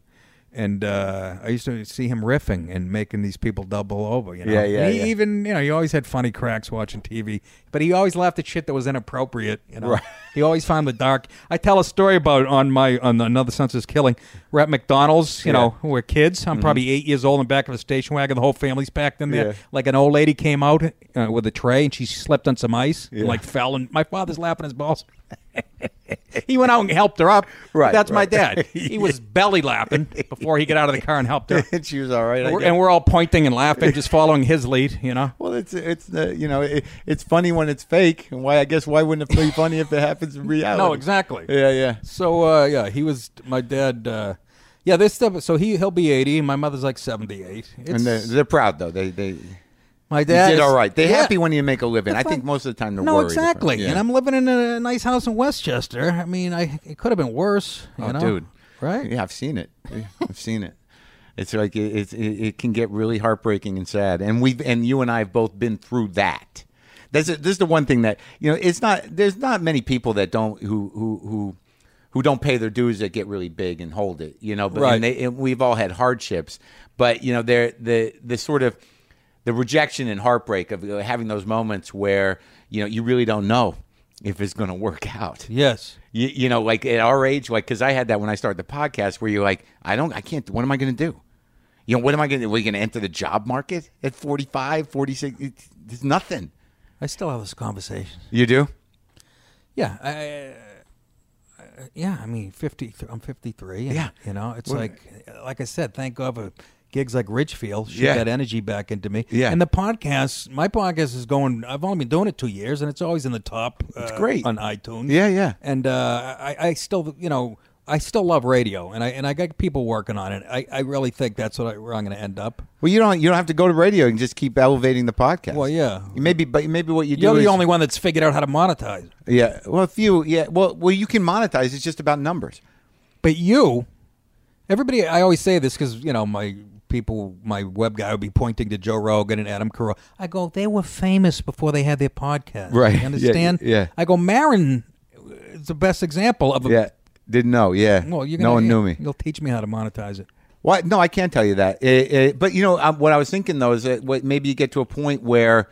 Speaker 4: And uh, I used to see him riffing and making these people double over. You know?
Speaker 1: Yeah, yeah,
Speaker 4: And he
Speaker 1: yeah.
Speaker 4: even you know he always had funny cracks watching TV, but he always laughed at shit that was inappropriate. You know,
Speaker 1: Right.
Speaker 4: he always found the dark. I tell a story about on my on another census killing. We're at McDonald's. You know, we're kids. I'm probably eight years old in the back of a station wagon. The whole family's packed in there.
Speaker 1: Mm-hmm. Yeah.
Speaker 4: Like an old lady came out uh, with a tray and she slipped on some ice. And, like fell and my father's laughing his balls. He went out and helped her up.
Speaker 1: Right,
Speaker 4: That's my
Speaker 1: right.
Speaker 4: dad. He was belly lapping before he got out of the car and helped her.
Speaker 1: she was all right. I
Speaker 4: We're-
Speaker 1: guess.
Speaker 4: and we're all pointing and laughing, just following his lead, you know?
Speaker 1: Well, it's it's uh, you know it, it's funny when it's fake, and why I guess why wouldn't it be funny if it happens in reality?
Speaker 4: No, exactly.
Speaker 1: Yeah, yeah.
Speaker 4: So, uh, yeah, he was my dad. Uh, yeah, this stuff. So he, he'll be 80, and my mother's like 78. It's,
Speaker 1: And they're, they're proud though. They they
Speaker 4: my
Speaker 1: you
Speaker 4: dad.
Speaker 1: did
Speaker 4: is-
Speaker 1: all right. They're
Speaker 4: Yeah.
Speaker 1: happy when you make a living. I
Speaker 4: If
Speaker 1: think most of the time they're
Speaker 4: no,
Speaker 1: worried.
Speaker 4: exactly.
Speaker 1: Yeah.
Speaker 4: And I'm living in a nice house in Westchester. I mean, I it could have been worse. You
Speaker 1: Oh,
Speaker 4: know?
Speaker 1: dude.
Speaker 4: right?
Speaker 1: Yeah, I've seen it. Yeah, I've seen it. It's like it, it's it, it can get really heartbreaking and sad, and we've and you and I have both been through that. That's it this is the one thing that you know. It's not there's not many people that don't who who who who don't pay their dues that get really big and hold it. You know, but
Speaker 4: Right.
Speaker 1: and they, and we've all had hardships, but you know, they're the the sort of the rejection and heartbreak of uh, having those moments where you know you really don't know if it's going to work out
Speaker 4: Yes.
Speaker 1: you, you know, like at our age, like because I had that when I started the podcast, where you're like, I don't, I can't. What am I going to do? You know, what am I going to? We're going to enter the job market at 45, 46? It's, there's nothing.
Speaker 7: I still have this conversation.
Speaker 1: You do?
Speaker 7: Yeah, I, I- uh, yeah. I mean, fifty. I'm fifty three.
Speaker 1: Yeah.
Speaker 7: you know, it's like, like I said, thank God for gigs like Ridgefield. Shoot
Speaker 1: Yeah.
Speaker 7: that energy back into me.
Speaker 1: Yeah.
Speaker 7: and the podcast. My podcast is going. I've only been doing it two years, and it's always in the top. It's
Speaker 1: great.
Speaker 7: on iTunes.
Speaker 1: Yeah, yeah.
Speaker 7: And uh, I, I still, you know, I still love radio, and I and I got people working on it. I, I really think that's what I, where I'm going to end up.
Speaker 1: Well, you don't. You don't have to go to radio and just keep elevating the podcast.
Speaker 7: Well, yeah.
Speaker 1: Maybe, but maybe what you do.
Speaker 7: You're
Speaker 1: is,
Speaker 7: the only one that's figured out how to monetize. it.
Speaker 1: Yeah. Well, a few. Yeah. Well, well, you can monetize. It's just about numbers.
Speaker 7: But you, everybody, I always say this because you know my people, my web guy would be pointing to Joe Rogan and Adam Carolla. I go, they were famous before they had their podcast.
Speaker 1: Right.
Speaker 7: You understand?
Speaker 1: Yeah, yeah.
Speaker 7: I go, Marin is the best example of a.
Speaker 1: Didn't know. Yeah.
Speaker 7: Well, you're
Speaker 1: no
Speaker 7: gonna-
Speaker 1: one knew me.
Speaker 7: You'll teach me how to monetize it.
Speaker 1: What? No, I can't tell you that. It, it, but you know um, what I was thinking though is that what, maybe you get to a point where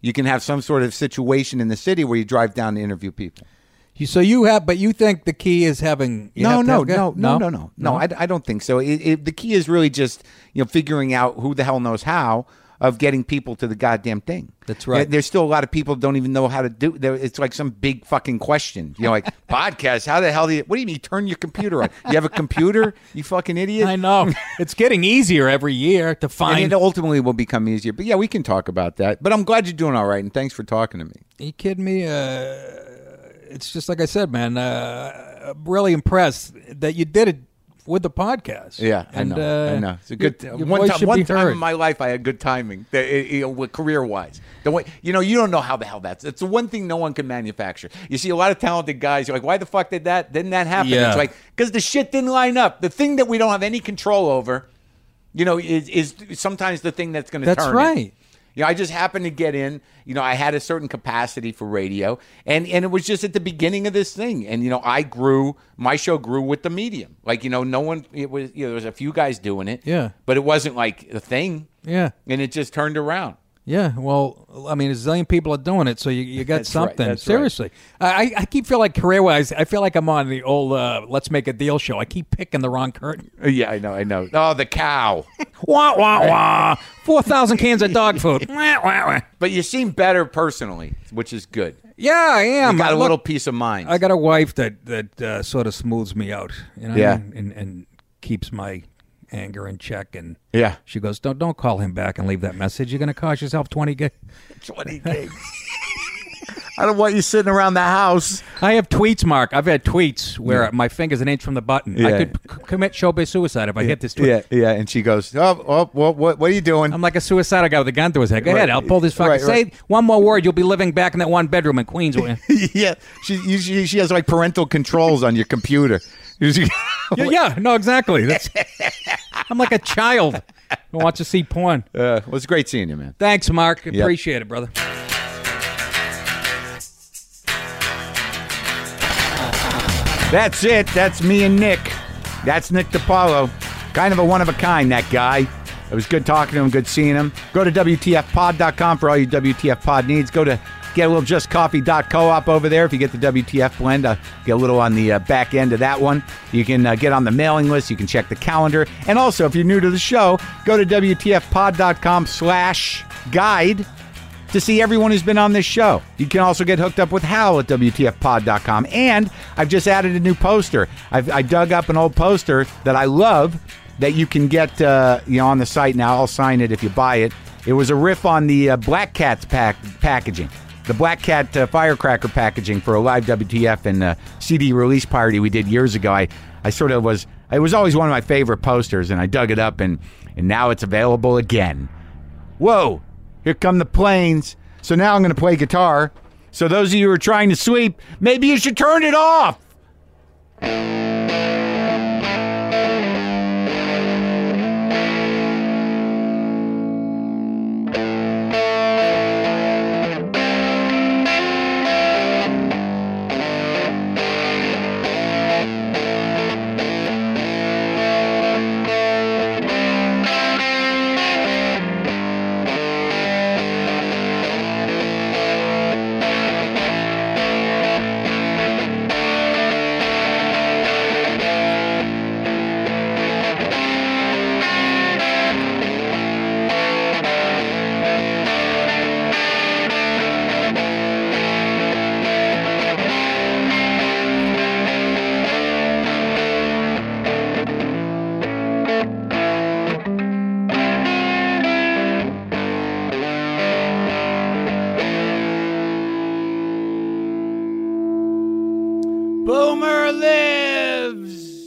Speaker 1: you can have some sort of situation in the city where you drive down to interview people.
Speaker 7: You, so you have, but you think the key is having. you
Speaker 1: No
Speaker 7: have to
Speaker 1: no,
Speaker 7: have good-
Speaker 1: no, no, no, no, no, I, I don't think so. It, it, the key is really just you know figuring out who the hell knows how of getting people to the goddamn thing.
Speaker 7: That's right.
Speaker 1: There- There's still a lot of people don't even know how to do. There, it's like some big fucking question. You know, like podcast. How the hell do you? What do you mean? You turn your computer on? You have a computer? You fucking idiot!
Speaker 4: I know. it's getting easier every year to find.
Speaker 1: And it ultimately will become easier. But yeah, we can talk about that. But I'm glad you're doing all right, and thanks for talking to me.
Speaker 7: Are you kidding me? Uh, it's just like I said, man. Uh, I'm really impressed that you did it with the podcast.
Speaker 1: Yeah,
Speaker 7: And,
Speaker 1: I know.
Speaker 7: uh,
Speaker 1: I know. It's a good
Speaker 7: your,
Speaker 1: time.
Speaker 7: your
Speaker 1: one
Speaker 7: voice
Speaker 1: time,
Speaker 7: should
Speaker 1: one
Speaker 7: be
Speaker 1: time
Speaker 7: heard.
Speaker 1: in my life, I had good timing, career wise. The way you know, you don't know how the hell that's. It's the one thing no one can manufacture. You see a lot of talented guys. You're like, why the fuck did that? Didn't that happen?
Speaker 4: Yeah.
Speaker 1: It's like because the shit didn't line up. The thing that we don't have any control over, you know, is, is sometimes the thing that's going to turn.
Speaker 7: That's
Speaker 1: it.
Speaker 7: right.
Speaker 1: You know, I just happened to get in. You know, I had a certain capacity for radio, and and it was just at the beginning of this thing. And you know, I grew my show grew with the medium. Like you know, no one it was you know there was a few guys doing it.
Speaker 7: Yeah.
Speaker 1: but it wasn't like a thing.
Speaker 7: Yeah.
Speaker 1: and it just turned around.
Speaker 7: Yeah, well, I mean, a zillion people are doing it, so you, you got
Speaker 1: right,
Speaker 7: something.
Speaker 1: that's right.
Speaker 7: Seriously, I, I keep feel like career wise, I feel like I'm on the old uh, "Let's Make a Deal" show. I keep picking the wrong curtain.
Speaker 1: Uh, Yeah, I know, I know. Oh, the cow.
Speaker 7: Wah wah wah! Four thousand cans of dog food. Wah, wah, wah.
Speaker 1: but you seem better personally, which is good.
Speaker 4: yeah, I am.
Speaker 1: You got a
Speaker 4: I look-
Speaker 1: little peace of mind.
Speaker 4: I got a wife that that uh, sort of smooths me out, you know,
Speaker 1: Yeah.
Speaker 4: and, and and keeps my anger in check. And
Speaker 1: Yeah.
Speaker 4: she goes, "Don't don't call him back and leave that message. You're going to cost yourself twenty gig."
Speaker 1: Twenty gigs. I don't want you sitting around the house.
Speaker 4: I have tweets, Mark. I've had tweets where my finger's an inch from the button. I
Speaker 1: Yeah.
Speaker 4: could c- commit showbiz suicide if I hit this tweet.
Speaker 1: Yeah, yeah. And she goes, "Oh, oh, what, what, what are you doing?"
Speaker 4: I'm like a suicidal guy with a gun through his head. Go
Speaker 1: Right.
Speaker 4: ahead, I'll pull this fucking.
Speaker 1: Right, right.
Speaker 4: Say one more word, you'll be living back in that one bedroom in Queens. yeah,
Speaker 1: yeah, she, you, she she has like parental controls on your computer.
Speaker 4: yeah, no, exactly. That's, I'm like a child who wants to see porn.
Speaker 1: Uh, well, it's great seeing you, man.
Speaker 4: Thanks, Mark. Appreciate it, brother.
Speaker 1: That's it. That's me and Nick. That's Nick DiPaolo. Kind of a one of a kind, that guy. It was good talking to him, good seeing him. Go to WTFpod.com for all your WTF pod needs. Go to getalittlejustcoffee.coop over there if you get the WTF blend. Uh, get a little on the uh, back end of that one. You can uh, get on the mailing list. You can check the calendar. And also, if you're new to the show, go to WTFpod.com slash guide to see everyone who's been on this show. You can also get hooked up with Hal at WTFpod.com. And I've just added a new poster. I've, I dug up an old poster that I love that you can get uh, you know on the site now. I'll sign it if you buy it. It was a riff on the uh, Black Cats pack packaging. The Black Cat uh, firecracker packaging for a live WTF and uh, CD release party we did years ago. I, I sort of was, it was always one of my favorite posters, and I dug it up, and, and now it's available again. Whoa, here come the planes. So now I'm going to play guitar. So those of you who are trying to sleep, maybe you should turn it off.
Speaker 8: Boomer lives.